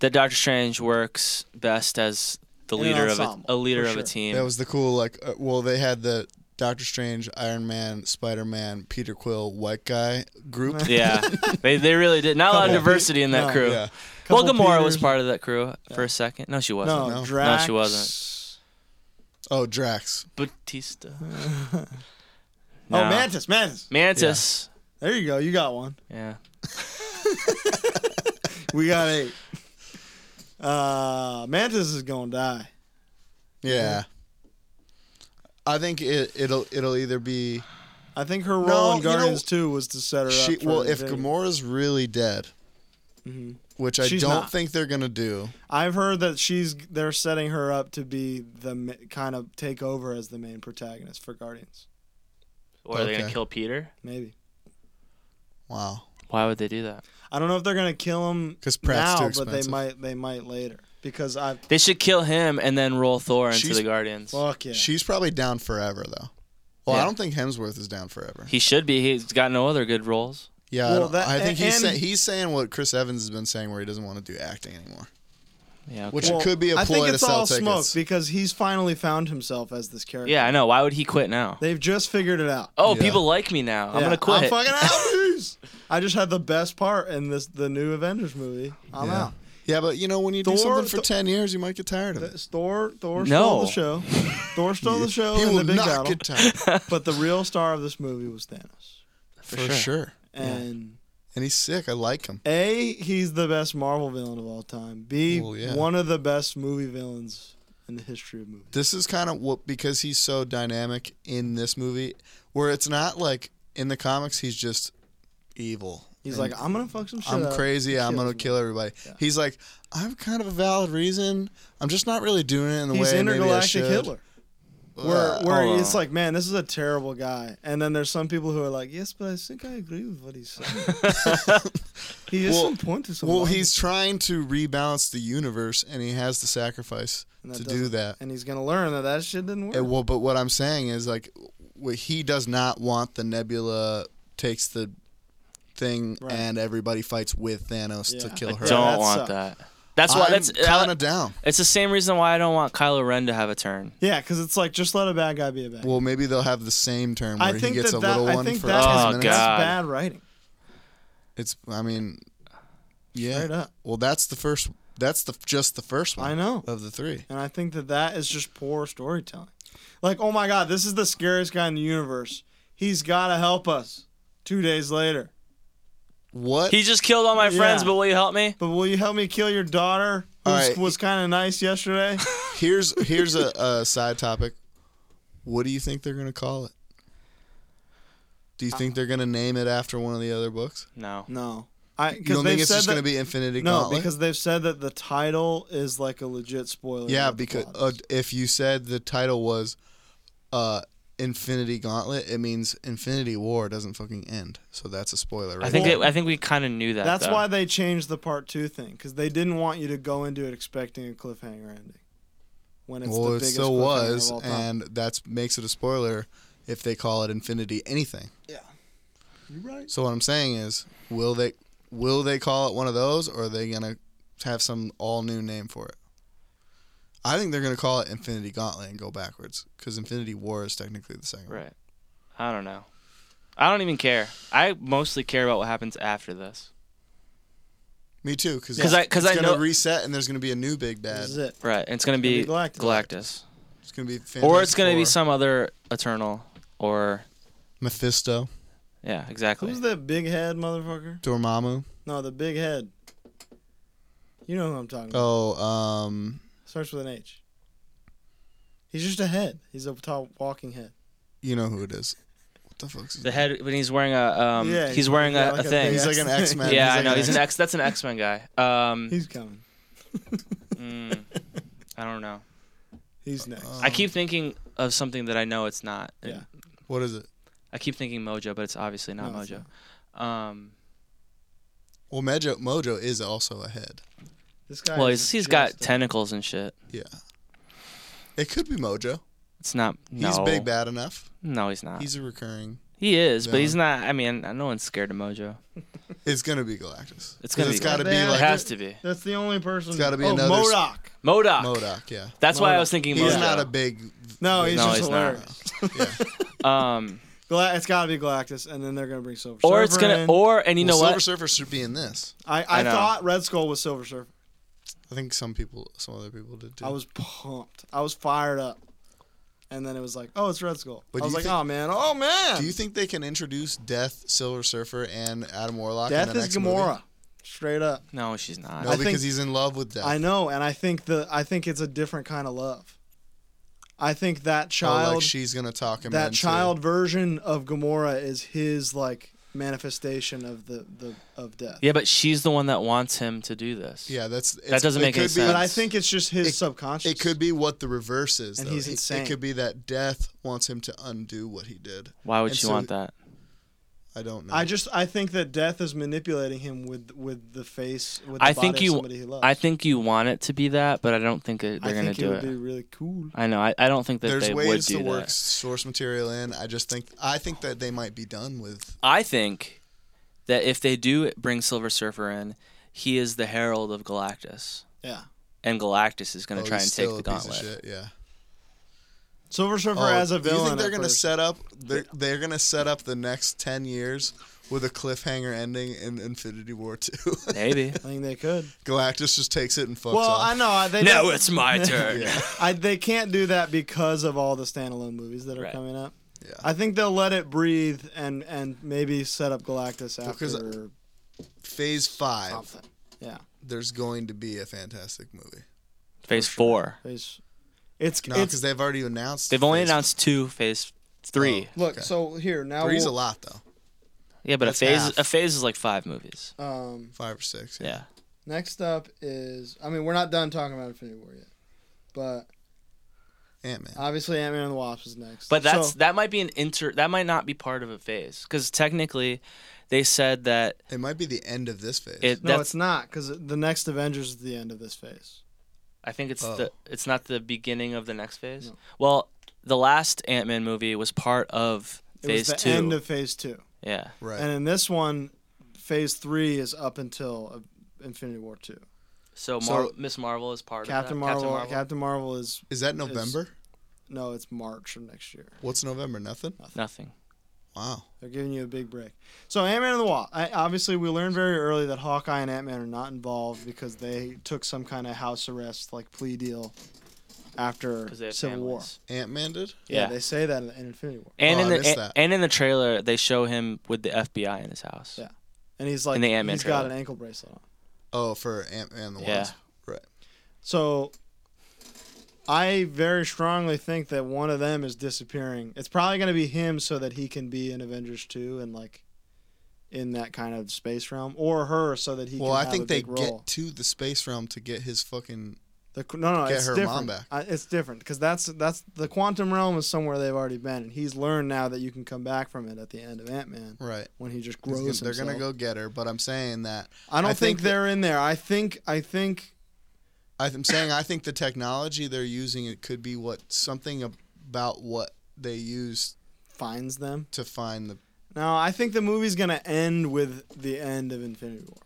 S7: that Doctor Strange works best as the
S6: In an
S7: leader of a,
S6: ensemble,
S7: a leader
S6: for
S7: of a
S6: sure.
S7: team.
S8: That was the cool. Like, uh, well, they had the Doctor Strange, Iron Man, Spider Man, Peter Quill, white guy group.
S7: yeah. they they really did. Not a lot of
S6: Couple
S7: diversity in that
S6: no,
S7: crew.
S8: yeah.
S7: Well,
S6: Couple
S7: Gamora was
S6: Peters.
S7: part of that crew for a second. No, she wasn't.
S6: no,
S8: No.
S6: Drax.
S7: No, she wasn't.
S8: Oh, Drax.
S7: Batista.
S6: Oh,
S7: No.
S6: Mantis, Mantis.
S7: Mantis.
S6: There you go. You got one.
S7: Yeah.
S6: We got eight. Uh, Mantis is gonna die.
S8: Yeah. I think it, it'll it'll either be
S6: I think her role
S8: No,
S6: in
S8: you know-
S6: Guardians Two was to set her
S8: she.
S6: up. For
S8: Well, if
S6: Infinity.
S8: Gamora's really dead, which I
S6: She's
S8: don't
S6: not.
S8: think they're gonna do.
S6: I've heard that she's they're setting her up to be the ma- kind of take over as the main protagonist for Guardians.
S7: Or are they gonna
S8: Okay.
S7: kill Peter?
S6: Maybe
S8: Wow.
S7: Why would they do that?
S6: I don't know if they're gonna kill him
S8: 'Cause Pratt's
S6: now,
S8: too
S6: but they
S8: expensive.
S6: might they might later because I
S7: They should kill him and then roll Thor into
S8: She's-
S7: the Guardians.
S6: fuck yeah.
S8: She's probably down forever though. Well,
S7: Yeah.
S8: I don't think Hemsworth is down forever.
S7: he should be. He's got no other good roles.
S8: Yeah,
S6: Well,
S8: I, don't-
S6: that-
S8: I think he's
S6: and-
S8: say, he's saying what Chris Evans has been saying, where he doesn't want to do acting anymore.
S7: Yeah. Okay.
S8: Which- could be a
S6: I think
S8: ploy to
S6: it's
S8: sell
S6: all smoke
S8: tickets.
S6: because he's finally found himself as this character.
S7: yeah, I know. Why would he quit now?
S6: they've just figured it out.
S7: Oh,
S8: Yeah.
S7: people like me now. I'm
S6: Yeah,
S7: gonna quit.
S6: I'm fucking out. Peace. I just had the best part in this the new Avengers movie. I'm
S8: yeah.
S6: out.
S8: Yeah, but you know when you
S6: Thor-
S8: do something for
S6: Thor-
S8: ten years, you might get tired of it.
S6: Thor Thor stole
S7: No.
S6: the show. Thor stole the show
S8: he
S6: in
S8: will
S6: the big
S8: not
S6: battle.
S8: get tired
S6: but the real star of this movie was Thanos.
S8: for sure.
S6: And
S8: And he's sick. I like him.
S6: A, he's the best Marvel villain of all time. B,
S8: Well, Oh, yeah.
S6: one of the best movie villains in the history of movies.
S8: this is kind of what because he's so dynamic in this movie where it's not like in the comics he's just evil
S6: He's
S8: And
S6: like, I'm gonna fuck some shit.
S8: i'm
S6: up."
S8: crazy i'm
S6: kills
S8: gonna
S6: me.
S8: kill everybody he's like i have kind of a valid reason i'm just not really doing it in the
S6: He's
S8: way maybe I
S6: intergalactic
S8: should. Uh,
S6: Hitler. Where,
S8: Ugh.
S6: where
S7: hold
S6: it's
S7: on.
S6: like, man, this is a terrible guy. And then there's some people who are like, yes, but I think I agree with what he's saying. he is
S8: Well-
S6: some point to some.
S8: well
S6: logic.
S8: he's trying to rebalance the universe and he has to sacrifice
S6: And that
S8: to do
S6: doesn't-
S8: that
S6: and he's gonna learn that that shit didn't work.
S8: And Eh, well but what i'm saying is like wh- he does not want the nebula takes the thing
S6: Right.
S8: and everybody fights with thanos to
S6: Yeah.
S8: kill her
S7: don't
S6: that
S7: want
S6: sucks.
S7: that. That's why. That's
S8: kind
S7: uh,
S8: of down.
S7: it's the same reason why I don't want Kylo Ren to have a turn.
S6: yeah, because it's like just let a bad guy be a bad. guy.
S8: Well, maybe they'll have the same term where
S6: I think
S8: he gets
S6: that,
S8: a
S6: that
S8: little
S6: I
S8: one
S6: think
S8: for
S6: that's,
S8: 10
S7: Oh,
S8: minutes.
S6: that's
S7: God.
S6: bad writing.
S8: It's I mean, yeah.
S6: Straight up.
S8: Well, that's the first. That's the just the first one.
S6: I know.
S8: of the three.
S6: And I think that that is just poor storytelling. Like, oh my God, this is the scariest guy in the universe. He's got to help us. Two days later.
S8: What?
S7: He just killed all my friends,
S6: Yeah.
S7: but will you help me?
S6: But will you help me kill your daughter, who
S8: All right.
S6: was kind of nice yesterday?
S8: here's here's a, a side topic. What do you think they're gonna call it? Do you think they're gonna name it after one of the other books?
S7: No.
S6: no, I
S8: You
S6: because
S8: don't
S6: they've
S8: think it's
S6: said
S8: just
S6: that,
S8: gonna be Infinity
S6: no,
S8: Gauntlet?
S6: because they've said that the title is like a legit spoiler.
S8: yeah,
S6: of the
S8: because
S6: plot.
S8: uh, if you said the title was uh, Infinity Gauntlet, it means Infinity War doesn't fucking end. So that's a spoiler, right?
S7: I think
S8: there.
S7: that, I think we kind of knew that.
S6: that's
S7: though.
S6: why they changed the part two thing because they didn't want you to go into it expecting a cliffhanger ending. when it's the
S8: Well, it
S6: biggest
S8: still
S6: cliffhanger
S8: was,
S6: of all time.
S8: and that makes it a spoiler if they call it Infinity anything.
S6: you right.
S8: So what I'm saying is, will they will they call it one of those, or are they gonna have some all new name for it? I think they're gonna call it Infinity Gauntlet and go backwards because Infinity War is technically the second. one.
S7: Right. I don't know. I don't even care. I mostly care about what happens after this.
S8: Me too, because
S7: 'Cause I- 'cause I
S8: gonna
S7: know-
S8: reset and there's gonna be a new big bad.
S6: This is it.
S7: Right. And it's gonna be,
S6: be Galactus.
S7: Galactus.
S8: It's gonna be Fantastic
S7: Or it's gonna be
S8: Four.
S7: some other Eternal or
S8: Mephisto,
S7: yeah, exactly.
S6: Who's that big head motherfucker?
S8: Dormammu.
S6: No, the big head. You know who I'm talking about.
S8: Oh, um,
S6: Starts with an H. He's just a head. He's a tall walking head.
S8: you know who it is. What the fuck's his
S7: The head when he's wearing a um
S6: Yeah,
S7: he's
S6: he's
S7: wearing
S6: got
S7: a,
S6: like
S7: a
S6: a
S7: thing.
S6: big
S8: He's like an X Men.
S7: yeah, I know. He's an X that's an X Men guy. Um
S6: He's coming.
S7: mm, Uh, I don't know.
S6: He's next.
S7: I keep thinking of something that I know it's not.
S6: Yeah.
S8: What is it?
S7: I keep thinking Mojo, but it's obviously not
S6: No, it's
S7: Mojo. Um
S8: Well, Mojo, Mojo is also a head.
S6: this guy.
S7: well
S6: is
S7: he's, he's
S6: just
S7: got
S6: a-
S7: tentacles and shit.
S8: Yeah. It could be Mojo.
S7: It's not no.
S8: He's big bad enough.
S7: No, he's not.
S8: He's a recurring.
S7: he is, but
S8: No.
S7: he's not I mean, no one's scared of Mojo.
S8: It's gonna be Galactus. 'Cause
S7: It's gonna
S8: It's
S7: be
S8: gotta
S6: Galactus.
S8: be
S6: It
S7: It
S8: like
S7: has to be.
S6: That's the only person.
S8: It's gotta be
S6: oh,
S8: another s-
S6: Modok.
S7: Modoc.
S8: Modoc. Yeah.
S7: That's why I
S6: Modok.
S7: was thinking
S8: He's
S7: Mojo.
S8: not a big. v-
S6: No, he's
S7: No,
S6: just
S7: he's not.
S6: hilarious.
S8: Yeah.
S7: Um,
S6: Gla- it's got to be Galactus, and then they're gonna bring Silver Surfer.
S7: or it's gonna,
S6: in.
S7: or and you
S8: Well,
S7: know
S8: Silver
S7: what?
S8: Surfer should be in this.
S6: I, I,
S7: I know.
S6: thought Red Skull was Silver Surfer.
S8: I think some people, some other people did too.
S6: I was pumped. I was fired up. And then it was like, oh, it's Red Skull.
S8: But do
S6: I was
S8: you
S6: like,
S8: think-
S6: oh man, oh man.
S8: Do you think they can introduce Death, Silver Surfer, and Adam Warlock? in
S6: Death
S8: the
S6: is
S8: next movie?
S6: Gamora, straight up.
S7: No, she's not.
S8: No,
S6: I
S8: because
S6: think-
S8: he's in love with Death.
S6: I know, and I think the I think it's a different kind of love. I think
S8: Oh,
S6: that
S8: like
S6: child,
S8: she's gonna talk him.
S6: that
S8: into-
S6: child version of Gamora is his like manifestation of the, the of death.
S7: Yeah, but she's the one that wants him to do this.
S8: Yeah, that's it's,
S7: That doesn't
S8: it
S7: make any
S8: could be-
S6: But
S7: sense.
S6: I think it's just his
S8: It-
S6: subconscious.
S8: It could be what the reverse is.
S6: And
S8: though.
S6: he's
S8: It-
S6: insane.
S8: It, could be that death wants him to undo what he did.
S7: Why would
S8: And
S7: she
S8: so-
S7: want that?
S8: I don't know.
S6: I just I think that death is manipulating him with with the face with the
S7: I think
S6: body of
S7: you,
S6: somebody he loves.
S7: I think you want it to be that, but I don't think that
S6: I
S7: they're gonna
S6: think it
S7: do
S6: would
S7: it.
S6: be really cool.
S7: I know. I, I don't think that
S8: There's
S7: they would
S8: ways
S7: do
S8: to
S7: that.
S8: work source material in. I just think I think that they might be done with.
S7: I think that if they do bring Silver Surfer in, he is the herald of Galactus,
S6: Yeah.
S7: and Galactus is gonna
S8: oh,
S7: try
S8: he's
S7: and take
S8: still
S7: the
S8: a piece of
S7: gauntlet.
S8: shit, Yeah.
S6: Silver Surfer
S8: Oh,
S6: as a
S8: do
S6: villain.
S8: You think they're
S6: at
S8: gonna
S6: first.
S8: set up? They're, they're gonna set up the next ten years with a cliffhanger ending in Infinity War Two.
S7: Maybe.
S6: I think they could.
S8: Galactus just takes it and fucks
S6: well,
S8: off.
S6: I know I- they
S7: now
S6: don't-
S7: it's my turn.
S8: Yeah.
S6: I, they can't do that because of all the standalone movies that are
S7: Right.
S6: coming up.
S8: Yeah.
S6: I think they'll let it breathe and and maybe set up Galactus after.
S8: Because- Phase five.
S6: something. Yeah,
S8: There's going to be a fantastic movie.
S7: Phase four.
S6: it's it's,
S8: No,
S6: it's
S8: because they've already announced.
S7: They've only
S8: phase-
S7: announced two. Phase three.
S6: look.
S8: okay.
S6: So here now
S8: Three's a
S6: we'll,
S8: lot though.
S7: Yeah, but
S8: Oh,
S7: a
S8: That's
S7: phase
S8: half.
S7: a phase is like five movies.
S6: um,
S8: Five or six.
S7: Yeah.
S6: next up is I mean we're not done talking about Infinity War yet, but
S8: Ant Man.
S6: obviously Ant Man and the Wasp is next.
S7: But that's
S6: So-
S7: that might be an inter that might not be part of a phase cuz technically they said that
S8: It might be the end of this phase.
S7: it
S6: no,
S7: that's
S6: it's not because the next Avengers is the end of this phase.
S7: I think it's
S8: Oh.
S7: the it's not the beginning of the next phase.
S6: No.
S7: Well, the last Ant-Man movie was part of
S6: It
S7: phase
S6: was the
S7: 2.
S6: end of phase two.
S7: yeah.
S8: right.
S6: And in this one, phase three is up until uh, Infinity War two.
S7: So
S8: So-
S7: Mar- Miss Marvel is part
S6: Captain
S7: of that.
S6: Marvel, Captain Marvel. is
S8: Is that November?
S6: no, it's March of next year.
S8: What's November? Nothing.
S7: Nothing.
S8: Wow.
S6: They're giving you a big break. So Ant Man and the Wasp. I, obviously, we learned very early that Hawkeye and Ant Man are not involved because they took some kind of house arrest, like plea deal, after
S7: Cuz they have
S6: Civil War.
S7: families.
S8: Ant Man did.
S6: Yeah.
S7: Yeah.
S6: they say that in Infinity War,
S7: And
S8: Oh,
S7: in
S8: I
S7: the
S8: missed
S7: and,
S8: that.
S7: and in the trailer they show him with the FBI in his house.
S6: Yeah. and he's like,
S7: In the Ant-Man
S6: he's got
S7: trailer.
S6: an ankle bracelet on.
S8: Oh, for Ant Man the
S7: Yeah.
S8: Wasp. Right.
S6: So I very strongly think that one of them is disappearing. It's probably going to be him so that he can be in Avengers 2 and like in that kind of space realm or her so that he
S8: Well,
S6: can
S8: I
S6: have a
S8: think they
S6: big role.
S8: get to the space realm to get his fucking.
S6: The qu- no, no,
S8: get
S6: it's
S8: her mom
S6: different.
S8: back.
S6: I, it's different cuz that's that's the quantum realm is somewhere they've already been and he's learned now that you can come back from it at the end of Ant-Man
S8: Right.
S6: when he just
S8: He's
S6: grows
S8: gonna- they're gonna
S6: himself.
S8: go get her, but I'm saying that
S6: I don't
S8: I
S6: think,
S8: think that-
S6: they're in there. I think I think
S8: I'm saying I think the technology they're using it could be what something about what they use
S6: finds them.
S8: to find the
S6: No, I think the movie's gonna end with the end of Infinity War,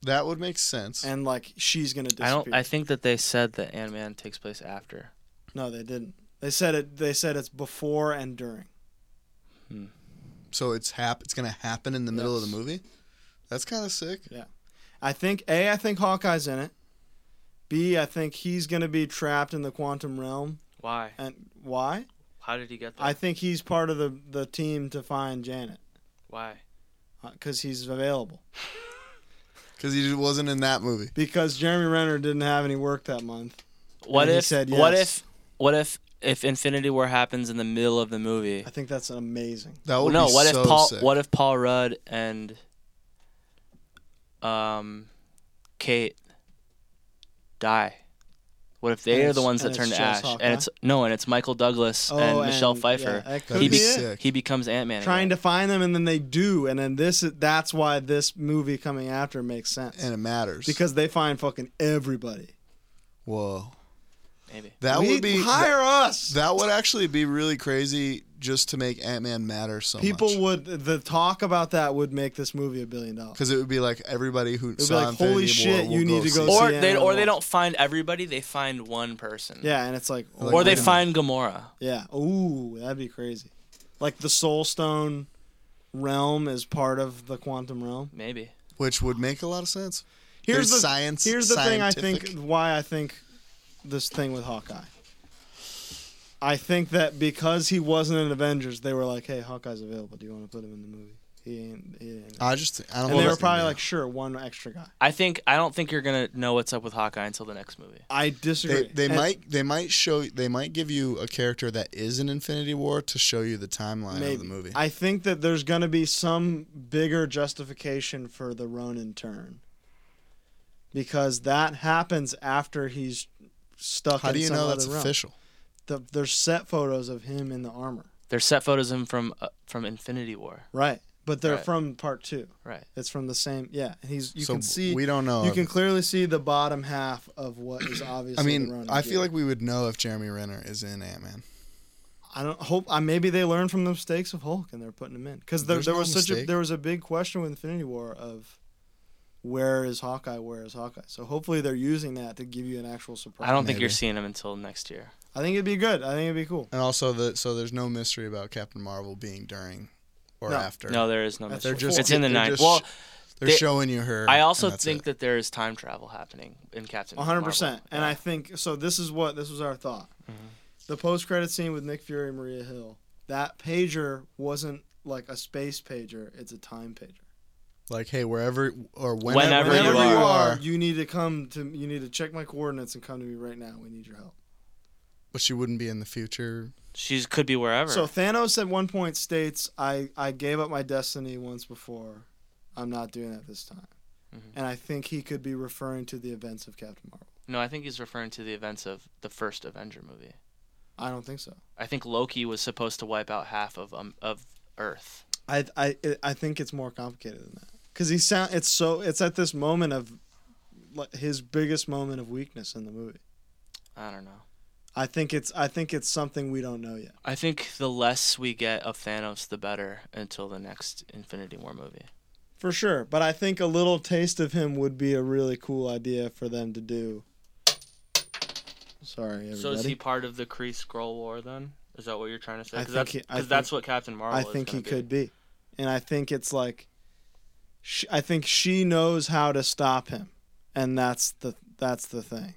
S8: that would make sense.
S6: and like she's gonna disappear.
S7: I don't. I think that they said that Ant Man takes place after.
S6: no, they didn't. They said it. They said it's before and during.
S8: so it's hap it's gonna happen in the middle of
S6: Yes.
S8: the movie. That's kind of sick.
S6: I think A, I think Hawkeye's in it. B, I think he's going to be trapped in the quantum realm.
S7: Why?
S6: And why?
S7: How did he get there?
S6: I think he's part of the, the team to find Janet
S7: Why?
S6: because he's available.
S8: Because he just wasn't in that movie.
S6: Because Jeremy Renner didn't have any work that month.
S7: What
S6: And he
S7: if?
S6: said
S7: What
S6: yes.
S7: if? What if? If Infinity War happens in the middle of the movie?
S6: I think that's amazing.
S8: That would
S7: no.
S8: be
S7: What
S8: so
S7: if Paul?
S8: sick.
S7: What if Paul Rudd and um, Kate die? What if they
S6: And
S7: are the
S6: it's-
S7: ones that
S6: and
S7: turn
S6: it's
S7: to
S6: just
S7: Ash?
S6: Hawkeye?
S7: And it's no, and it's Michael Douglas and
S6: Oh,
S7: Michelle
S6: and-
S7: Pfizer.
S6: yeah, that could
S7: he
S8: be
S6: it.
S7: he becomes Ant Man.
S6: Trying to find them and then they do, and then this that's why this movie coming after makes sense
S8: And it matters
S6: because they find fucking everybody.
S8: whoa,
S7: maybe.
S8: that
S6: We-
S8: would be
S6: hire us.
S8: That would actually be really crazy just to make Ant Man matter so
S6: People
S8: much.
S6: would the talk about that would make this movie a billion dollars.
S8: Because it would be like everybody who
S6: be
S8: saw
S6: like, "Holy
S8: Infinity
S6: shit,
S8: War will
S6: you need to
S8: see
S6: go
S8: it."
S6: see
S7: Or
S6: Yeah,
S7: they or
S6: well-
S7: they don't find everybody. They find one person.
S6: Yeah, and it's like, oh,
S8: Like,
S7: Or they
S8: wait a
S7: find Gamora.
S6: yeah, ooh, that'd be crazy. Like the Soul Stone realm is part of the quantum realm.
S7: Maybe.
S8: which would make a lot of sense.
S6: Here's
S8: There's
S6: the
S8: science-
S6: Here's the thing I
S8: scientific.
S6: think why I think this thing with Hawkeye. I think that because he wasn't in Avengers, they were like, "Hey, Hawkeye's available. Do you want to put him in the movie?" He ain't. He ain't.
S8: I just I don't.
S6: and
S8: know
S6: they
S8: if
S6: were
S8: it's gonna
S6: probably
S8: be-
S6: like, "Sure, one extra guy."
S7: I think I don't think you're gonna know what's up with Hawkeye until the next movie.
S6: I disagree.
S8: They, they
S6: And-
S8: might they might show they might give you a character that is in Infinity War to show you the timeline of the movie.
S6: I think that there's going to be some bigger justification for the Ronin turn because that happens after he's stuck.
S8: How
S6: in
S8: do you
S6: some
S8: know
S6: other
S8: that's
S6: realm.
S8: official?
S6: The, there's set photos of him in the armor,
S7: There's set photos of him from uh, from Infinity War.
S6: right? But they're
S7: Right.
S6: from part two.
S7: Right.
S6: It's from the same. Yeah, and he's. You
S8: So
S6: can see.
S8: we don't know
S6: You
S8: if
S6: can
S8: it-
S6: clearly see the bottom half of what is obviously.
S8: I
S6: the
S8: mean,
S6: Ronin
S8: I feel
S6: gear.
S8: like we would know if Jeremy Renner is in Ant Man.
S6: I don't hope. I maybe they learned from the mistakes of Hulk and they're putting him in because there,
S8: There's
S6: there
S8: no
S6: was such a
S8: mistake.
S6: there was a big question with Infinity War of where is Hawkeye, where is Hawkeye. So hopefully they're using that to give you an actual surprise.
S7: I don't think you're
S8: Maybe.
S7: seeing him until next year.
S6: I think it'd be good. I think it'd be cool.
S8: And also the so there's no mystery about Captain Marvel being during or
S6: No.
S8: after.
S7: No, there is no.
S6: That's
S7: mystery.
S6: before.
S7: it's in the
S8: They're
S7: night.
S8: just-
S7: Well,
S8: they're
S7: they-
S8: showing you her.
S7: I also
S8: and that's
S7: think
S8: it.
S7: that there is time travel happening in Captain.
S6: One hundred
S7: Marvel.
S6: percent. And
S7: Yeah.
S6: I think so. This is what this was our thought. The post credit scene with Nick Fury and Maria Hill. That pager wasn't like a space pager. It's a time pager.
S8: like hey wherever or
S7: Whenever
S8: whenever,
S7: you
S6: Whenever you
S8: are.
S6: are, you need to come to. You need to check my coordinates and come to me right now. We need your help.
S8: but she wouldn't be in the future.
S7: She's could be wherever.
S6: So Thanos at one point states, "I I gave up my destiny once before. I'm not doing that this time."
S7: Mm-hmm.
S6: And I think he could be referring to the events of Captain Marvel.
S7: no, I think he's referring to the events of the first Avenger movie.
S6: I don't think so.
S7: I think Loki was supposed to wipe out half of um, of Earth.
S6: I I I think it's more complicated than that. Cuz he sound it's so it's at this moment of like, his biggest moment of weakness in the movie.
S7: I don't know.
S6: I think it's I think it's something we don't know yet.
S7: I think the less we get of Thanos, the better until the next Infinity War movie.
S6: For sure, but I think a little taste of him would be a really cool idea for them to do. Sorry, everybody.
S7: So is he part of the Kree Scroll War then? Is that what you're trying to say?
S6: I
S7: Because
S6: think
S7: that's,
S6: he- I
S7: 'cause
S6: think-
S7: that's what Captain Marvel.
S6: I
S7: is
S6: think he
S7: gonna be.
S6: could be, and I think it's like, sh I think she knows how to stop him, and that's the that's the thing.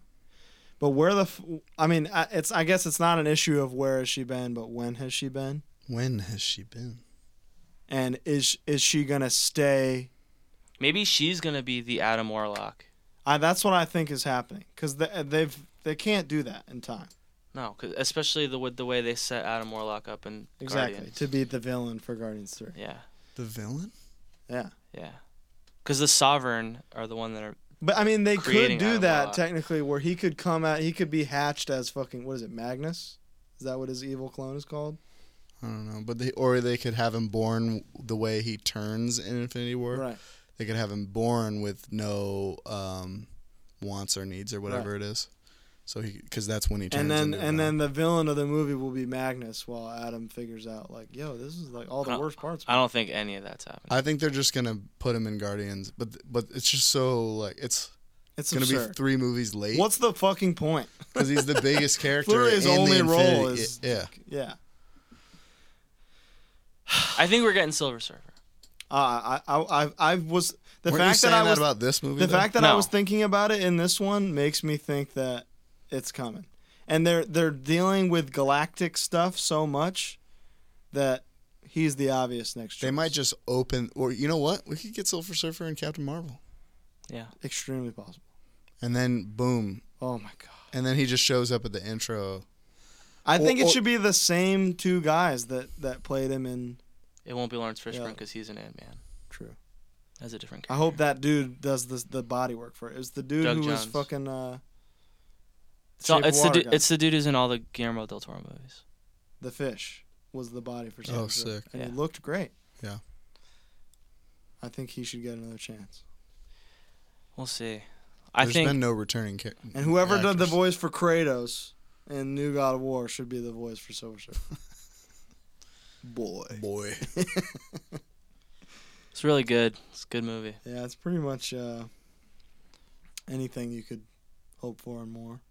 S6: But where the, f- I mean, I- it's I guess it's not an issue of where has she been, but when has she been,
S8: When has she been?
S6: and is is she gonna stay?
S7: Maybe she's gonna be the Adam Warlock.
S6: I that's what I think is happening because they, they've they can't do that in time
S7: No, 'cause- especially the with the way they set Adam Warlock up in
S6: exactly
S7: Guardians.
S6: to be the villain for Guardians Three.
S7: Yeah,
S8: The villain?
S6: Yeah,
S7: yeah. Because the Sovereign are the one that are.
S6: but I mean they
S7: Creating
S6: could do
S7: Adam
S6: that
S7: Warlock.
S6: technically where he could come out, he could be hatched as fucking what is it, Magnus? Is that what his evil clone is called?
S8: I don't know, but they or they could have him born the way he turns in Infinity War.
S6: Right.
S8: They could have him born with no um, wants or needs or whatever it is. So he, because that's when he turns.
S6: and then
S8: into a
S6: and
S8: villain.
S6: then the villain of the movie will be Magnus, while Adam figures out like, yo, this is like all the
S7: I-
S6: worst parts.
S7: I don't think any of that's happened.
S8: I think they're just gonna put him in Guardians, but but it's just so like it's
S6: It's
S8: gonna
S6: absurd.
S8: be three movies late
S6: What's the fucking point?
S8: because he's the biggest character.
S6: Literally, his
S8: in the
S6: only role
S8: Infinity-
S6: is
S8: yeah.
S6: yeah.
S7: I think we're getting Silver Surfer.
S6: Uh, I, I I I was the
S8: Weren't you
S6: fact that
S8: saying
S6: I was
S8: about this movie?
S6: the
S8: though?
S6: fact that I
S7: No.
S6: was thinking about it in this one makes me think that it's coming, and they're they're dealing with galactic stuff so much that he's the obvious next.
S8: they
S6: choice.
S8: might just open, or you know what, we could get Silver Surfer and Captain Marvel,
S7: Yeah.
S6: extremely possible.
S8: and then boom,
S6: Oh my god.
S8: and then he just shows up at the intro.
S6: I think it
S8: or-
S6: should be the same two guys that that played him in.
S7: It won't be Lawrence Fishburne
S6: Yeah.
S7: because he's an Ant Man.
S6: True.
S7: That's a different character.
S6: I hope that dude does the the body work for it. It was the dude
S7: Doug
S6: who was
S7: Jones.
S6: fucking. Uh,
S7: So
S6: Shape of
S7: it's the
S6: Water
S7: du-
S6: guy.
S7: it's the dude who's in all the Guillermo del Toro movies.
S6: the fish was the body for
S8: Oh,
S6: Silver Surfer,
S8: sick.
S6: and he
S7: Yeah.
S6: looked great.
S8: Yeah.
S6: I think he should get another chance.
S7: We'll see. I
S8: There's
S7: think
S8: been no returning character.
S6: And whoever did the
S8: actors.
S6: voice for Kratos in New God of War should be the voice for Silver Surfer. Boy.
S8: boy,
S7: it's really good. It's a good movie.
S6: Yeah, it's pretty much uh, anything you could hope for and more.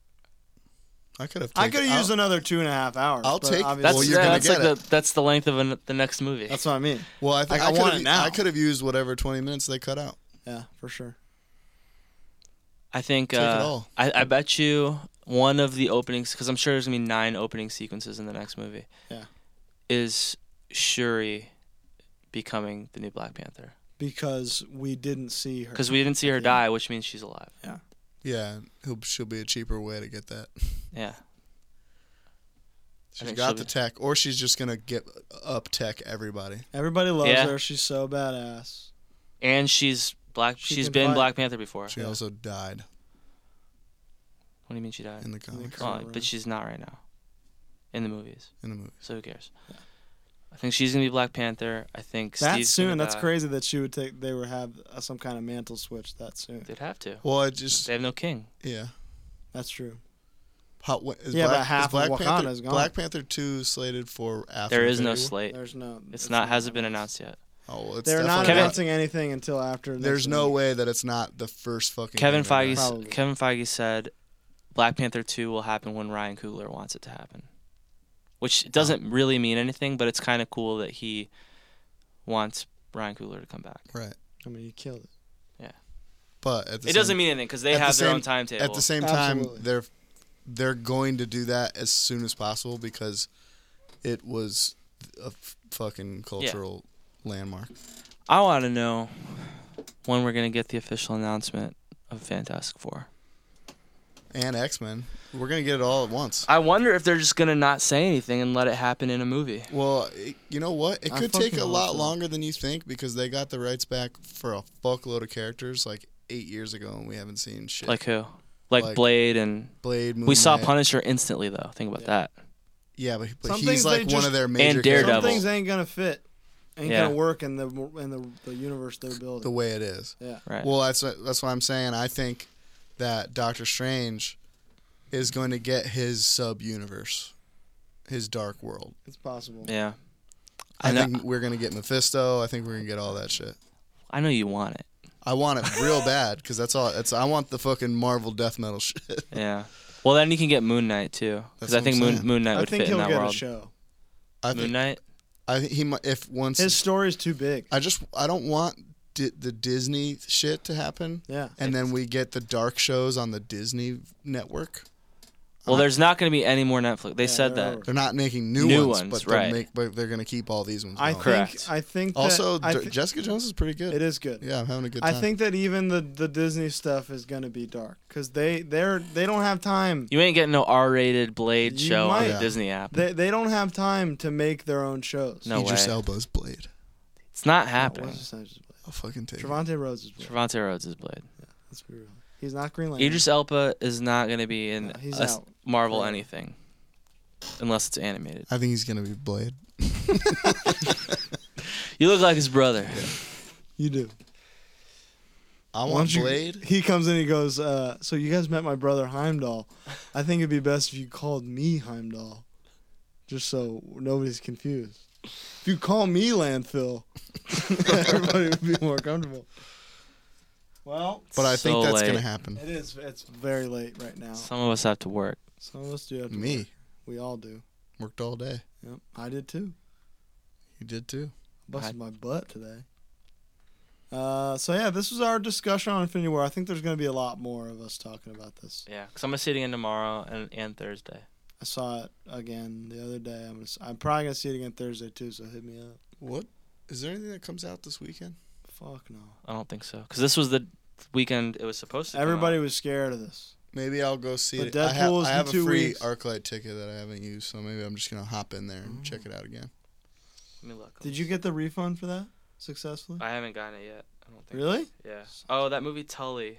S8: I could have.
S6: I could have used
S8: an.
S6: another two and a half hours.
S8: I'll
S6: but
S8: take-
S6: obviously-
S7: That's
S8: Well, you're
S7: yeah,
S8: gonna
S7: that's
S8: get
S7: like the that's the length of an, the next movie.
S6: That's what I mean.
S8: Well, I think
S6: Like, I
S8: I,
S6: want
S8: could
S6: it
S8: have.
S6: now.
S8: I could have used whatever twenty minutes they cut out.
S6: Yeah, for sure.
S7: I think
S8: Take it
S7: uh,
S8: all.
S7: I, I bet you one of the openings because I'm sure there's gonna be nine opening sequences in the next movie.
S6: Yeah.
S7: Is Shuri becoming the new Black Panther?
S6: Because we didn't see her.
S7: Because we didn't see her die, which means she's alive.
S8: Yeah, he'll, she'll be a cheaper way to get that.
S7: Yeah.
S8: She's
S7: think
S8: got
S7: she'll
S8: the
S7: be-
S8: tech, or she's just gonna get up tech everybody.
S6: Everybody loves
S7: Yeah.
S6: her. She's so badass.
S7: And she's black.
S6: She
S7: she's
S6: can
S7: been
S6: fight.
S7: Black Panther before.
S8: She also died
S7: What do you mean she died?
S8: in the comics,
S7: Oh, but she's not right now. In the movies.
S8: in the movie.
S7: So who cares? I think she's gonna be Black Panther. I think
S6: That
S7: Steve's
S6: soon.
S7: gonna
S6: That's
S7: die.
S6: crazy that she would take. They would have uh, some kind of mantle switch that soon.
S7: They'd have to.
S8: Well, I just
S7: They have no king.
S8: yeah.
S6: That's true.
S8: How, what, is
S6: Yeah,
S8: Black,
S6: but half
S8: is Black
S6: of
S8: Panther,
S6: Wakanda's gone.
S8: Black Panther two slated for after.
S7: there is no
S8: Infinity War?
S7: slate.
S6: There's no.
S7: It's, not. Hasn't been announced yet.
S8: Oh, well, it's
S6: They're not
S8: definitely
S6: announcing anything until after. next
S8: There's no
S6: week.
S8: way that it's not the first fucking.
S7: Kevin
S8: thing they're
S7: Feige.
S8: doing.
S6: Probably.
S7: Kevin Feige said, "Black Panther two will happen when Ryan Coogler wants it to happen," which doesn't really mean anything, but it's kind of cool that he wants Ryan Coogler to come back.
S8: Right,
S6: I mean, you killed it.
S8: but at the same,
S7: It doesn't mean anything because they
S8: at the
S7: have their
S8: same-
S7: own timetable.
S8: At the same
S6: Absolutely.
S8: time, they're they're going to do that as soon as possible because it was a f- fucking cultural landmark.
S7: I want to know when we're gonna get the official announcement of Fantastic Four.
S8: and X Men. We're gonna get it all at once.
S7: I wonder if they're just gonna not say anything and let it happen in a movie.
S8: Well, it, you know what? It
S6: I
S8: could
S6: fucking
S8: take a
S6: hope
S8: lot
S6: so.
S8: longer than you think because they got the rights back for a fuckload of characters like eight years ago, and we haven't seen shit.
S7: Like who? Like,
S8: Like-
S7: Blade and
S8: Blade. Moon
S7: we saw
S8: Knight.
S7: Punisher instantly though. Think about that.
S8: Yeah, but, but
S6: Some things
S8: he's
S6: they
S8: like one
S6: just-
S8: of their major
S7: And
S8: characters
S6: Some
S7: Daredevil.
S6: things ain't gonna fit. Ain't
S7: Yeah.
S6: gonna work in the in the, the universe they're building.
S8: the way it is.
S6: yeah.
S7: Right.
S8: Well, that's what- that's what I'm saying. I think that Doctor Strange is going to get his sub universe, his dark world.
S6: It's possible.
S7: yeah.
S8: I,
S7: I know.
S8: think we're gonna get Mephisto. I think we're gonna get all that shit.
S7: I know you want it.
S8: I want it real bad because that's all. That's I want the fucking Marvel death metal shit.
S7: Yeah. Well, then you can get Moon Knight too,
S8: That's
S7: because I
S8: what
S7: think
S8: I'm
S7: Moon
S8: saying.
S7: Moon Knight
S6: I
S7: would
S6: think
S7: fit in
S6: he'll
S7: that
S6: get a
S7: world.
S6: show.
S8: I
S7: Moon
S8: think
S7: Knight.
S8: I think he might if once.
S6: His story's too big.
S8: I just I don't want di- the Disney shit to happen,
S6: Yeah.
S8: and then we get the dark shows on the Disney network.
S7: Well, there's not going to be any more Netflix. They
S6: Yeah,
S7: said
S6: they're
S7: that.
S6: over.
S8: They're not making new,
S7: New
S8: ones,
S7: ones,
S8: but they're
S7: right.
S8: make, but they're gonna keep all these ones.
S6: I
S8: going.
S6: think.
S7: Correct.
S6: I think. That,
S8: Oh. also
S6: I
S8: Dr-
S6: thi-
S8: Jessica Jones is pretty good.
S6: it is good.
S8: Yeah, I'm having a good
S6: I
S8: time.
S6: think that even the, the Disney stuff is gonna be dark because they they're they don't have time.
S7: You ain't getting no R-rated Blade
S6: You
S7: show on
S6: might.
S7: the Disney app.
S6: They they don't have time to make their own shows.
S7: No
S8: Idris
S7: way.
S8: Elba's Blade.
S7: It's not
S6: What
S7: happening.
S6: was his name? Just play.
S8: I'll fucking take it.
S6: Trevante Rhodes is black.
S7: Trevante Rhodes is Blade.
S6: Let's be real. He's not Green Lantern.
S7: Idris Elba is not going to be in
S6: No, he's
S7: a s-
S6: out.
S7: Marvel
S6: Forever.
S7: anything, unless it's animated.
S8: I think he's gonna be Blade.
S7: You look like his brother.
S6: you do.
S8: I
S6: Why
S8: want
S6: don't you-
S8: Blade.
S6: He comes in. He goes. Uh, so you guys met my brother Heimdall. I think it'd be best if you called me Heimdall, just so nobody's confused. If you call me landfill, everybody would be more comfortable. Well,
S8: But I think
S7: So
S8: that's gonna
S7: late.
S8: happen.
S6: it is. It's very late right now.
S7: Some of us have to work.
S6: Some of us do. Have to
S8: Me
S6: work. We all do.
S8: worked all day.
S6: Yep. I did too.
S8: You did too.
S6: busted my butt today. Uh, so yeah, this was our discussion on Infinity War. I think there's going to be a lot more of us talking about this.
S7: Yeah, because I'm gonna see it again tomorrow and, and Thursday.
S6: I saw it again the other day. I'm gonna, s- I'm probably gonna see it again Thursday too. So hit me up.
S8: What is there anything that comes out this weekend?
S6: Fuck no.
S7: I don't think so. Because this was the weekend it was supposed to. come out.
S6: Everybody was scared of this.
S8: Maybe I'll go see
S6: But
S8: it. I have,
S6: Deadpool's
S8: I
S6: in
S8: have a
S6: two
S8: free
S6: weeks.
S8: ArcLight ticket that I haven't used, so maybe I'm just gonna hop in there
S6: Mm.
S8: and check it out again.
S7: Let me look.
S6: Did you get the refund for that successfully?
S7: I haven't gotten it yet. I don't think.
S6: Really?
S7: Yeah. Oh, that movie Tully. I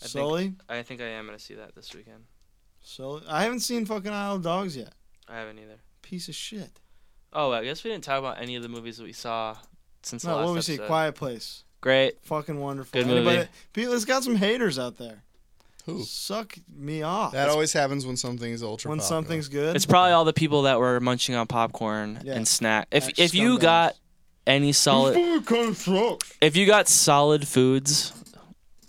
S7: think-
S6: Sully?
S7: I think I am gonna see that this weekend.
S6: Sully? I haven't seen fucking Isle of Dogs yet.
S7: I haven't either.
S6: Piece of shit.
S7: Oh, I guess we didn't talk about any of the movies that we saw since the
S6: No,
S7: last
S6: what we see?
S7: episode.
S6: Quiet Place.
S7: Great.
S6: Fucking wonderful.
S7: Good movie.
S6: People, it's got some haters out there.
S8: Who?
S6: Suck me off.
S8: That always happens when something's ultra.
S6: when
S8: popular.
S6: something's good.
S7: It's probably all the people that were munching on popcorn
S6: Yeah.
S7: and snack. If
S6: Like
S7: if you
S6: scumbags.
S7: got any solid if you got solid foods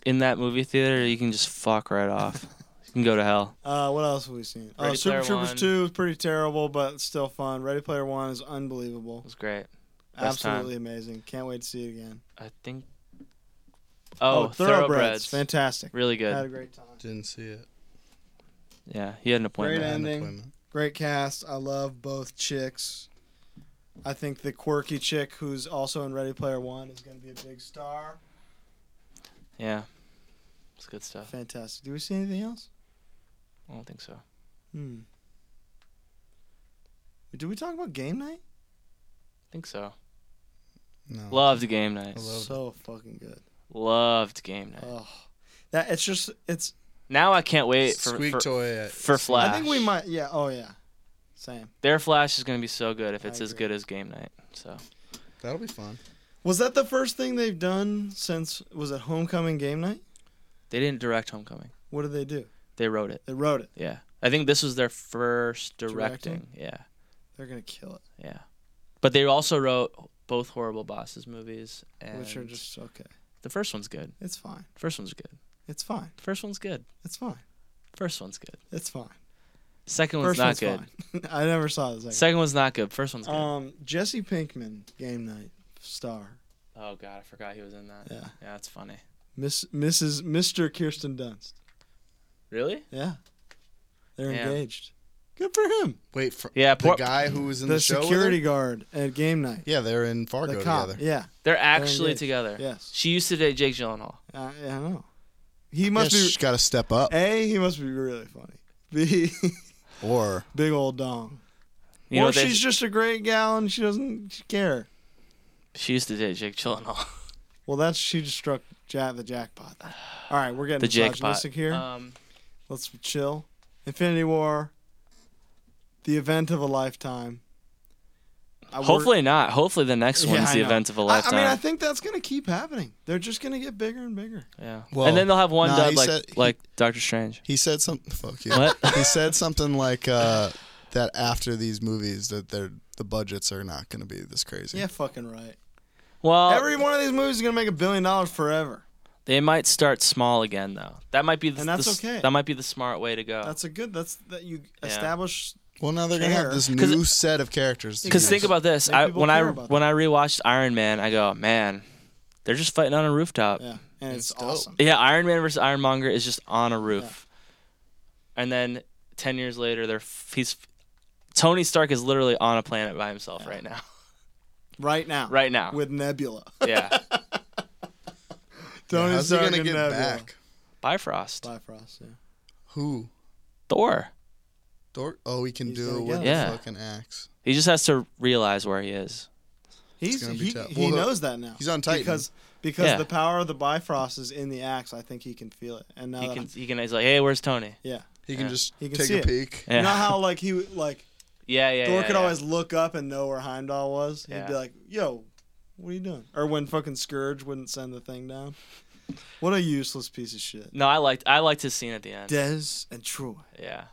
S7: in that movie theater, you can just fuck right off. you can go to hell.
S6: Uh, what else have we seen? Uh,
S7: Ready
S6: Super
S7: Player
S6: Troopers
S7: One.
S6: 2 is pretty terrible, but still fun. Ready Player 1 is unbelievable.
S7: It was great. Best time.
S6: Absolutely amazing. Can't wait to see it again.
S7: I think. Oh, thoroughbreds.
S6: Fantastic.
S7: Really
S6: Had a
S7: good.
S6: great time.
S8: didn't see it.
S7: Yeah, he had an appointment.
S6: Great
S8: Had an
S6: ending.
S8: appointment.
S6: Great cast. I love both chicks. I think the quirky chick who's also in Ready Player One is going to be a big star.
S7: Yeah, it's good stuff.
S6: Fantastic. Do we see anything else?
S7: I don't think so.
S6: Hmm. Did we talk about game night?
S7: I think so.
S8: No.
S7: Loved game night.
S8: I loved
S6: so fucking good.
S7: Loved game night.
S6: Oh, that it's just it's
S7: Now I can't wait for
S8: Squeak
S7: for,
S8: toy. At,
S7: for Flash.
S6: I think we might. Yeah. Oh, yeah. Same.
S7: Their Flash is gonna be so good if
S6: I
S7: it's as
S6: agree.
S7: good as game night. So
S8: That'll be fun.
S6: Was that the first thing they've done since was it homecoming game night?
S7: they didn't direct Homecoming.
S6: What did they do?
S7: They wrote it.
S6: They wrote it.
S7: Yeah, I think this was their first
S6: Directing?
S7: directing. Yeah,
S6: They're gonna kill it,
S7: yeah. But they also wrote both horrible bosses movies, and
S6: which are just okay.
S7: the first one's good.
S6: It's fine.
S7: First one's good.
S6: It's fine.
S7: First one's good.
S6: It's fine.
S7: First one's good.
S6: It's fine.
S7: Second one's
S6: First
S7: not
S6: one's
S7: good.
S6: fine. I never saw the second.
S7: Second one's not good. First one's good.
S6: um, Jesse Pinkman, game night star,
S7: oh god, I forgot he was in that.
S6: Yeah.
S7: yeah, that's funny.
S6: Miss Mrs. Mr. Kirsten Dunst.
S7: Really?
S6: Yeah, they're
S7: Yeah.
S6: engaged. Good for him.
S8: Wait for
S7: Yeah,
S8: the
S7: poor-
S8: guy who was in
S6: The,
S8: the, show. with her?
S6: security guard at game night.
S8: Yeah, they're in Fargo
S6: the cop.
S8: together.
S6: Yeah,
S7: They're actually
S6: engaged.
S7: together.
S6: Yes.
S7: She used to date Jake Gyllenhaal.
S6: I, I don't know. He
S8: Yeah,
S6: must be
S8: got to step up
S6: A, he must be really funny. B,
S8: or
S6: big old dong.
S7: You
S6: or
S7: know what they-
S6: she's just a great gal and she doesn't care.
S7: She used to date Jake Gyllenhaal.
S6: Well, that's she just struck ja- the jackpot. All right, we're getting
S7: the jackpot.
S6: misogynistic here.
S7: Um,
S6: Let's chill. Infinity War, the event of a lifetime. I wor-
S7: hopefully not. Hopefully the next
S6: Yeah,
S7: one's
S6: I
S7: the
S6: know.
S7: event of a
S6: I-
S7: lifetime.
S6: I, mean, I think that's gonna keep happening. They're just gonna get bigger and bigger.
S7: yeah.
S8: Well,
S7: and then they'll have one
S8: nah,
S7: dubbed
S8: he
S7: like
S8: said-
S7: like Doctor Strange.
S8: he said something. Fuck you.
S7: What?
S8: he said something like uh, that after these movies that they're the budgets are not going to be this crazy.
S6: Yeah, fucking right.
S7: Well,
S6: Every one of these movies is gonna make a billion dollars forever.
S7: they might start small again though. That might be the,
S6: And that's
S7: the s-
S6: okay.
S7: That might be the smart way to go.
S6: That's a good. That's that you
S7: Uh, Yeah.
S6: establish
S8: Well, now they're going to
S6: Care.
S8: have this
S7: 'Cause
S8: new set of characters. to
S7: Because
S8: use.
S7: think about this.
S6: Make
S7: I,
S6: people
S7: when I
S6: care about
S7: when I rewatched Iron Man, I go, man, they're just fighting on a rooftop. Yeah,
S6: Yeah, and it's,
S8: dope.
S6: awesome.
S7: Iron Man versus Ironmonger is just on a roof. And then ten years later, they're f- he's Tony Stark is literally on a planet by himself right now.
S6: Right now.
S7: Right now.
S6: With Nebula.
S7: yeah,
S6: Tony
S8: how's he
S6: Stark
S8: going to
S6: and
S8: get
S6: Nebula.
S8: back?
S7: Bifrost,
S6: Bifrost, yeah.
S8: Who?
S7: Thor.
S8: Dork? Oh, he can
S6: He's
S8: do
S6: gonna
S8: it
S6: get
S8: with
S7: it. Yeah.
S8: the fucking axe.
S7: He just has to realize where he is.
S6: He's
S8: gonna be
S6: he,
S8: tough.
S6: he
S8: Well,
S6: knows that now.
S8: he's on Titan.
S6: because because
S7: Yeah.
S6: the power of the Bifrost is in the axe. I think he can feel it, and now
S7: He
S6: that
S7: can
S6: I'm-
S7: he can he's like, hey, where's Tony?
S6: yeah,
S8: He can
S7: Yeah.
S8: just
S6: He can
S8: take
S6: see
S8: a
S6: it.
S8: peek.
S7: Yeah,
S6: you know how like he would- like
S7: yeah, yeah.
S6: Thor
S7: yeah,
S6: could
S7: yeah.
S6: always look up and know where Heimdall was. He'd
S7: Yeah.
S6: be like, "Yo, what are you doing?" Or when fucking Scourge wouldn't send the thing down, What a useless piece of shit.
S7: No, I liked I liked his scene at the end.
S6: Dez and Troy.
S7: yeah.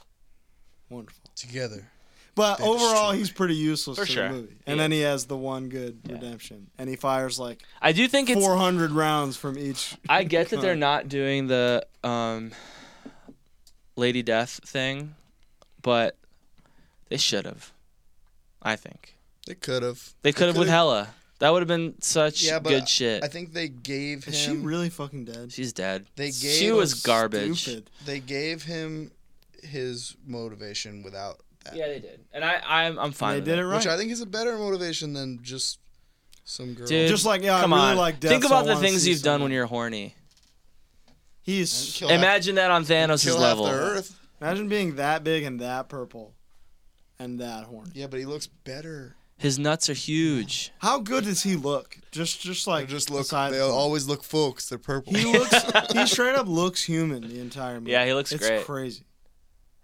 S6: Wonderful.
S8: Together.
S6: But
S8: They
S6: overall,
S8: destroy.
S6: he's pretty useless
S7: For
S6: to
S7: sure.
S6: the movie. And
S7: Yeah.
S6: then he has the one good redemption, and he fires like
S7: I do think it's
S6: 400 rounds from each.
S7: I get that they're
S6: cunt.
S7: not doing the um, Lady Death thing, but they should have. I think
S8: They could have.
S7: they could have with
S8: could've-
S7: Hella. That would have been such
S8: Yeah, but
S7: good shit.
S8: I think they gave him.
S6: Is she really fucking dead?
S7: She's dead.
S8: They
S7: she
S8: gave
S7: was
S8: us
S7: garbage.
S6: Stupid.
S8: they gave him his motivation without that,
S7: Yeah, they did, and I I'm I'm fine.
S6: They
S7: with
S6: did
S7: it.
S6: it right.
S8: which I think is a better motivation than just some girl.
S7: Dude,
S6: Just like, yeah, I
S7: Come
S6: really
S7: on,
S6: like death,
S7: think
S6: so I
S7: about the
S6: wanna
S7: things
S6: see
S7: you've done
S6: someone-
S7: when you're horny.
S6: He's
S8: Kill half-
S7: Imagine that on Thanos'
S8: kill half
S7: level.
S8: the Earth.
S6: imagine being that big and that purple, and that horny.
S8: Yeah, but he looks better.
S7: His nuts are huge.
S6: How good does he look? Just just
S8: They
S6: like
S8: just look.
S6: aside-
S8: They always look full because they're purple.
S6: he looks he straight up looks human the entire movie.
S7: Yeah, he looks
S6: it's
S7: great.
S6: crazy.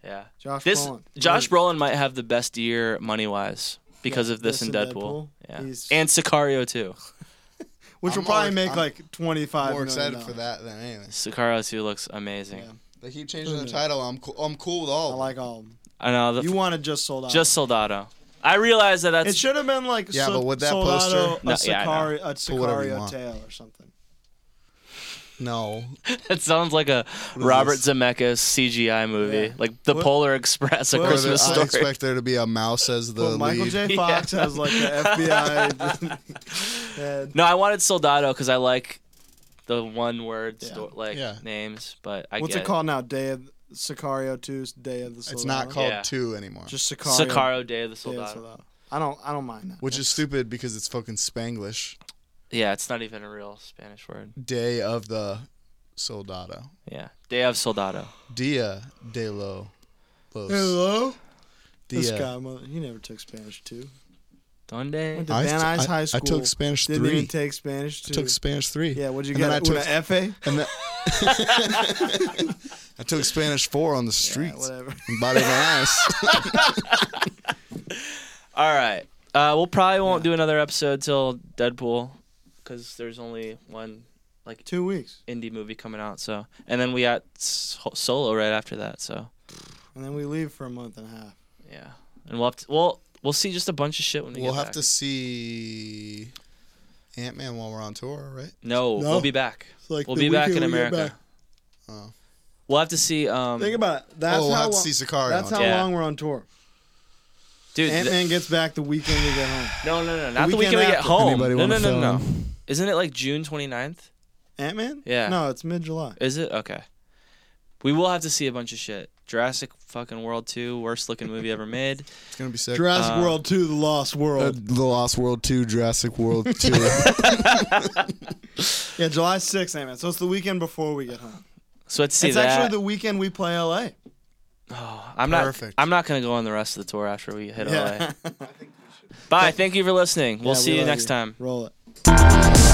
S7: Yeah.
S6: Josh
S7: This
S6: Brolin.
S7: Josh
S6: Brolin.
S7: Brolin might have the best year money wise because of this, and Deadpool. Yeah.
S6: He's-
S7: And Sicario too.
S6: which
S8: I'm
S6: will probably
S8: more-
S6: make
S8: I'm
S6: like twenty five.
S8: More excited for that than anything.
S7: Sicario too looks amazing.
S6: Yeah.
S8: They keep changing the
S6: Yeah.
S8: title. I'm cool. I'm cool with
S6: Mm. I
S8: all. of them.
S6: like all of them.
S7: I know. The,
S6: You wanted just sold out.
S7: just Soldado. I realize that that's
S6: it should have been like
S8: Yeah,
S6: so,
S8: but with that
S6: Soldado,
S8: poster-
S6: a
S7: No, yeah, I know.
S6: Sicario, a
S8: Put whatever you
S6: Sicario
S8: want.
S6: tale or something.
S8: no.
S7: that sounds like a
S8: is
S7: Robert
S8: this?
S7: Zemeckis CGI movie,
S6: Yeah.
S7: like The
S6: What-
S7: Polar Express, a
S6: what-
S7: Christmas
S8: I
S7: story.
S8: expect there to be a mouse as the
S6: But Michael
S8: lead.
S6: J.
S7: Yeah.
S6: Fox has like the FBI head.
S7: no, I wanted Soldado because I like the one word
S6: Yeah.
S7: sto- like
S8: Yeah.
S7: names, but I
S6: What's
S7: get
S6: it called now? Day of Sicario 2's Day of the Soldado.
S8: It's not called
S7: Yeah.
S8: two anymore,
S6: just Sicario.
S7: Sicario Day of
S6: Day
S7: the
S6: of
S7: Soldado.
S6: the Soldado. I don't. I don't mind that.
S8: which is stupid because it's fucking Spanglish.
S7: Yeah, it's not even a real Spanish word.
S8: Day of the Soldado.
S7: Yeah, Day of Soldado.
S8: Dia de lo. Los.
S6: Hello. This
S8: Dia.
S6: guy, mother, he never took Spanish two.
S7: Donde?
S6: Went to
S8: I
S6: Van
S8: st-
S6: Nuys
S8: I-
S6: High
S8: I
S6: School.
S8: took Spanish
S6: didn't
S8: three.
S6: even take Spanish two.
S8: I took Spanish three.
S6: yeah, what'd you
S8: and
S6: get?
S8: Then I
S6: Una
S8: took,
S6: F.A.
S8: and then- I took Spanish four on the
S6: Yeah,
S8: streets.
S6: whatever.
S8: and Body of an ice.
S7: All right. Uh, we'll probably won't do another episode till Deadpool, because there's only one
S6: Two weeks,
S7: indie movie coming out. So, and then we got so- Solo right after that. So,
S6: and then we leave for a month and a half.
S7: yeah. And we'll have to, we'll we'll see just a bunch of shit when we
S8: We'll
S7: get
S8: have
S7: back.
S8: to see Ant Man while we're on tour, right?
S7: No,
S6: No.
S7: we'll be back.
S6: like
S7: we'll
S6: the
S7: be back in
S6: weekend we get
S7: America.
S6: back.
S8: Oh.
S7: We'll have to see. Um,
S6: Think about it. That's
S8: oh, we'll
S6: how
S8: have
S6: long,
S8: to see Sicario. on
S6: That's how
S8: tour.
S7: Yeah.
S6: long we're on tour.
S7: dude.
S6: Ant
S7: th-
S6: Man gets back the weekend we get home.
S7: no, no, no, not the
S6: weekend
S7: weekend we get
S6: after.
S7: home.
S8: Anybody
S7: no, no,
S8: wanna
S7: no,
S8: fill
S7: no. Isn't it like June 29th?
S6: Ant Man?
S7: Yeah.
S6: No, it's mid July.
S7: Is it okay? We will have to see a bunch of shit. Jurassic fucking World 2, worst looking movie ever made.
S8: It's gonna be sick.
S6: Jurassic
S7: Uh,
S6: World Two: The Lost
S8: Uh,
S6: World.
S8: the Lost World Two, Jurassic World Two.
S6: yeah, July 6th, Ant Man. So it's the weekend before we get home.
S7: So let's see
S6: it's
S7: that.
S6: actually the weekend we play LA.
S7: I'm not.
S8: Perfect.
S7: I'm not gonna go on the rest of the tour after we hit LA.
S6: Yeah.
S7: Bye. Thank you for listening. We'll
S6: Yeah,
S7: see
S6: we
S7: you
S6: love
S7: next time.
S6: Roll it.